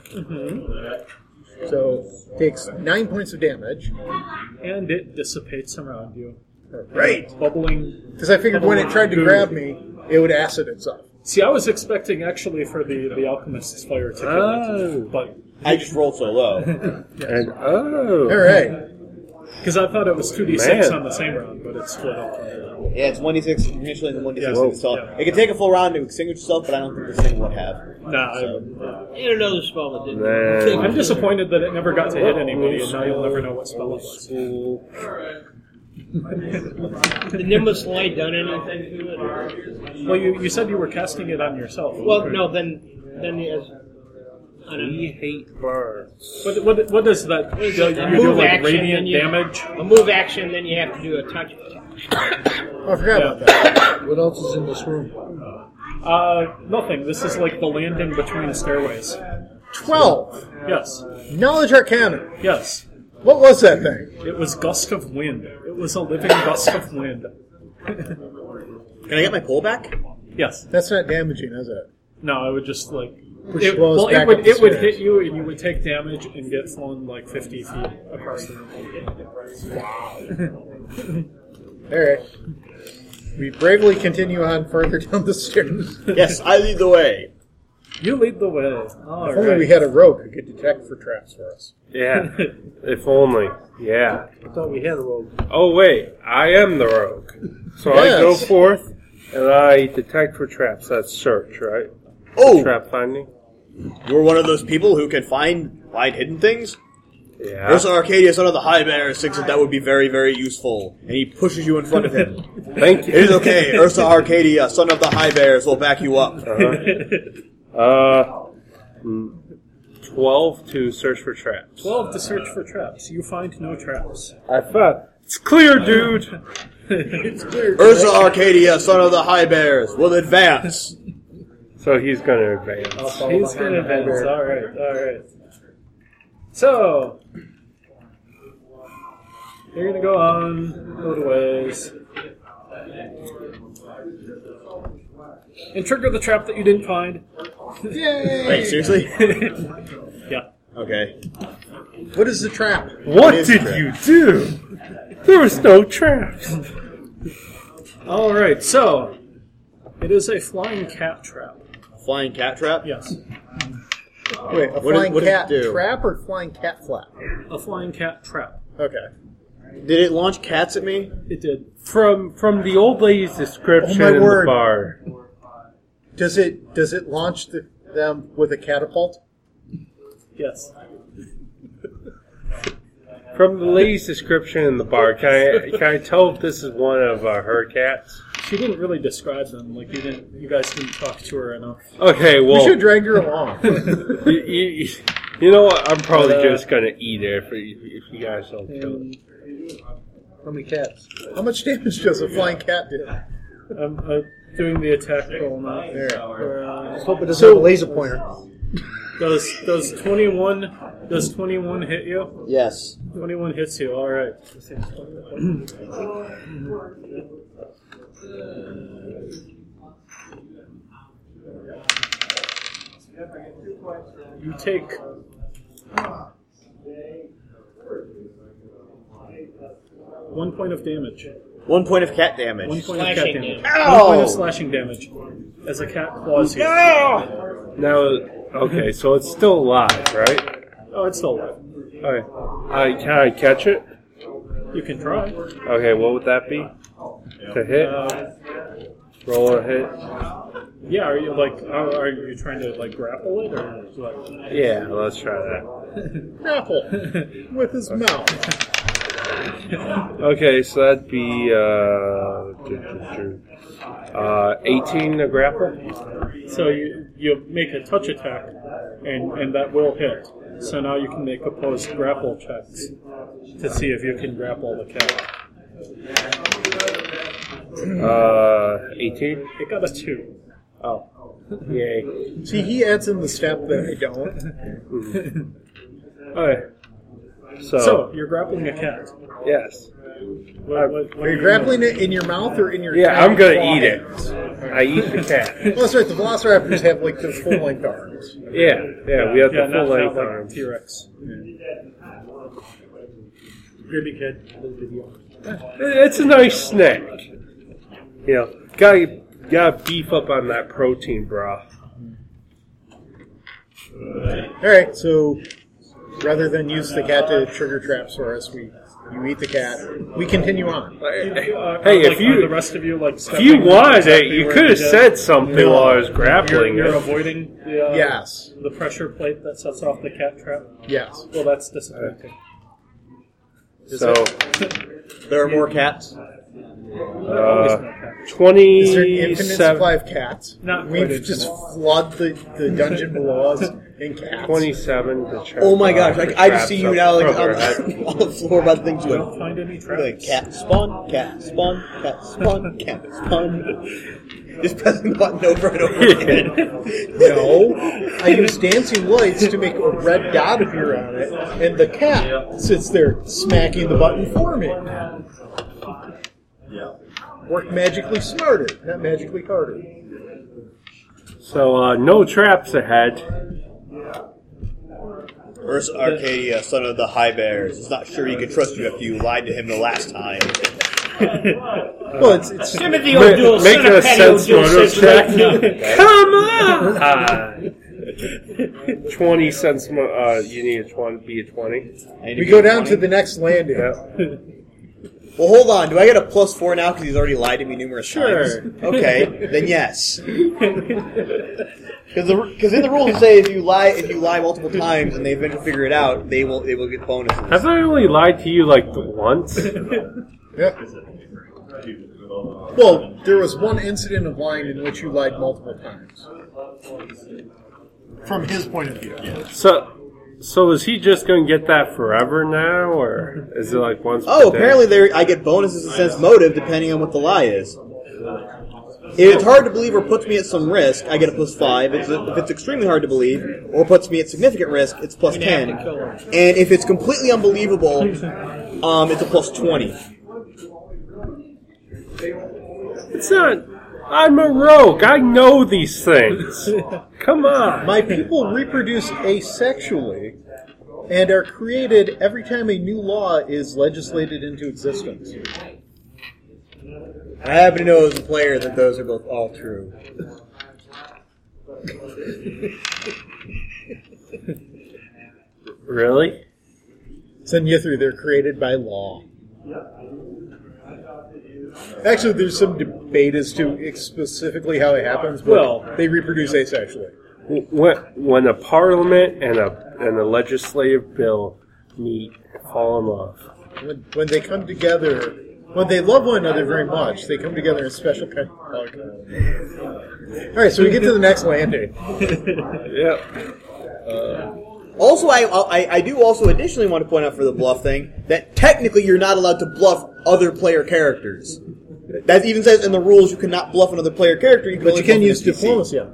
S7: So, takes 9 points of damage.
S2: and it dissipates around you.
S7: Right.
S2: Bubbling.
S7: Because I figured when it tried to grab me, it would acid itself.
S2: See, I was expecting actually for the, the alchemist's fire to kill
S5: Oh.
S2: it, but
S3: I just rolled so low.
S5: And oh,
S7: All right.
S2: because I thought it was two d six
S5: Man.
S2: on the same round, but it's split up.
S3: yeah, it's one d6 initially and then one d6
S2: Yeah.
S3: to itself. It can take a full round to extinguish itself, but I don't think this thing would have.
S2: Nah,
S4: And another spell that didn't.
S5: Man.
S2: I'm, I'm disappointed that it never got to hit anybody, and now you'll never know what spell it was.
S4: The Nimbus Light done anything to it? or-
S2: Well, you, you said you were casting it on yourself.
S4: Well, no, then, then he has. On a,
S5: hate birds.
S2: What, what, what does that? You, do
S4: move
S2: like
S4: action,
S2: radiant
S4: then you-
S2: damage.
S4: a move action, then you have to do a touch.
S7: Oh, I forgot about
S2: Yeah.
S7: that.
S10: What else is in this room?
S2: Uh, nothing. This is like the landing between stairways.
S7: 12.
S2: Yes.
S7: Knowledge Arcana.
S2: Yes.
S7: What was that thing?
S2: It was gust of wind. It was a living gust of wind.
S3: Can I get my pole back?
S2: Yes.
S7: That's not damaging, is it?
S2: No, I would just like.
S7: Push
S2: It,
S7: blows
S2: well, it
S7: back up
S2: would
S7: the
S2: it would
S7: stairs.
S2: hit you and you would take damage and get flown like fifty feet across the room.
S7: Alright. We bravely continue on further down the stairs.
S3: Yes, I lead the way.
S2: You lead the way. All
S7: If only we
S2: right.
S7: had a rogue who could detect for traps for us.
S5: Yeah. if only. Yeah.
S1: I thought we had a rogue.
S5: Oh wait, I am the rogue. So I go
S7: Yes.
S5: forth and I detect for traps. That's search, right?
S3: Oh,
S5: Trap finding.
S3: you're one of those people who can find find hidden things.
S5: Yeah.
S3: There's Arcadius under the high banner thinks that that would be very, very useful, and he pushes you in front of him.
S5: Thank
S3: It is
S5: you.
S3: okay. Ursa Arcadia, son of the High Bears, will back you up.
S5: Uh, mm, twelve to search for traps.
S2: Twelve to search for traps. You find no traps.
S5: I thought it's clear, dude.
S3: Ursa Arcadia, son of the High Bears, will advance.
S5: So he's gonna advance.
S2: He's gonna advance. All right. All right. So you're gonna go on a little ways and trigger the trap that you didn't find.
S3: Wait, seriously?
S2: Yeah.
S3: Okay.
S7: What is the trap?
S5: What
S3: is
S5: did
S3: trap.
S5: you do? There was no traps.
S2: All right. So it is a flying cat trap.
S3: Flying cat trap?
S2: Yes.
S7: Wait, a
S3: did-
S7: flying
S3: what did it
S7: cat
S3: do?
S7: trap or flying cat flap?
S2: A flying cat trap.
S7: Okay.
S3: Did it launch cats at me?
S2: It did.
S5: From from the old lady's description
S7: Oh, my
S5: in
S7: word.
S5: the bar.
S7: Does it does it launch the, them with a catapult?
S2: Yes.
S5: From the lady's description in the bar, can I can I tell if this is one of uh, her cats?
S2: She didn't really describe them. Like you didn't. You guys didn't talk to her enough.
S5: Okay,
S7: We
S5: well,
S7: should drag her along.
S5: you, you, you know what? I'm probably
S2: But, uh,
S5: just gonna eat it if, you- if you guys don't kill it.
S2: And
S1: How many cats?
S7: How much damage does a flying cat do?
S2: I'm uh, doing the attack roll now.
S1: I
S2: Uh,
S1: hope it doesn't
S7: So-
S1: have a laser pointer.
S2: does does twenty one does twenty one hit you?
S3: Yes.
S2: Twenty one hits you. All right. You take. One point of damage.
S3: One point of cat
S2: One
S3: damage.
S2: point of cat
S4: Slashing
S2: damage.
S4: damage.
S2: One point of slashing damage. As a cat claws you.
S5: Now, okay, so it's still alive, right?
S2: Oh, it's still alive.
S5: Okay, I can I catch it?
S2: You can try.
S5: Okay, what would that be? To hit,
S2: Uh,
S5: roll a hit.
S2: yeah, are you like, are, are you trying to like grapple it or what?
S5: Yeah, let's try that.
S7: Grapple with his mouth.
S5: Okay, so that'd be uh, uh, 18 to grapple.
S2: So you you make a touch attack, and and that will hit. So now you can make opposed grapple checks to see if you can grapple the cat.
S5: Uh, 18.
S2: It got a two.
S5: Oh, yay!
S7: See, he adds in the step that I don't.
S5: Okay, so,
S2: So you're grappling a cat.
S5: yes,
S2: What, what, what
S7: Are you grappling it in your mouth or in your?
S5: yeah,
S7: cat
S5: I'm gonna
S7: claw?
S5: eat it. I eat the cat.
S7: Oh, that's right. The velociraptors have like the full length arms.
S5: Yeah, yeah, we have
S2: yeah,
S5: the
S2: not,
S5: full
S2: not
S5: length
S2: like
S5: arms.
S2: T-Rex. Gribby kid.
S5: Uh, It's a nice snack. You know, gotta gotta beef up on that protein, brah.
S7: All right. So rather than use the cat to trigger traps for us, we you eat the cat. We continue on.
S5: Hey,
S2: like,
S5: if you-
S2: uh, are the rest of you like
S5: If you
S2: stepping
S5: wanted
S2: exactly
S5: it, you
S2: where
S5: could have
S2: did?
S5: said something
S7: No.
S5: while I was
S2: You're,
S5: grappling
S2: you're
S5: it.
S2: avoiding the, uh,
S7: Yes.
S2: the pressure plate that sets off the cat trap.
S7: Yes.
S2: Well, that's disappointing.
S5: So,
S3: There are more cats.
S2: Always no
S5: uh,
S2: cat.
S7: Is there an infinite supply
S5: 27,
S7: of cats?
S2: Not
S7: We've
S2: quite
S7: just flood the, the dungeon below us in cats.
S5: 27 to check.
S10: Oh my gosh! I, I just see you now like
S5: Further,
S10: on, on the floor about things
S2: You
S10: you
S2: don't find any traps.
S10: like cat spawn, cat spawn, cat spawn, cat spawn.
S3: Just pressing the button over and over again.
S7: No, I use dancing lights to make a red dot appear on it, and the cat sits there smacking the button for me. Work magically smarter, not magically harder.
S5: So uh, no traps ahead.
S3: Versus Arcadia, son of the High Bears. It's not sure he could trust you after you lied to him the last time.
S5: Uh,
S7: Well, it's, it's
S4: Timothy
S5: Ma-
S4: O'Doul,
S5: make
S4: son of
S5: a
S4: Patty
S5: sense
S4: O'Doul,
S5: motive
S4: says
S5: check.
S4: right now.
S5: Come on. Uh, twenty cents. Mo- uh, you need a twenty. Be a twenty.
S7: we go down to the next landing.
S3: Well, hold on. Do I get a plus four now because he's already lied to me numerous
S7: Sure.
S3: times? Okay, then yes. Because in the rules it say if you lie if you lie multiple times and they eventually figure it out, they will they will get bonuses.
S5: Have I only lied to you like once?
S7: Yeah. Well, there was one incident of lying in which you lied multiple times. From his point of view.
S5: So, so is he just going to get that forever now, or is it like once? per
S3: Oh,
S5: day?
S3: apparently there I get bonuses and sense motive depending on what the lie is. If it's hard to believe or puts me at some risk, I get a plus five. If it's, if it's extremely hard to believe or puts me at significant risk, it's plus ten. And if it's completely unbelievable, um, it's a plus twenty.
S5: It's not. I'm a rogue. I know these things. Come on.
S7: My people reproduce asexually and are created every time a new law is legislated into existence.
S3: I happen to know as a player that those are both all true.
S5: Really?
S7: Senyithri, they're created by law. Actually, there's some debate as to ex- specifically how it happens, but
S2: Well-
S7: they reproduce asexually.
S5: W- When, when a parliament and a and a legislative bill meet, fall in love.
S7: When, when they come together, when they love one another very much, they come together in a special kind of hug. All right, so we get to the next landing.
S5: Yep.
S3: Also, I, I I do also additionally want to point out for the bluff thing that technically you're not allowed to bluff other player characters. That even says in the rules you cannot bluff another player character. You can
S7: But
S3: only
S7: you can
S3: bluff an
S7: use
S3: NPC.
S7: diplomacy on it.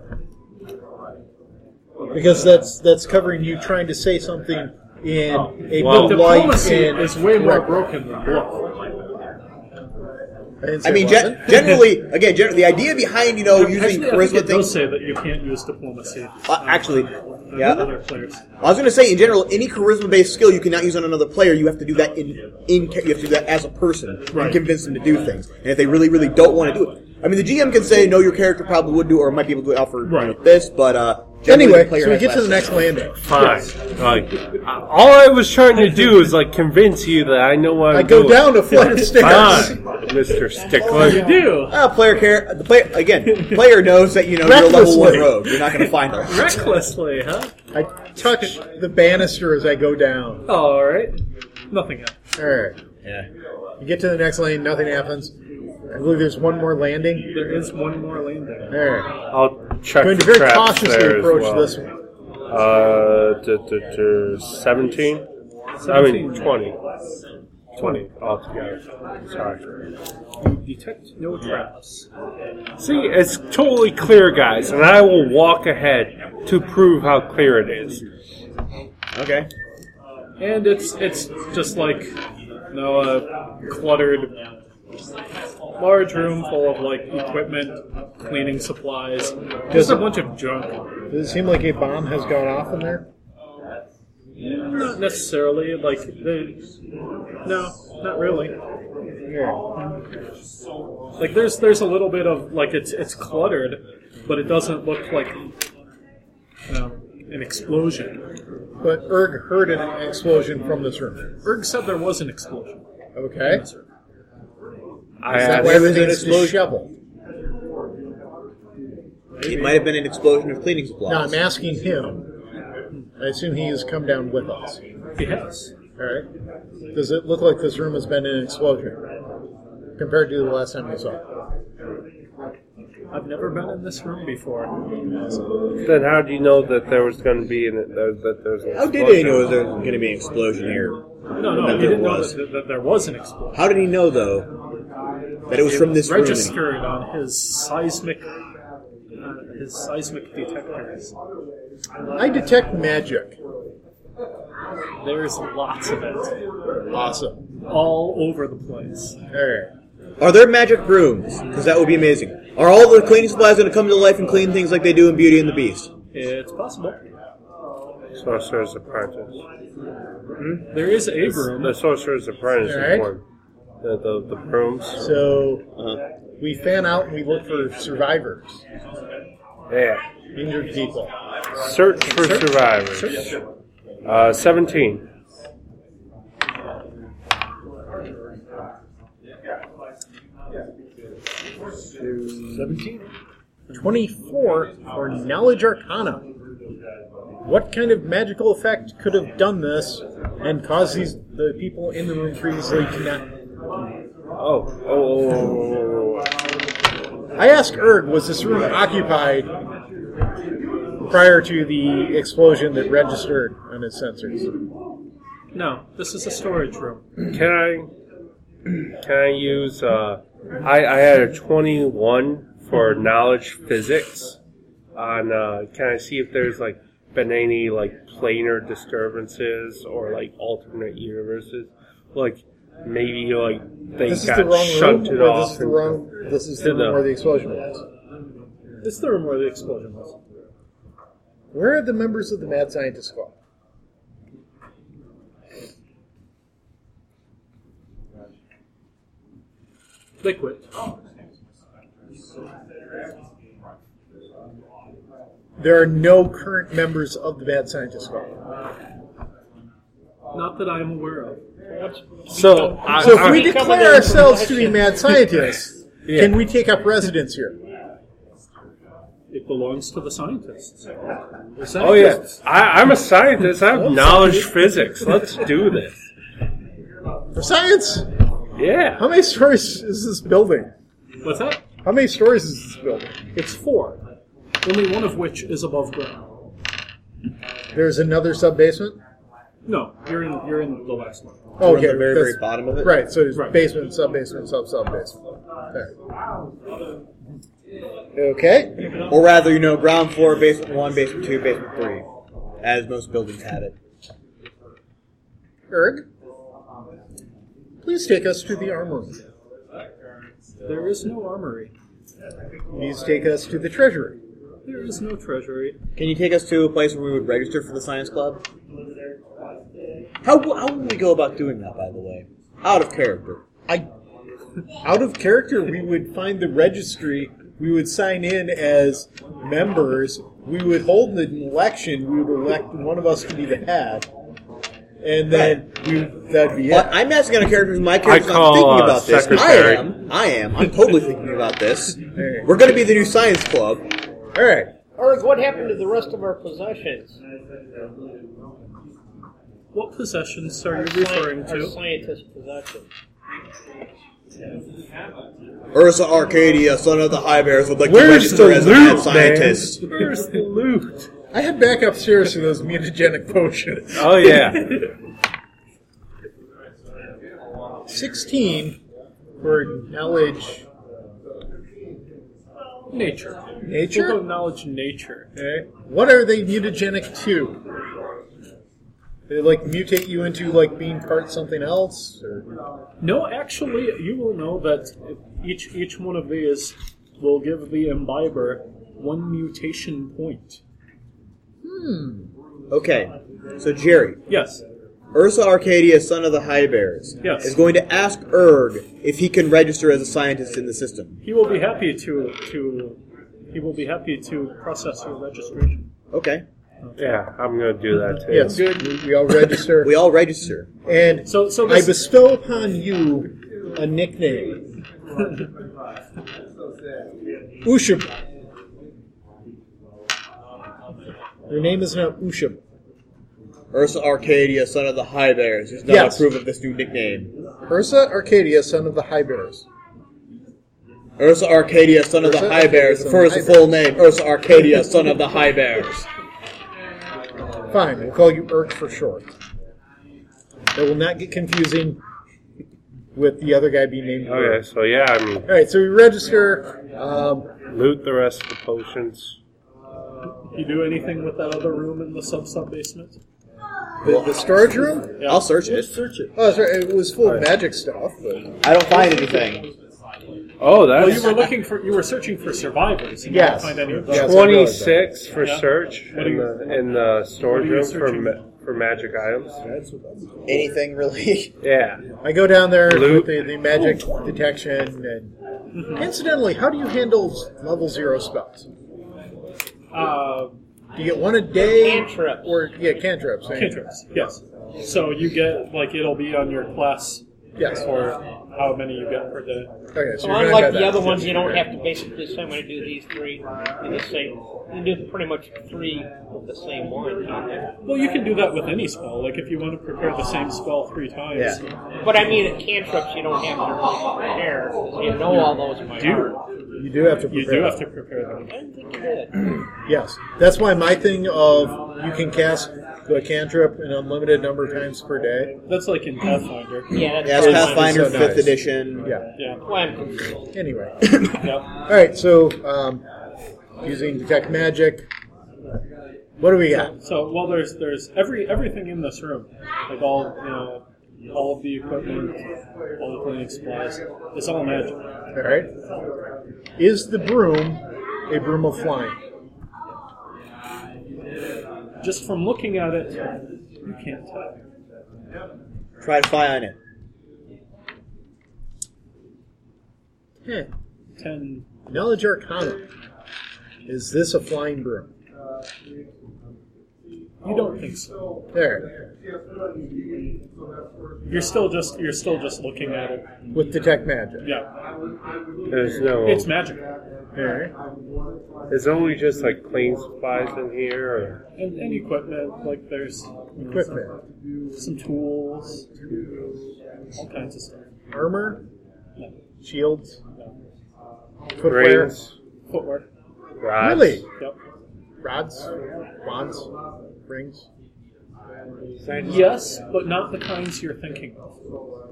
S7: Because that's that's covering you trying to say something in a
S5: Oh,
S7: well,
S5: Well,
S2: Diplomacy
S7: and
S2: is way more broken than bluff.
S3: I mean, gen- generally, again, generally, the idea behind you know using
S2: Actually, I think
S3: charisma
S2: it does
S3: things.
S2: say that you can't use diplomacy.
S3: Uh, actually,
S2: on
S3: yeah.
S2: Other players.
S3: I was going to say in general, any charisma-based skill you cannot use on another player. You have to do that in in ca- you have to do that as a person and convince them to do things. And if they really, really don't want to do it, I mean, the GM can say no, your character probably would do, or might be able to offer you know,
S2: Right.
S3: this. But uh, generally,
S7: Anyway,
S3: the player
S7: so we
S3: has
S7: get to
S3: last
S7: the next landing.
S5: Fine. Like, I- all I was trying to do is like convince you that I know what I'm
S7: I go
S5: doing.
S7: down a flight of stairs.
S5: Fine, Mr. Stickler.
S2: You do.
S3: Ah, player care. The player again. Player knows that you know you're a level one
S7: Recklessly.
S3: rogue. You're not going to find her.
S2: Recklessly, huh?
S7: I touch the banister as I go down.
S2: All right. Nothing else.
S7: All right.
S3: Yeah.
S7: You get to the next lane, nothing happens. I believe there's one more landing.
S2: There is one more landing.
S7: All right.
S5: I'll
S7: I'm
S5: check
S7: going to
S5: the
S7: very
S5: traps
S7: cautiously
S5: there
S7: approach
S5: as well.
S7: this one.
S5: Uh, d- d- d- 17? I mean, 20. 20 altogether. Sorry.
S2: Detect no traps.
S5: See, it's totally clear, guys, and I will walk ahead to prove how clear it is.
S3: Okay.
S2: And it's it's just like you know, a cluttered large room full of like equipment, cleaning supplies, just a bunch of junk.
S7: Does it seem like a bomb has gone off in there?
S2: Not necessarily like they. No, not really.
S7: Yeah.
S2: Like there's there's a little bit of like it's it's cluttered, but it doesn't look like you know, an explosion.
S7: But Erg heard an explosion from this room.
S2: Erg said there was an explosion.
S7: Okay.
S5: I
S7: Is that
S5: asked,
S7: why
S3: everything's
S7: everything's disheveled?
S3: It might have been an explosion of cleaning supplies.
S7: No, I'm asking him. I assume he has come down with us.
S2: He has.
S7: All right. Does it look like this room has been in an explosion compared to the last time we saw it?
S2: I've never been in this room before.
S5: then how do you know that there was going to be an, uh, that there's an
S3: How did he
S5: explosion?
S3: know there was going to be an explosion here?
S2: No, no, he
S3: there
S2: didn't know
S3: was.
S2: that, that there was an explosion.
S3: How did he know though? That it was from this room.
S2: registered on his seismic uh, his seismic detectors.
S7: I detect magic.
S2: There's lots of it,
S7: Awesome.
S2: all over the place.
S7: All right.
S3: Are there magic brooms? Because that would be amazing. Are all the cleaning supplies going to come to life and clean things like they do in Beauty and the Beast?
S2: It's possible.
S5: Sorcerer's Apprentice.
S2: There is a room.
S5: The Sorcerer's Apprentice
S7: Alright.
S5: is one. The, the, the brooms.
S7: So we fan out and we look for survivors,
S5: Yeah.
S7: injured people.
S5: Search for survivors. Uh, 17.
S7: Seventeen. Twenty-four for knowledge arcana. What kind of magical effect could have done this and caused these the people in the room previously to not?
S5: Oh. Oh, oh, oh, oh, oh.
S7: I asked Erg, was this room occupied prior to the explosion that registered on his sensors?
S2: No, this is a storage room.
S5: Can I, can I use, uh, I, I had a 21 for knowledge physics on, uh, can I see if there's like been any like planar disturbances or like alternate universes? Like maybe like they
S7: This is
S5: got
S7: the wrong room,
S5: shunted
S7: or this
S5: off.
S7: is the
S5: and-
S7: wrong. This is the
S5: to the-
S7: room where the explosion was.
S2: This is the room where the explosion was.
S7: Where are the members of the Mad Scientist Squad?
S2: They quit.
S7: There are no current members of the Mad Scientist Squad.
S2: Not that I'm aware of.
S5: So, I,
S7: So if
S5: I-
S7: we declare ourselves to be Mad Scientists, can we take up residence here?
S2: It belongs to the scientists. The scientists
S5: Oh yeah, I, I'm a scientist. I have knowledge physics. Let's do this.
S7: For science,
S5: Yeah.
S7: how many stories is this building?
S2: What's that?
S7: How many stories is this building?
S2: It's four. Only one of which is above ground.
S7: There's another sub basement.
S2: No, you're in you're in the last one.
S7: Oh,
S3: From the very, very
S7: that's-
S3: bottom of it?
S7: Right, so there's
S2: Right.
S7: basement, sub basement, sub sub basement. There. Okay.
S3: Or rather, you know, ground floor, basement one, basement two, basement three, as most buildings have it.
S7: Erg, please take us to the armory.
S2: There is no armory.
S7: Please take us to the treasury.
S2: There is no treasury.
S3: Can you take us to a place where we would register for the science club? How, how would we go about doing that, by the way? Out of character.
S7: I, out of character, we would find the registry. We would sign in as members. We would hold an election. We would elect one of us to be the head, and then we that'd be
S3: But
S7: it.
S3: I'm asking out of character because my character's
S5: call,
S3: not thinking
S5: uh,
S3: about this.
S5: secretary.
S3: I am. I am. I'm totally thinking about this.
S7: Alright.
S3: We're going to be the new science club.
S7: All right.
S4: Erg, what happened to the rest of our possessions?
S2: What possessions are you
S4: Sci-
S2: referring
S4: Our
S2: to?
S4: scientist possessions.
S3: Ursa Arcadia, son of the High Bears, would like to
S5: Where's
S3: register
S5: the
S3: as a
S5: loot,
S3: mad
S5: man?
S3: scientist.
S5: Where's the loot?
S7: I head back upstairs to those mutagenic potions.
S5: Oh yeah.
S7: Sixteen for knowledge,
S2: Nature. We'll go
S7: nature.
S2: knowledge nature.
S7: Okay. What are they mutagenic to? They like mutate you into like being part something else, or
S2: No, actually, you will know that each each one of these will give the imbiber one mutation point.
S3: Okay, so Jerry,
S2: Yes.
S3: Ursa Arcadia, son of the High Bears,
S2: Yes.
S3: is going to ask Erg if he can register as a scientist in the system.
S2: He will be happy to to he will be happy to process your registration.
S3: Okay,
S5: Yeah, I'm gonna do that too.
S7: yes, we, we all register.
S3: we all register.
S7: And
S2: So so
S7: I
S2: this,
S7: bestow upon you a nickname. Ushab. Your name is now Ushab.
S3: Ursa Arcadia, son of the High Bears, does not
S7: Yes.
S3: approve of this new nickname.
S7: Ursa Arcadia, son of the High Bears.
S3: Ursa Arcadia, son of
S7: Ursa
S3: the High
S7: Arcadia,
S3: Bears,
S7: son of the
S3: prefers the
S7: High
S3: full name Ursa Arcadia, son of the High Bears.
S7: Fine, we'll call you Urk for short. It will not get confusing. with the other guy being named.
S5: Okay, so yeah, I'm
S7: All right, so we register. Um,
S5: loot the rest of the potions.
S2: You do anything with that other room in the sub sub basement?
S7: the, the storage room?
S3: I'll search it.
S2: Search it.
S7: Oh, that's right. It was full of magic stuff. But
S10: I don't find anything.
S5: Oh,
S2: Well, you
S5: that's
S2: were looking for you were searching for survivors. And
S7: Yes.
S2: You didn't find any of those.
S7: Yes.
S5: twenty six for
S2: Yeah.
S5: search
S2: What are
S5: in
S2: you-
S5: the in the storage
S2: what are you
S5: room for
S2: searching?
S5: ma- for magic items.
S10: Anything really?
S5: Yeah,
S7: I go down there
S5: Loot.
S7: with the, the magic detection. and Incidentally, how do you handle s- level zero spells? Do
S2: Uh,
S7: you get one a day?
S4: Cantrip.
S7: Or, yeah, cantrips. right?
S2: cantrips. Yes. So you get like it'll be on your class
S7: Yes.
S2: or how many you get per day.
S7: Okay, so
S4: So
S7: you're gonna have
S4: unlike the
S7: that.
S4: other ones, you don't have to basically say, I'm going to do these three in the same. You do pretty much three of the same one. can't you?
S2: Well, you can do that with any spell. Like if you want to prepare the same spell three times,
S4: But I mean, at cantrips, you don't have to really prepare. 'cause You know all those by heart.
S2: do
S7: You do have to
S2: you
S7: prepare.
S2: do have to prepare them?
S4: I don't think you did.
S7: Yes. That's why my thing of you can cast the cantrip an unlimited number of times per day.
S2: That's like in Pathfinder.
S4: Yeah,
S10: Yes,
S4: that's probably why-
S10: Pathfinder
S7: so
S10: Fifth
S7: nice.
S10: Edition.
S7: Yeah.
S2: Yeah.
S4: why I'm confused.
S7: Anyway.
S2: Yeah.
S7: All right, so um, using detect magic. What do we got?
S2: So well, there's there's every everything in this room, like all you know, all of the equipment, all the cleaning supplies. It's all magic.
S7: All right. Is the broom a broom of flying?
S2: Just from looking at it, you can't tell.
S10: Try to fly on it.
S7: Hmm.
S2: Ten.
S7: Knowledge Arcana. Is this a flying broom?
S2: You don't think so.
S7: There.
S2: You're still just you're still just looking at it.
S7: With detect magic.
S2: Yeah.
S5: there's no.
S2: It's magic.
S7: All right.
S5: There's only just like clean supplies in here. Or,
S2: And, and equipment, like there's you know, some-
S7: Equipment.
S2: some tools, all kinds of stuff.
S7: Armor.
S2: No,
S7: Shields.
S2: no.
S7: Footwear.
S5: Rings,
S2: Footwear.
S5: rods.
S7: Really?
S2: Yep.
S7: Rods. Wands. Rings.
S2: Yes, but not the kinds you're thinking of.
S7: All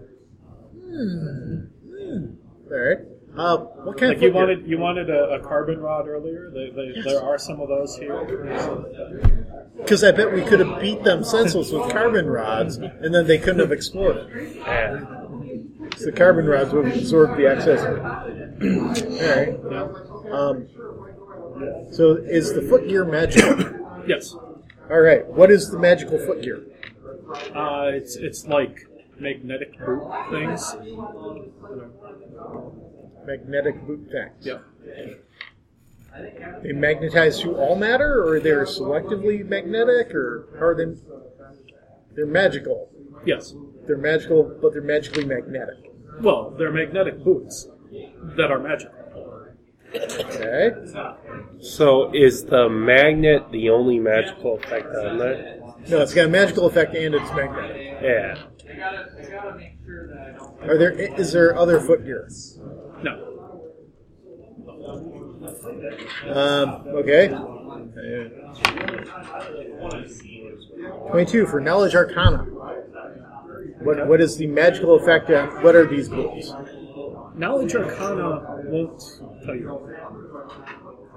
S7: right. Uh, what kind
S2: Like
S7: of
S2: you
S7: footwear?
S2: wanted, you wanted a, a carbon rod earlier. They, they, There are some of those here.
S7: Because I bet we could have beat them senseless with carbon rods, and then they couldn't have exploded.
S5: Yeah.
S7: So the carbon rods would have absorbed the excess. All right. Um, so is the footgear magical?
S2: Yes,
S7: All right. What is the magical footgear?
S2: uh, it's it's like magnetic boot things.
S7: Magnetic boot things.
S2: Yeah,
S7: They magnetize through all matter, or they're selectively magnetic, or how are they? They're magical.
S2: yes.
S7: They're magical, but they're magically magnetic.
S2: Well, they're magnetic boots that are magic.
S7: Okay.
S5: So is the magnet the only magical effect on that?
S7: No, it's got a magical effect and it's magnetic.
S5: Yeah.
S7: Are there is there other footgear?
S2: No,
S7: Um, okay. Twenty-two for knowledge arcana. What what is the magical effect? Of, what are these rules?
S2: knowledge arcana won't tell you.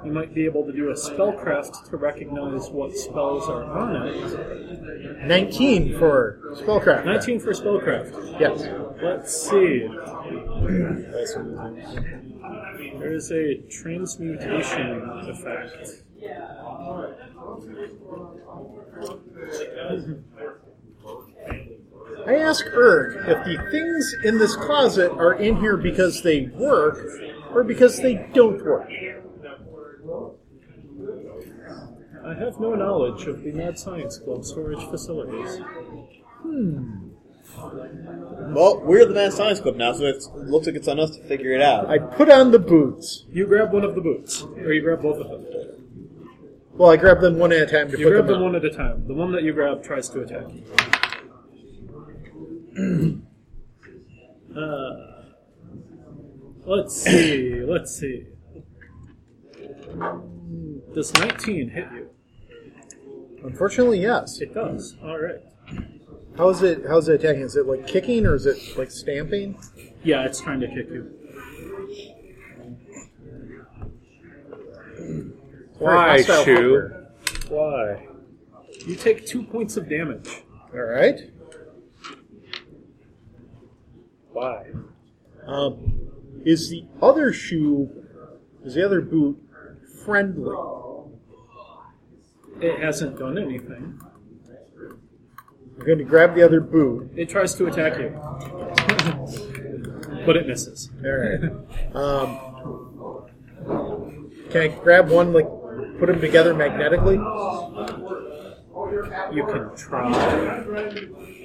S2: You might be able to do a spellcraft to recognize what spells are on it.
S7: Nineteen for spellcraft.
S2: Nineteen for spellcraft.
S7: Yes.
S2: Let's see. There is a transmutation effect.
S7: I ask Erg if the things in this closet are in here because they work or because they don't work.
S2: I have no knowledge of the Mad Science Club storage facilities.
S10: Well, we're the Mass Science Club now, so it looks like it's on us to figure it out.
S7: I put on the boots.
S2: You grab one of the boots, or you grab both of them.
S7: Well, I grab them one at a time to
S2: You
S7: put
S2: grab
S7: them
S2: them
S7: on.
S2: one at a time. The one that you grab tries to attack you. Uh, let's see. Let's see. Does 19 hit you?
S7: Unfortunately, yes.
S2: It does. All right.
S1: How's it? How's it attacking? Is it like kicking or is it like stamping?
S2: Yeah, it's trying to kick you.
S1: Very
S5: Why,
S1: hostile
S5: Shu?
S1: poker.
S5: Why?
S2: You take two points of damage.
S1: All right.
S5: Why?
S1: Um, is the other shoe? Is the other boot friendly?
S2: It hasn't done anything.
S1: I'm going to grab the other boot.
S2: It tries to attack you, but it misses.
S1: All right. Um, can I grab one? Like, put them together magnetically?
S2: You can try.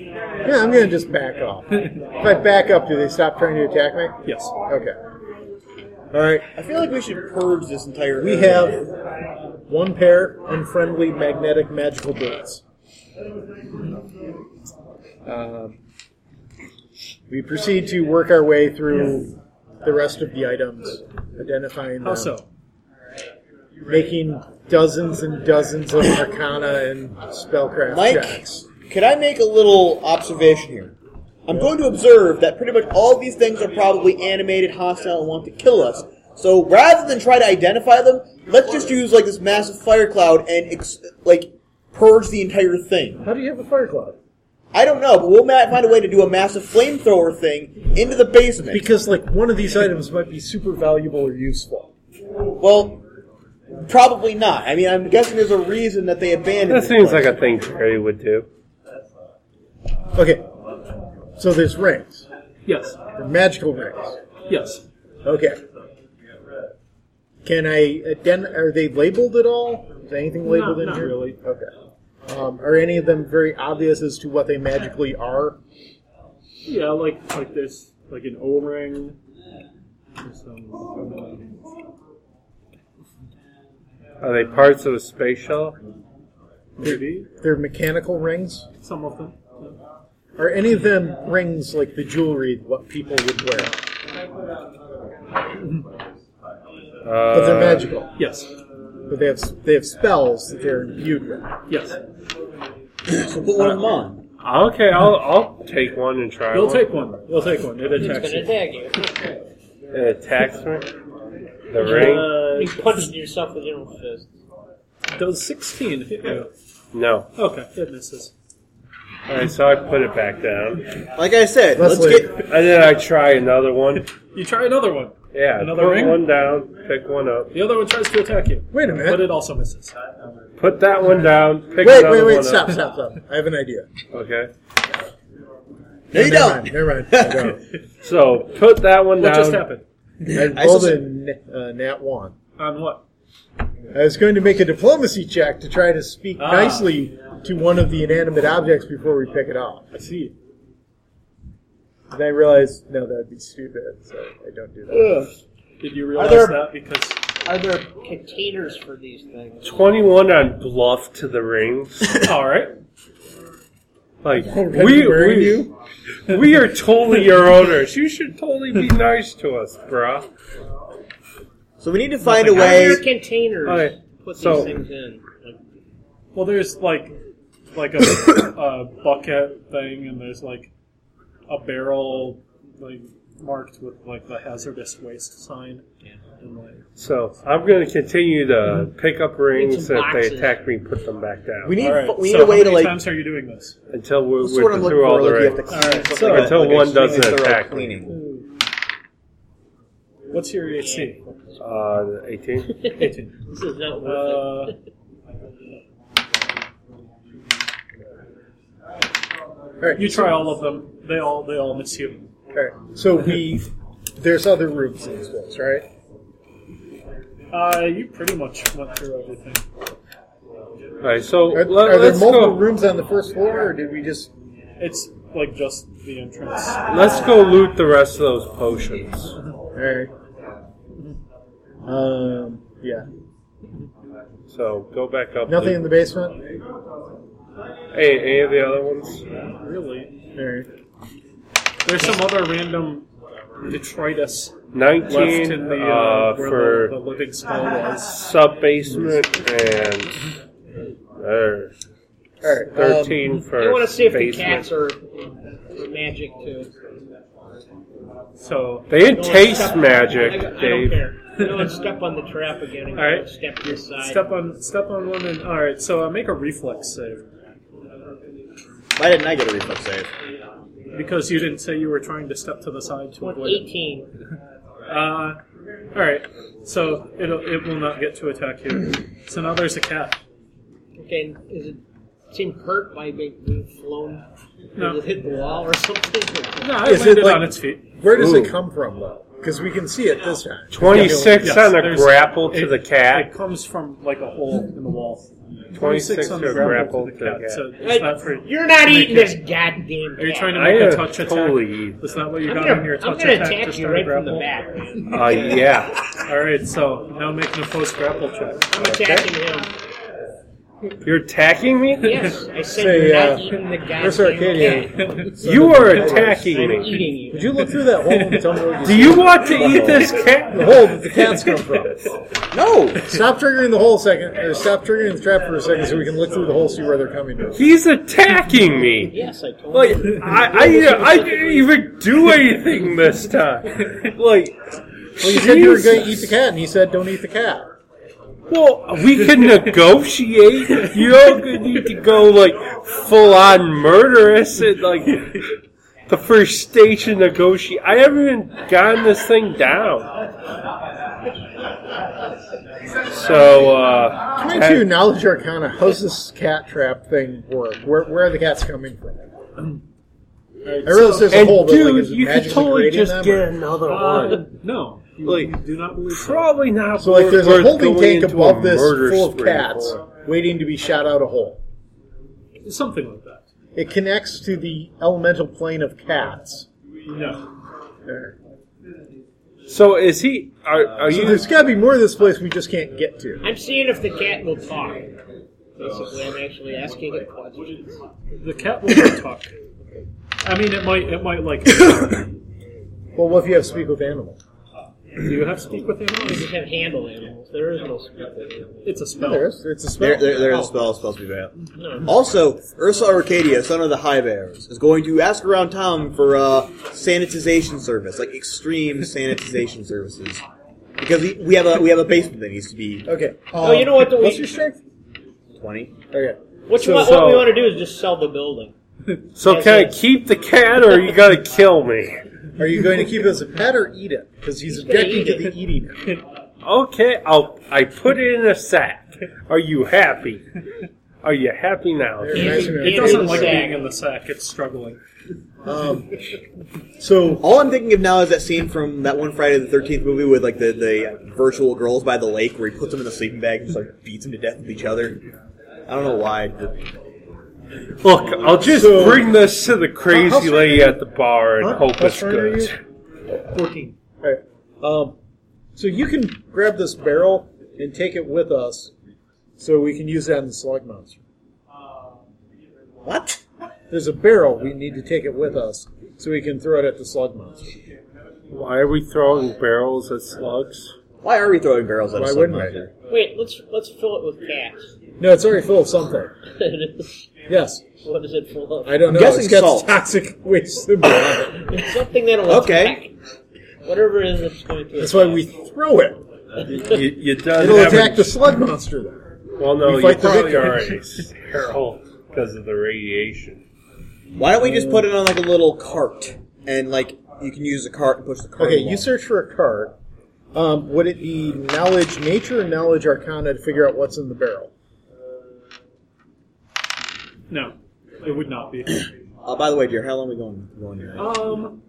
S1: Yeah, I'm going to just back off. if I back up, do they stop trying to attack me?
S2: Yes.
S1: Okay. All right.
S3: I feel like we should purge this entire.
S1: We
S3: area.
S1: have one pair unfriendly magnetic magical boots. Um, we proceed to work our way through the rest of the items, identifying
S2: How
S1: them,
S2: so?
S1: making dozens and dozens of arcana and spellcraft
S3: Mike?
S1: checks.
S3: Could I make a little observation here? I'm going to observe that pretty much all these things are probably animated, hostile, and want to kill us. So rather than try to identify them, let's just use like this massive fire cloud and ex- like purge the entire thing.
S1: How do you have a fire cloud?
S3: I don't know, but we'll ma- find a way to do a massive flamethrower thing into the basement.
S1: Because like one of these items might be super valuable or useful.
S3: well, probably not. I mean, I'm guessing there's a reason that they abandoned.
S5: That
S3: this
S5: seems
S3: place.
S5: like a thing Terry would do.
S1: Okay, so there's rings.
S2: Yes.
S1: They're magical rings.
S2: Yes.
S1: Okay. Can I ident- Are they labeled at all? Is anything labeled in
S2: not
S1: here?
S2: really.
S1: Okay. Um, are any of them very obvious as to what they magically are?
S2: Yeah, like like this, like an O ring. Some
S5: Are they parts of a space shuttle?
S2: maybe
S1: They're mechanical rings.
S2: some of them.
S1: Are any of them rings like the jewelry what people would wear?
S5: Uh,
S1: But they're magical.
S2: Yes.
S1: But they have they have spells that they're imbued with.
S2: Yes.
S3: So put one of them on.
S5: Okay, I'll, I'll take one and try
S2: You'll
S5: one.
S2: take one. You'll take one. It
S4: It's
S2: attacks
S4: gonna
S2: you.
S4: attack you.
S5: It attacks me. The ring?
S4: You punching yourself with your own fist.
S2: Does 16 hit you?
S5: No.
S2: Okay, it misses.
S5: All right, so I put it back down,
S3: Like I said,
S1: Let's
S3: let's,
S1: leave.
S3: get.
S5: and then I try another one.
S2: You try another one.
S5: Yeah,
S2: Another
S5: put
S2: ring?
S5: one down, pick one up,
S2: The other one tries to attack you.
S1: Wait a
S2: But
S1: minute.
S2: it also misses.
S5: put that one down, pick
S1: Wait, wait,
S5: another
S1: wait!
S5: one
S1: Stop,
S5: up.
S1: stop, stop! I have an idea.
S5: Okay,
S3: No, you
S1: never
S3: don't.
S1: Mind, never mind. I don't.
S5: so put that one
S2: What
S5: down.
S2: just happened?
S1: I
S3: I
S1: rolled
S3: still-
S1: a n- uh, nat one.
S2: On what?
S1: I was Uh, going to make a diplomacy check to try to speak
S2: Ah.
S1: nicely to one of the inanimate objects before we pick it up.
S2: I see.
S1: And I realized, no, that would be stupid, so I don't do that.
S2: Did you realize
S3: there-
S2: that? Because
S4: Are there containers for these things?
S5: Twenty-one on bluff to the rings.
S2: all right,
S5: Like
S1: Can
S5: we
S1: we burn
S5: we,
S1: you?
S5: we are totally your owners. You should totally be nice to us, bruh.
S3: So we need to find a
S4: Are
S3: way.
S4: there containers
S5: All right,
S4: to put
S5: so-
S4: these things in? Like,
S2: well, there's like like a, a bucket thing, and there's like a barrel like marked with like the hazardous waste sign. Yeah. And like
S5: So I'm going to continue to
S3: Mm-hmm.
S5: pick up rings.
S4: some
S5: If they
S4: boxes.
S5: attack me, put them back down
S3: We need.
S2: all right.
S3: We need
S2: so
S3: a way
S2: how
S3: to
S2: many
S3: like.
S2: times are you doing this?
S5: until we're,
S3: That's what
S5: we're
S3: I'm looking
S5: through
S3: for.
S5: all the
S3: Like you
S5: rings.
S3: have to clean
S2: All right,
S3: something
S2: so-
S3: like a-
S5: Until
S3: like a
S5: one doesn't
S3: extremely thorough
S5: attack me.
S3: cleaning.
S2: What's your AC?
S5: Uh, 18.
S2: Eighteen.
S4: this is not worth
S2: Uh,
S1: All right,
S2: you try all of them. They all they all miss you.
S1: all right. So we, there's other rooms in this place, right?
S2: Uh, you pretty much went through everything.
S5: All right, so
S1: Are,
S5: let,
S1: are there
S5: us
S1: multiple
S5: go.
S1: rooms on the first floor, or did we just?
S2: It's like just the entrance.
S5: Let's go loot the rest of those potions.
S1: All right. Um. Yeah.
S5: So go back up.
S1: Nothing in the basement.
S5: Hey, any of the other ones?
S2: Really?
S1: All right.
S2: There's some other random detritus left
S5: Nineteen
S2: in the uh,
S5: uh,
S2: where
S5: for
S2: the, the living skull was.
S5: sub basement and. Uh,
S7: All right.
S5: Thirteen
S7: uh,
S5: for.
S4: I want to see if the
S5: basement.
S4: cats are magic too. So
S5: They didn't
S4: don't
S5: taste
S4: step-
S5: magic,
S4: I, I don't
S5: Dave.
S4: care. Don't step on the trap again. And
S2: All right.
S4: don't Step to the side.
S2: Step on, step on one, and all right. So uh, make a reflex save
S10: Why didn't I get a reflex save?
S2: because you didn't say you were trying to step to the side to avoid it.
S4: Eighteen.
S2: Uh, all right. So it'll, it will not get to attack you. So now there's a cat.
S4: Okay. and Is it seem hurt by being being flown?
S2: No.
S4: Did it hit the wall or something?
S2: No, it
S7: Is it
S2: landed
S7: like-
S2: on its feet.
S7: Where does
S5: Ooh.
S7: it come from, though? Because we can see it this time.
S5: 26
S2: Yes,
S5: on a
S2: there's-
S5: grapple to
S2: it-
S5: the cat.
S2: It comes from like a hole in the wall.
S5: 26
S2: on
S5: on
S2: the
S5: a grapple
S2: grapple
S5: to
S2: the cat. So
S5: the
S2: it's not for,
S4: You're not
S2: Make
S4: eating
S2: it-
S4: this goddamn.
S2: are you
S4: cat.
S2: trying to
S5: I
S2: make a
S5: am
S2: touch attack?
S5: totally-
S2: Is that what you
S4: I'm
S2: got
S4: gonna,
S2: on your touch
S4: I'm gonna
S2: attack?
S4: attack
S2: just
S4: you
S2: on a
S4: right from the
S2: grapple?
S4: back. man.
S5: cat. Uh, yeah.
S2: All right. So now make an opposed grapple check.
S4: I'm attacking him.
S5: You're attacking me?
S4: Yes, I said
S7: Say,
S4: you're
S7: uh,
S4: not eating the goddamn
S7: Where's Arcadia?
S4: cat.
S5: You are
S4: I'm
S5: attacking me.
S4: eating you.
S7: Would you look through that hole and tell me where you
S5: Do you want to eat this cat?
S7: the hole that the cats come from?
S10: No!
S7: Stop triggering the hole a second, or stop triggering the trap for a second, so we can look through the hole see where they're coming from.
S5: He's attacking me.
S4: Yes, I told
S5: Like
S4: you.
S5: I, I, I didn't even do anything this time. Like,
S7: Well, you said you were going to eat the cat, and he said, "Don't eat the cat."
S5: well, we can negotiate. You don't need to go like full on murderous at like the first stage of negotiate. I haven't even gotten this thing down. So, uh,
S7: Can I do knowledge arcana? How's this cat trap thing work? Where, where are the cats coming from? I realize there's a
S5: and
S7: hole, but like,
S5: dude,
S7: is it
S5: you could
S7: magically
S5: totally
S7: creating
S5: just
S7: them,
S5: get
S7: or-
S5: another
S2: Uh,
S5: one.
S2: no, you
S5: Oh, Like,
S2: do not believe so.
S5: Probably not.
S7: So like, there's a
S5: worth
S7: holding
S5: going
S7: tank
S5: into
S7: above
S5: a
S7: this
S5: murder
S7: full of
S5: spree
S7: cats
S5: for.
S7: waiting to be shot out a hole.
S2: Something like that.
S7: It connects to the elemental plane of cats.
S2: No.
S5: So is he? Are, are
S7: So
S5: you?
S7: there's got to be more of this place we just can't get to.
S4: I'm seeing if the cat will talk. Basically, I'm actually asking it questions.
S2: The cat will not talk. I mean, it might. It might like. do
S7: Well, what if you have speak with animal?
S2: you have speak with
S4: You
S2: animals?
S4: just have handle animals. There is no speaker.
S2: It's a spell.
S7: There is. It's a spell.
S10: There, there, there is a spell it's supposed to be
S2: Mm-hmm.
S10: bad. Also, Ursa Arcadia, son of the High Bears, is going to ask around town for uh, sanitization service, like extreme sanitization services, because we, we have a we have a basement that needs to be
S7: Okay. um,
S4: Oh, you know what? The
S7: What's
S4: we-
S7: your strength?
S10: twenty.
S7: Okay.
S4: What, you
S5: So-
S4: want,
S5: so-
S4: what we want to do is just sell the building.
S5: So can I keep the cat, or you gotta kill me?
S7: Are you going to keep it as a pet or eat it? Because he's
S4: gonna
S7: objecting
S4: eat
S7: to the
S4: it.
S7: eating. now.
S5: Okay, I'll. I put it in a sack. Are you happy? Are you happy now?
S7: Nice to know.
S2: It
S4: It
S2: doesn't
S4: is
S2: like
S4: sack.
S2: being in the sack. It's struggling.
S7: Um, so
S10: All I'm thinking of now is that scene from that one Friday the Thirteenth movie with like the, the virtual girls by the lake, where he puts them in the sleeping bag and just like beats them to death with each other. I don't know why.
S5: Look, I'll just
S7: So-
S5: bring this to the
S7: How- how
S5: crazy
S7: strong
S5: lady
S7: are you?
S5: at the bar and
S7: Huh?
S5: hope
S7: How
S5: it's
S7: strong are you?
S5: good.
S7: 14. All right. Um, so you can grab this barrel and take it with us so we can use that on the slug monster.
S10: What?
S7: There's a barrel. We need to take it with us so we can throw it at the slug monster.
S5: Why are we throwing barrels at slugs?
S10: Why are we throwing barrels at
S7: Why
S10: us?
S7: wouldn't I?
S4: Wait, let's let's fill it with cats.
S7: No, it's already full of something.
S4: It is-
S7: Yes.
S4: what is it full of?
S7: I don't know.
S10: guessing
S7: it's got
S10: salt.
S7: toxic waste. in it.
S4: It's something that'll
S10: Okay.
S4: attack. Whatever it is that's going to.
S7: That's why we throw it.
S5: You, you done
S7: It'll
S5: have a-
S7: attack the slug monster then.
S5: Well, no,
S7: We
S5: you
S7: fight the
S5: probably
S7: victim.
S5: already sterile because of the radiation.
S10: Why don't we just put it on like a little cart and like you can use the cart and push the cart.
S7: Okay,
S10: along.
S7: you search for a card. Um, would it be knowledge nature or knowledge arcana to figure out what's in the barrel?
S2: No, it would not be.
S10: Uh, by the way, dear, how long are we going going here?
S2: Um,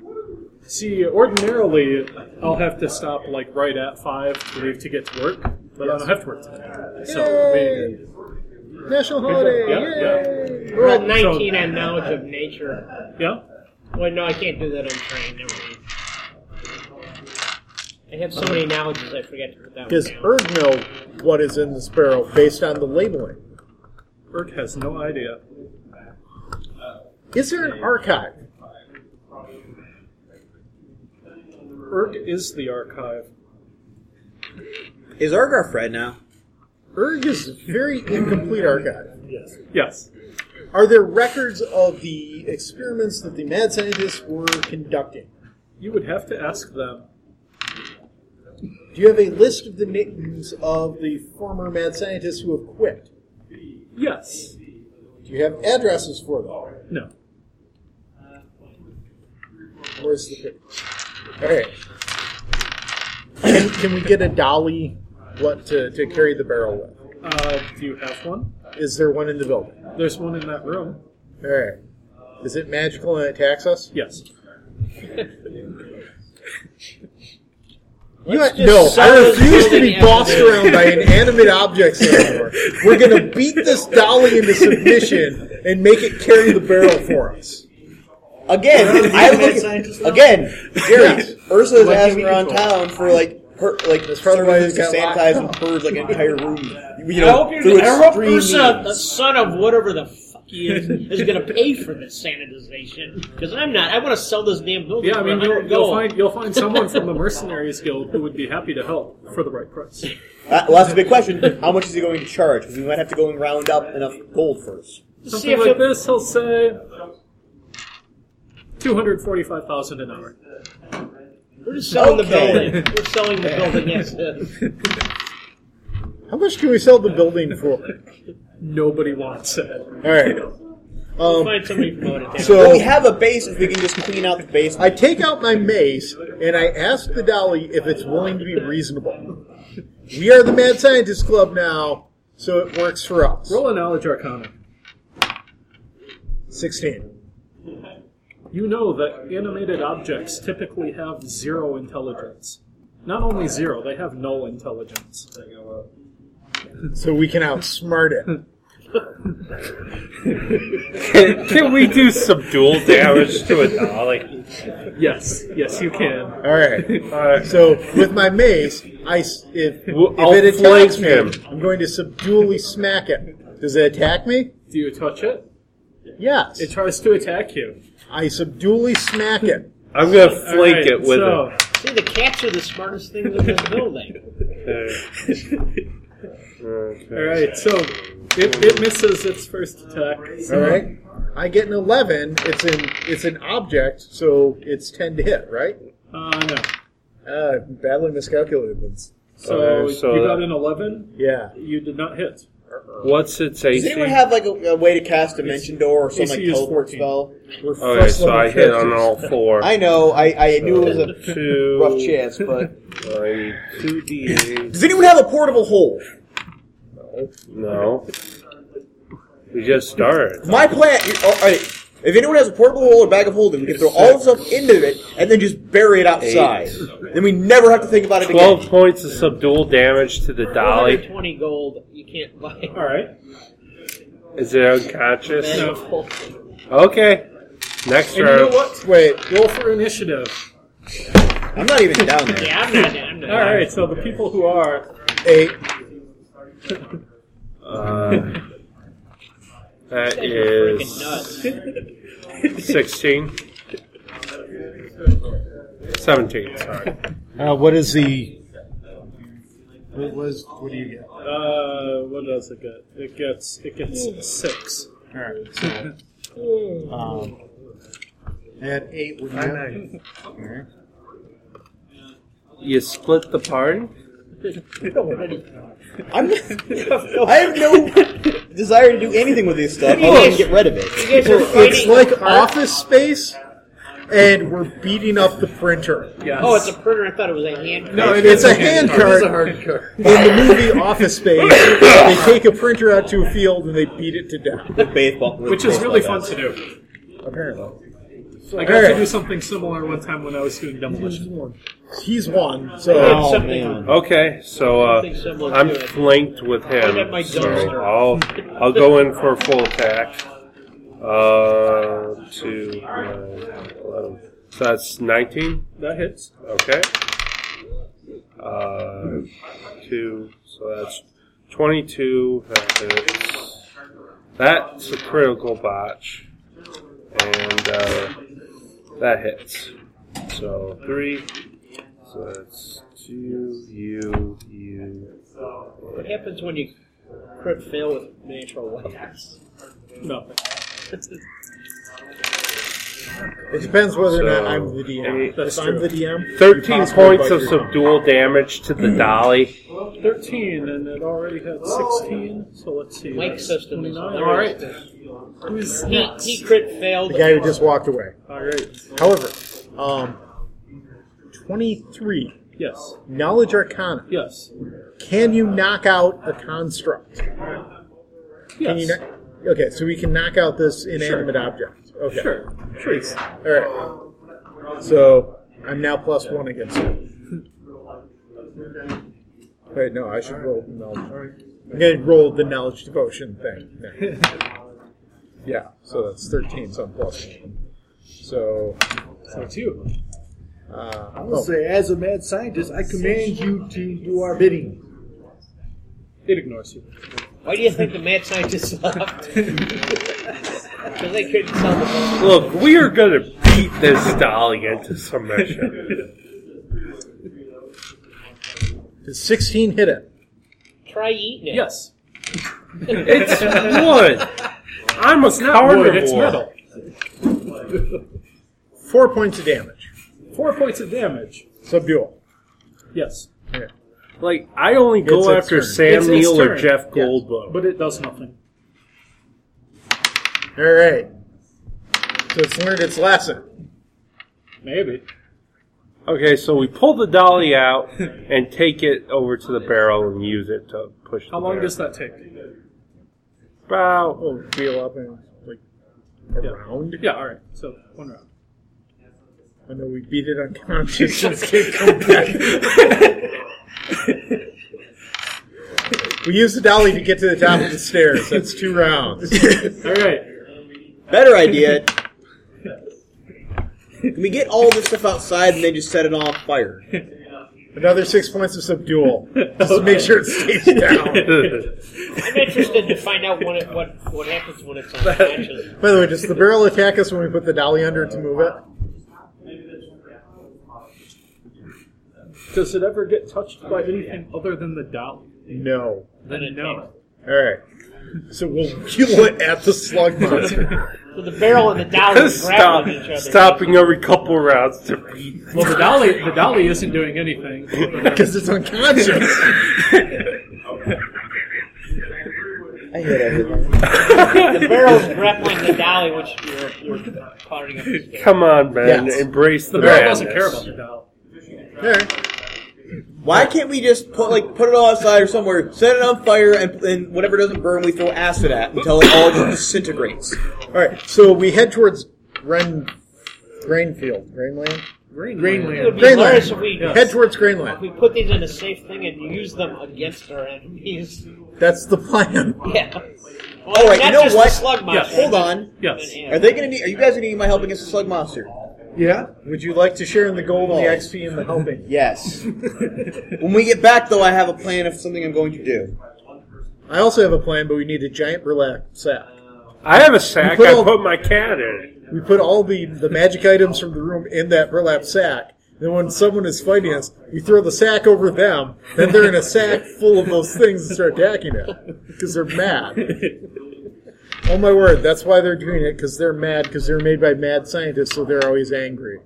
S2: see, ordinarily I'll have to stop like right at five to leave to get to work, but I don't have to work today. So
S7: Yay!
S2: we,
S7: National holiday!
S2: Yeah,
S7: Yay!
S4: We're at
S2: So-
S4: 19 on knowledge of nature.
S2: yeah.
S4: Well, no, I can't do that on train. Never mind. I have so many knowledges I forget to put that one
S7: Does
S4: down.
S7: Erg know what is in this barrel based on the labeling?
S2: Erk has no idea.
S7: Is there an archive?
S2: Erk is the archive.
S10: Is Arg our friend now?
S7: Erg is very incomplete archive.
S2: Yes.
S7: Are there records of the experiments that the mad scientists were conducting?
S2: You would have to ask them.
S7: Do you have a list of the names of the former mad scientists who have quit?
S2: Yes.
S7: Do you have addresses for them?
S2: No.
S7: Where's the All right. Can, can we get a dolly what to, to carry the barrel with?
S2: Uh, do you have one?
S7: Is there one in the building?
S2: There's one in that room.
S7: All right. Is it magical and it attacks us?
S2: Yes.
S7: You had-
S4: just
S7: no,
S4: sell
S7: I
S4: this
S7: refuse to
S4: building
S7: be bossed
S4: after
S7: around by inanimate objects anymore. We're going to beat this dolly into submission and make it carry the barrel for us.
S3: Again, I look again, Jerry. Ursula is asking around town for like her like this
S7: probably why
S3: services
S7: they
S3: to
S7: got
S3: sanitize and purge like an entire room. You
S4: I
S3: know,
S4: hope,
S3: through
S4: you're,
S3: its
S4: I hope
S3: three
S4: Ursa, the
S3: means.
S4: son of whatever the fuck he is, is going to pay for this sanitization. Because I'm not. I want to sell this damn building.
S2: Yeah, I
S4: for
S2: mean,
S4: 100
S2: you'll, you'll
S4: gold.
S2: find you'll find someone from the Mercenaries Guild who would be happy to help for the right price.
S3: Uh, well, that's the big question. How much is he going to charge? Because we might have to go and round up enough gold first.
S4: See if
S2: Something like
S4: he'll-
S2: this, he'll say two hundred forty-five thousand an hour.
S4: We're just selling
S3: Okay.
S4: the building. We're selling the building. Yes. uh,
S7: How much can we sell the building for?
S2: Nobody wants it.
S7: All right. Um,
S4: find somebody from out of town.
S3: But
S7: so
S3: we have a base if we can just clean out the base.
S7: I take out my mace and I ask the dolly if it's willing to be reasonable. We are the Mad Scientist Club now, so it works for us.
S2: Roll a knowledge arcana.
S7: 16.
S2: You know that animated objects typically have zero intelligence. Not only zero, they have null intelligence.
S7: So we can outsmart it.
S5: Can, can we do some dual damage to a dolly?
S2: Yes, yes, you can.
S7: All right.
S5: Uh,
S7: So with my mace, I s- if,
S5: Well, I'll
S7: if it attacks
S5: flank
S7: me,
S5: him.
S7: I'm going to subdually smack it. Does it attack me?
S2: Do you touch it?
S7: Yes.
S2: It tries to attack you.
S7: I subdually smack it.
S5: I'm gonna flank
S2: Alright,
S5: it with
S2: so,
S4: See, the cats are the smartest things in this building.
S5: it.
S2: All right, so it, it misses its first attack.
S7: All right. I get an eleven. It's an it's an object, so it's ten to hit, right?
S2: Uh, no.
S7: Uh, badly miscalculated. ones.
S2: So,
S5: Okay, so
S2: you
S5: that-
S2: got an 11.
S7: Yeah.
S2: You did not hit.
S5: What's its AC?
S3: Does anyone have like a, a way to cast Dimension Door or some like
S2: AC is
S3: teleport
S2: 14.
S3: spell?
S7: We're
S5: Okay,
S7: first
S5: so
S7: level
S5: I hit on
S7: characters.
S5: all four.
S3: I know, I, I knew it was a
S5: Two.
S3: rough chance, but
S5: like, two D8.
S3: does anyone have a portable hole?
S5: No. We just started.
S3: My plan. oh, all right. if anyone has a portable hole or bag of holding, we can throw all the stuff into it and then just bury it outside. Then we never have to think about it again.
S5: Twelve points of subdual damage to the dolly.
S4: 120 gold. You can't buy.
S2: All right.
S5: Is it unconscious?
S4: No.
S5: Okay. Next
S2: And you know
S5: round.
S2: what?
S7: Wait.
S2: Roll for initiative.
S3: I'm not even down there.
S4: Yeah, I'm not. I'm not.
S2: All right, so the people who are.
S7: Eight.
S5: Uh, that
S4: You're freaking
S5: is
S4: nuts.
S5: 16. 17, sorry.
S7: Uh, what is the? What was? What do you get?
S2: Uh, what does it get? It gets it gets six.
S7: All right. So, um, at eight, would you?
S5: You split the party?
S3: I'm, I have no desire to do anything with this stuff.
S4: You
S3: I'll
S4: guys-
S3: just get rid of it.
S4: You guys are
S7: It's
S4: fighting.
S7: like office space, and we're beating up the printer.
S2: Yes.
S4: oh, it's a printer. I thought it was a hand.
S7: No, it's, a hand cart. In the movie Office Space, they take a printer out to a field and they beat it to death.
S3: With baseball, with
S2: which is
S3: baseball
S2: really
S3: bats.
S2: fun to do.
S7: Apparently,
S2: I got
S7: Alright.
S2: to do something similar one time when I was doing demolition.
S7: he's won. So
S4: Oh, something,
S5: Um, Okay, so
S4: Something
S5: uh,
S4: similar
S5: I'm
S4: to it.
S5: flanked with
S4: Look at my
S5: him. So
S4: dumpster.
S5: I'll, I'll go in for full attack. Uh, two, nine, 11. So that's 19.
S2: That hits.
S5: Okay. Uh, two, so that's 22. That hits. That's a critical botch. And uh, that hits. So three, so that's two, you, you.
S4: What happens when you crit fail with natural weapons?
S2: Nothing.
S1: It depends whether or not
S5: So,
S1: I'm the DM.
S2: That's
S1: I'm the
S2: true.
S1: DM. You
S5: Thirteen
S1: pop one
S5: points
S1: by
S5: of
S1: your-
S5: subdual damage to the dolly.
S2: Thirteen, and it already had sixteen. So let's see.
S4: Mike
S2: that's
S4: system is
S2: 29.
S4: all right.
S2: Who's
S4: He,
S2: next?
S4: he crit failed.
S1: The guy who just walked away.
S2: All right.
S1: However, um, 23.
S2: Yes.
S1: Knowledge Arcana.
S2: Yes.
S1: Can you knock out a construct? Can you
S2: Yes.
S1: kno- okay, so we can knock out this inanimate object. Okay.
S2: Sure. Sure.
S1: All right. So I'm now plus one against it. Wait, no, I should roll knowledge. I'm going to roll the knowledge devotion thing. No. Yeah, so that's 13, so I'm plus one. So,
S2: So two.
S1: uh,
S7: I will
S1: oh,
S7: say, as a mad scientist, I command you to do our bidding.
S2: It ignores you.
S4: Why do you think the mad scientists left? Because they couldn't sell the book.
S5: Look, we are gonna beat this dolly into submission.
S1: does 16 hit it?
S4: Try eating it.
S2: Yes.
S5: It's wood. I'm a
S2: Wood,
S5: carnivore.
S2: It's metal.
S1: Four points of damage.
S2: Four points of damage.
S1: Subdual.
S2: Yes.
S5: Like I only go
S1: It's its
S5: after
S1: turn.
S5: Sam
S2: It's its
S5: Neill or
S2: turn.
S5: Jeff
S1: Yeah.
S5: Goldblum.
S2: But it does nothing.
S1: All right. So it's learned its lesson.
S2: Maybe.
S5: Okay, so we pull the dolly out and take it over to the barrel and use it to push.
S2: How
S5: the
S2: long
S5: barrel.
S2: does that take?
S5: About
S1: Oh, wheel up and like around.
S2: Yeah. All right. So one round.
S1: I know we beat it unconscious. and it can't come back. we used the dolly to get to the top of the stairs. That's two rounds.
S2: All right.
S3: Better idea. Can we get all this stuff outside and then just set it on fire?
S1: Another six points of subdual. Just to make sure it stays down.
S4: I'm interested to find out when it, what what happens when it's on actually.
S1: By the way, does the barrel attack us when we put the dolly under it to move it?
S2: Does it ever get touched by anything other than the dolly?
S1: No.
S4: Then no.
S1: All right. So we'll kill it at the slug monster.
S4: So the barrel and the dolly
S5: stop,
S4: grappling each other.
S5: stopping every couple rounds to beat.
S2: Well, the dolly, the dolly isn't doing anything.
S1: Because it's unconscious.
S3: I hate everything.
S4: The barrel's grappling the dolly, which you're, you're parting up. his game.
S5: Come on, man,
S1: Yes.
S5: embrace the,
S2: The barrel doesn't care
S5: madness.
S2: about the dolly.
S1: All right.
S3: Why can't we just put like put it all outside or somewhere, set it on fire, and, and whatever doesn't burn, we throw acid at until it all just disintegrates?
S1: All right. So we head towards Gren, Grainfield, Grainland.
S4: It would
S7: Greenland.
S4: be
S1: Greenland.
S4: hilarious if we,
S1: Head towards
S4: if
S1: Grainland.
S4: we put these in a safe thing and use them against our enemies.
S1: That's the plan.
S4: Yeah. Well,
S3: All right,
S4: not
S3: you know
S4: just
S3: what?
S4: The slug monster.
S2: Yes.
S3: Hold on.
S2: Yes.
S3: Are they gonna need? Are you guys gonna need my help against the slug monster?
S7: Yeah.
S1: Would you like to share in the gold, and the XP, and the helping?
S3: Yes. when we get back, though, I have a plan of something I'm going to do.
S1: I also have a plan, but we need a giant burlap sack.
S5: I have a sack.
S1: You put
S5: I
S1: all-
S5: put my cat in
S1: We put all the, the magic items from the room in that burlap sack. Then when someone is fighting us, we throw the sack over them. Then they're in a sack full of those things and start attacking it because they're mad. Oh my word! That's why they're doing it because they're mad because they're made by mad scientists, so they're always angry.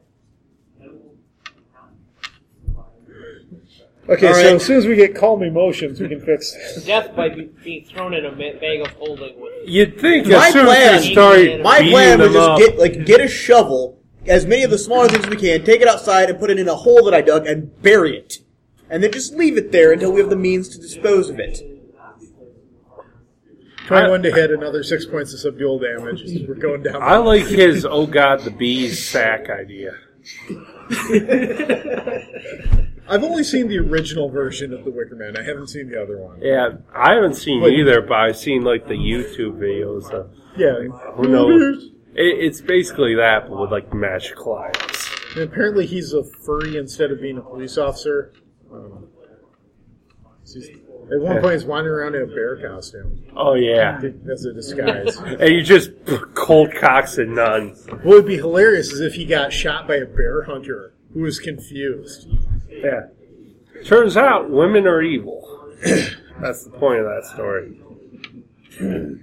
S1: Okay,
S3: All
S1: so
S3: right.
S1: as soon as we get calm emotions, we can fix this.
S4: Death by be- being thrown in a ma- bag of holding with
S5: it. You'd think
S3: My
S5: as soon
S3: plan-
S5: as you start
S3: My
S5: beating
S3: plan was
S5: them
S3: just
S5: up,
S3: get like get a shovel, as many of the smaller things we can, take it outside and put it in a hole that I dug and bury it, and then just leave it there until we have the means to dispose of it.
S1: Twenty-one to hit, another six points of subdual damage. We're going down.
S5: I like his "Oh God, the bees" sack idea.
S1: I've only seen the original version of the Wicker Man. I haven't seen the other one.
S5: Yeah, I haven't seen
S1: Wait.
S5: either, but I've seen like the YouTube videos. Of,
S1: Yeah.
S5: who knows? It, it's basically that, but with like magical items.
S1: And apparently he's a furry instead of being a police officer. I don't know. He's- At one point he's wandering around in a bear costume
S5: Oh yeah,
S1: as a disguise.
S5: and you just cold cocks and none.
S1: what would be hilarious is if he got shot by a bear hunter who was confused.
S5: Yeah. Turns out women are evil. That's the point of that story.
S7: The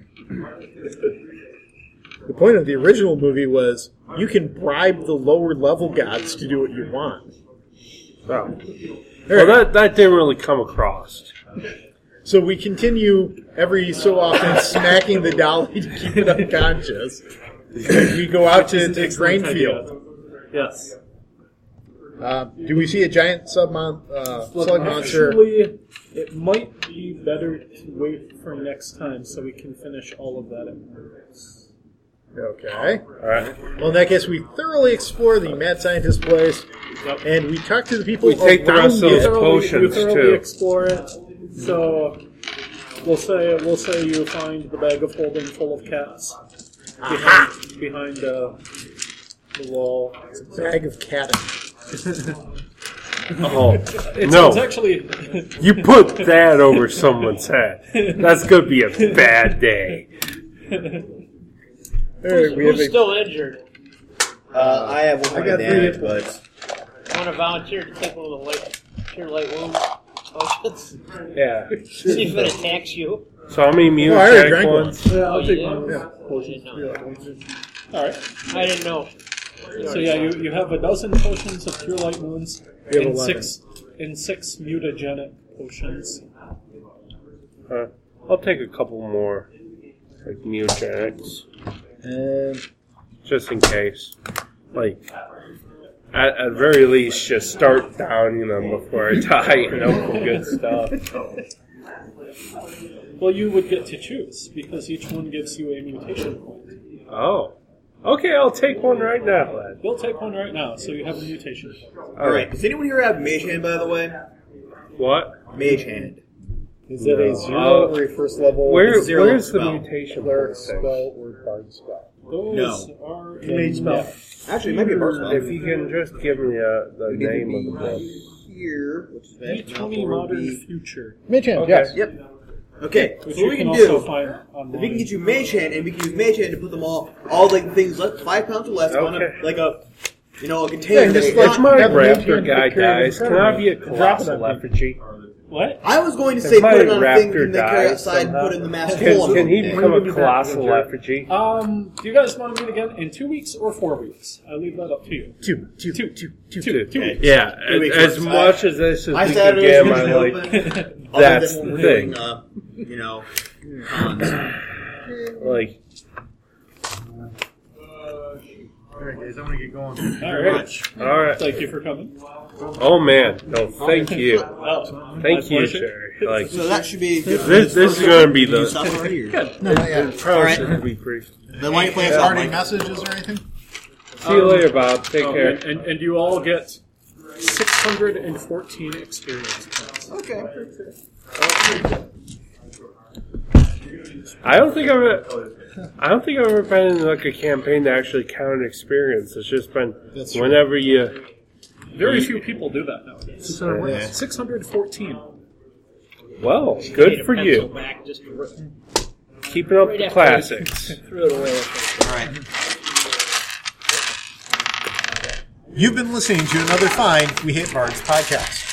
S7: point of the original movie was you can bribe the lower level gods to do what you want.
S5: So. Well, that, that didn't really come across.
S7: So we continue every so often smacking the dolly to keep it unconscious. we go out to the grain
S2: Excellent idea.
S7: field.
S2: Yes.
S7: Uh, do we see a giant sub mon- uh, slug monster?
S2: Actually, it might be better to wait for next time so we can finish all of that at once.
S7: Okay.
S5: All right.
S7: Well, in that case, we thoroughly explore the mad scientist place,
S2: Yep.
S7: and we talk to the people.
S5: We take the
S7: around
S5: rest of
S7: it.
S5: It's
S2: thoroughly-
S5: potions,
S2: you thoroughly
S5: too.
S2: explore it. So we'll say we'll say you find the bag of holding full of cats behind, behind uh, the wall.
S7: bag of cat.
S5: Oh,
S2: It's,
S5: no.
S2: it's actually
S5: You put that over someone's head. That's going to be a bad day.
S7: All right, we have
S4: Who's
S7: a,
S4: still injured?
S3: Uh, I have one
S7: I got
S3: point damage,
S7: three.
S3: but
S4: Want to volunteer to take one of the light, pure light wound potions?
S5: Yeah.
S4: See if it attacks you.
S5: So how many immune
S7: Oh, I already
S5: check
S7: drank
S5: ones?
S7: one.
S4: Oh, you did?
S7: Yeah.
S4: I didn't know.
S2: all right.
S4: I didn't know.
S2: So yeah, you, you have a dozen potions of pure light moons
S7: We have
S2: and
S7: 11.
S2: six and six mutagenic potions.
S5: Huh. I'll take a couple more, like mutagenics,
S7: And
S5: just in case. Like, at, at very least, just start downing them before I die, you know, for good stuff.
S2: Well, you would get to choose because each one gives you a mutation point.
S5: Oh. Okay, I'll take one right now, lad.
S2: You'll take one right now, so you have a mutation.
S5: All right.
S3: Does anyone here have mage hand, by the way?
S5: What?
S3: Mage hand.
S7: is that
S5: No.
S7: a zero
S5: Uh,
S7: or a first level?
S5: Where,
S3: zero
S5: where's the
S3: spell.
S5: mutation?
S7: cleric
S5: thing?
S7: spell or bard spell?
S2: Those are in,
S7: Mage spell.
S3: Actually, it might be a burst
S5: If you can just give me uh, the name of the book.
S3: here, which is
S2: D E twenty modern future,
S7: Mage hand,
S5: Okay.
S7: yes.
S3: Yep. Okay, so
S2: which
S3: what
S2: you
S3: we
S2: can
S3: can
S2: also
S3: do
S2: find
S3: If we can
S2: online.
S3: get you mage hand, and we can use mage hand to put them all, all like things less, five pounds or less, on
S5: Okay.
S3: a, like a, you know, a container.
S7: Yeah, just
S3: that-
S5: If my
S7: Have a
S5: raptor
S7: mutant
S5: guy
S7: picture in
S5: dies,
S7: front
S5: can
S7: of
S5: I
S7: me.
S5: be a
S7: Drop it on
S5: colossal
S7: me.
S5: effigy?
S2: What?
S3: I was going to
S5: If
S3: say
S5: my
S3: put it on a thing
S5: raptor
S3: and then carry
S5: dies
S3: outside and
S5: somehow-
S3: put it in the mask full
S5: Can,
S3: on
S5: can he
S3: one day.
S5: become a colossal effigy?
S2: Um, do you guys want to meet again in two weeks or four weeks? I leave that up to you.
S7: Two, two,
S2: Two,
S7: two.
S2: two, two, two weeks.
S5: Yeah,
S3: Two weeks
S5: as, as
S3: worth.
S5: much as this is
S3: My
S5: we can
S3: Saturday
S5: get
S3: is
S5: my
S3: gonna be
S5: like,
S3: open. Other than
S5: that's
S3: when
S5: the
S3: we're
S5: thing.
S3: Doing, uh, you know, um, cons.
S5: like
S1: Alright guys, I'm gonna get going.
S2: All right.
S5: all right.
S2: Thank you for coming.
S5: Oh man, no, thank you,
S2: Oh, my
S5: thank you,
S2: pleasure.
S5: Sherry. Like
S3: So that should be good.
S5: this, this is gonna be
S3: You
S5: the
S3: stop already, or-
S5: it
S3: All
S5: probably
S3: right.
S5: should be brief.
S3: Then why you
S7: Are
S3: playing
S7: there
S3: something?
S7: any messages or anything?
S5: See you later, Bob.
S3: Oh,
S5: Take
S2: Um,
S5: care.
S2: and, and, and you all get 614 experience points.
S3: Okay.
S5: I don't think I've ever, I don't think I've ever been in like a campaign to actually count experience. It's just been
S7: That's
S5: whenever you.
S2: Very few people do that nowadays.
S7: Yeah.
S2: 614.
S5: Well, good for
S4: Need a pencil
S5: you.
S4: Back just r-
S5: Keeping up
S4: right
S5: the
S4: after
S5: classics.
S4: I Threw it away.
S3: All right.
S7: You've been listening to another fine We Hit Bards podcast.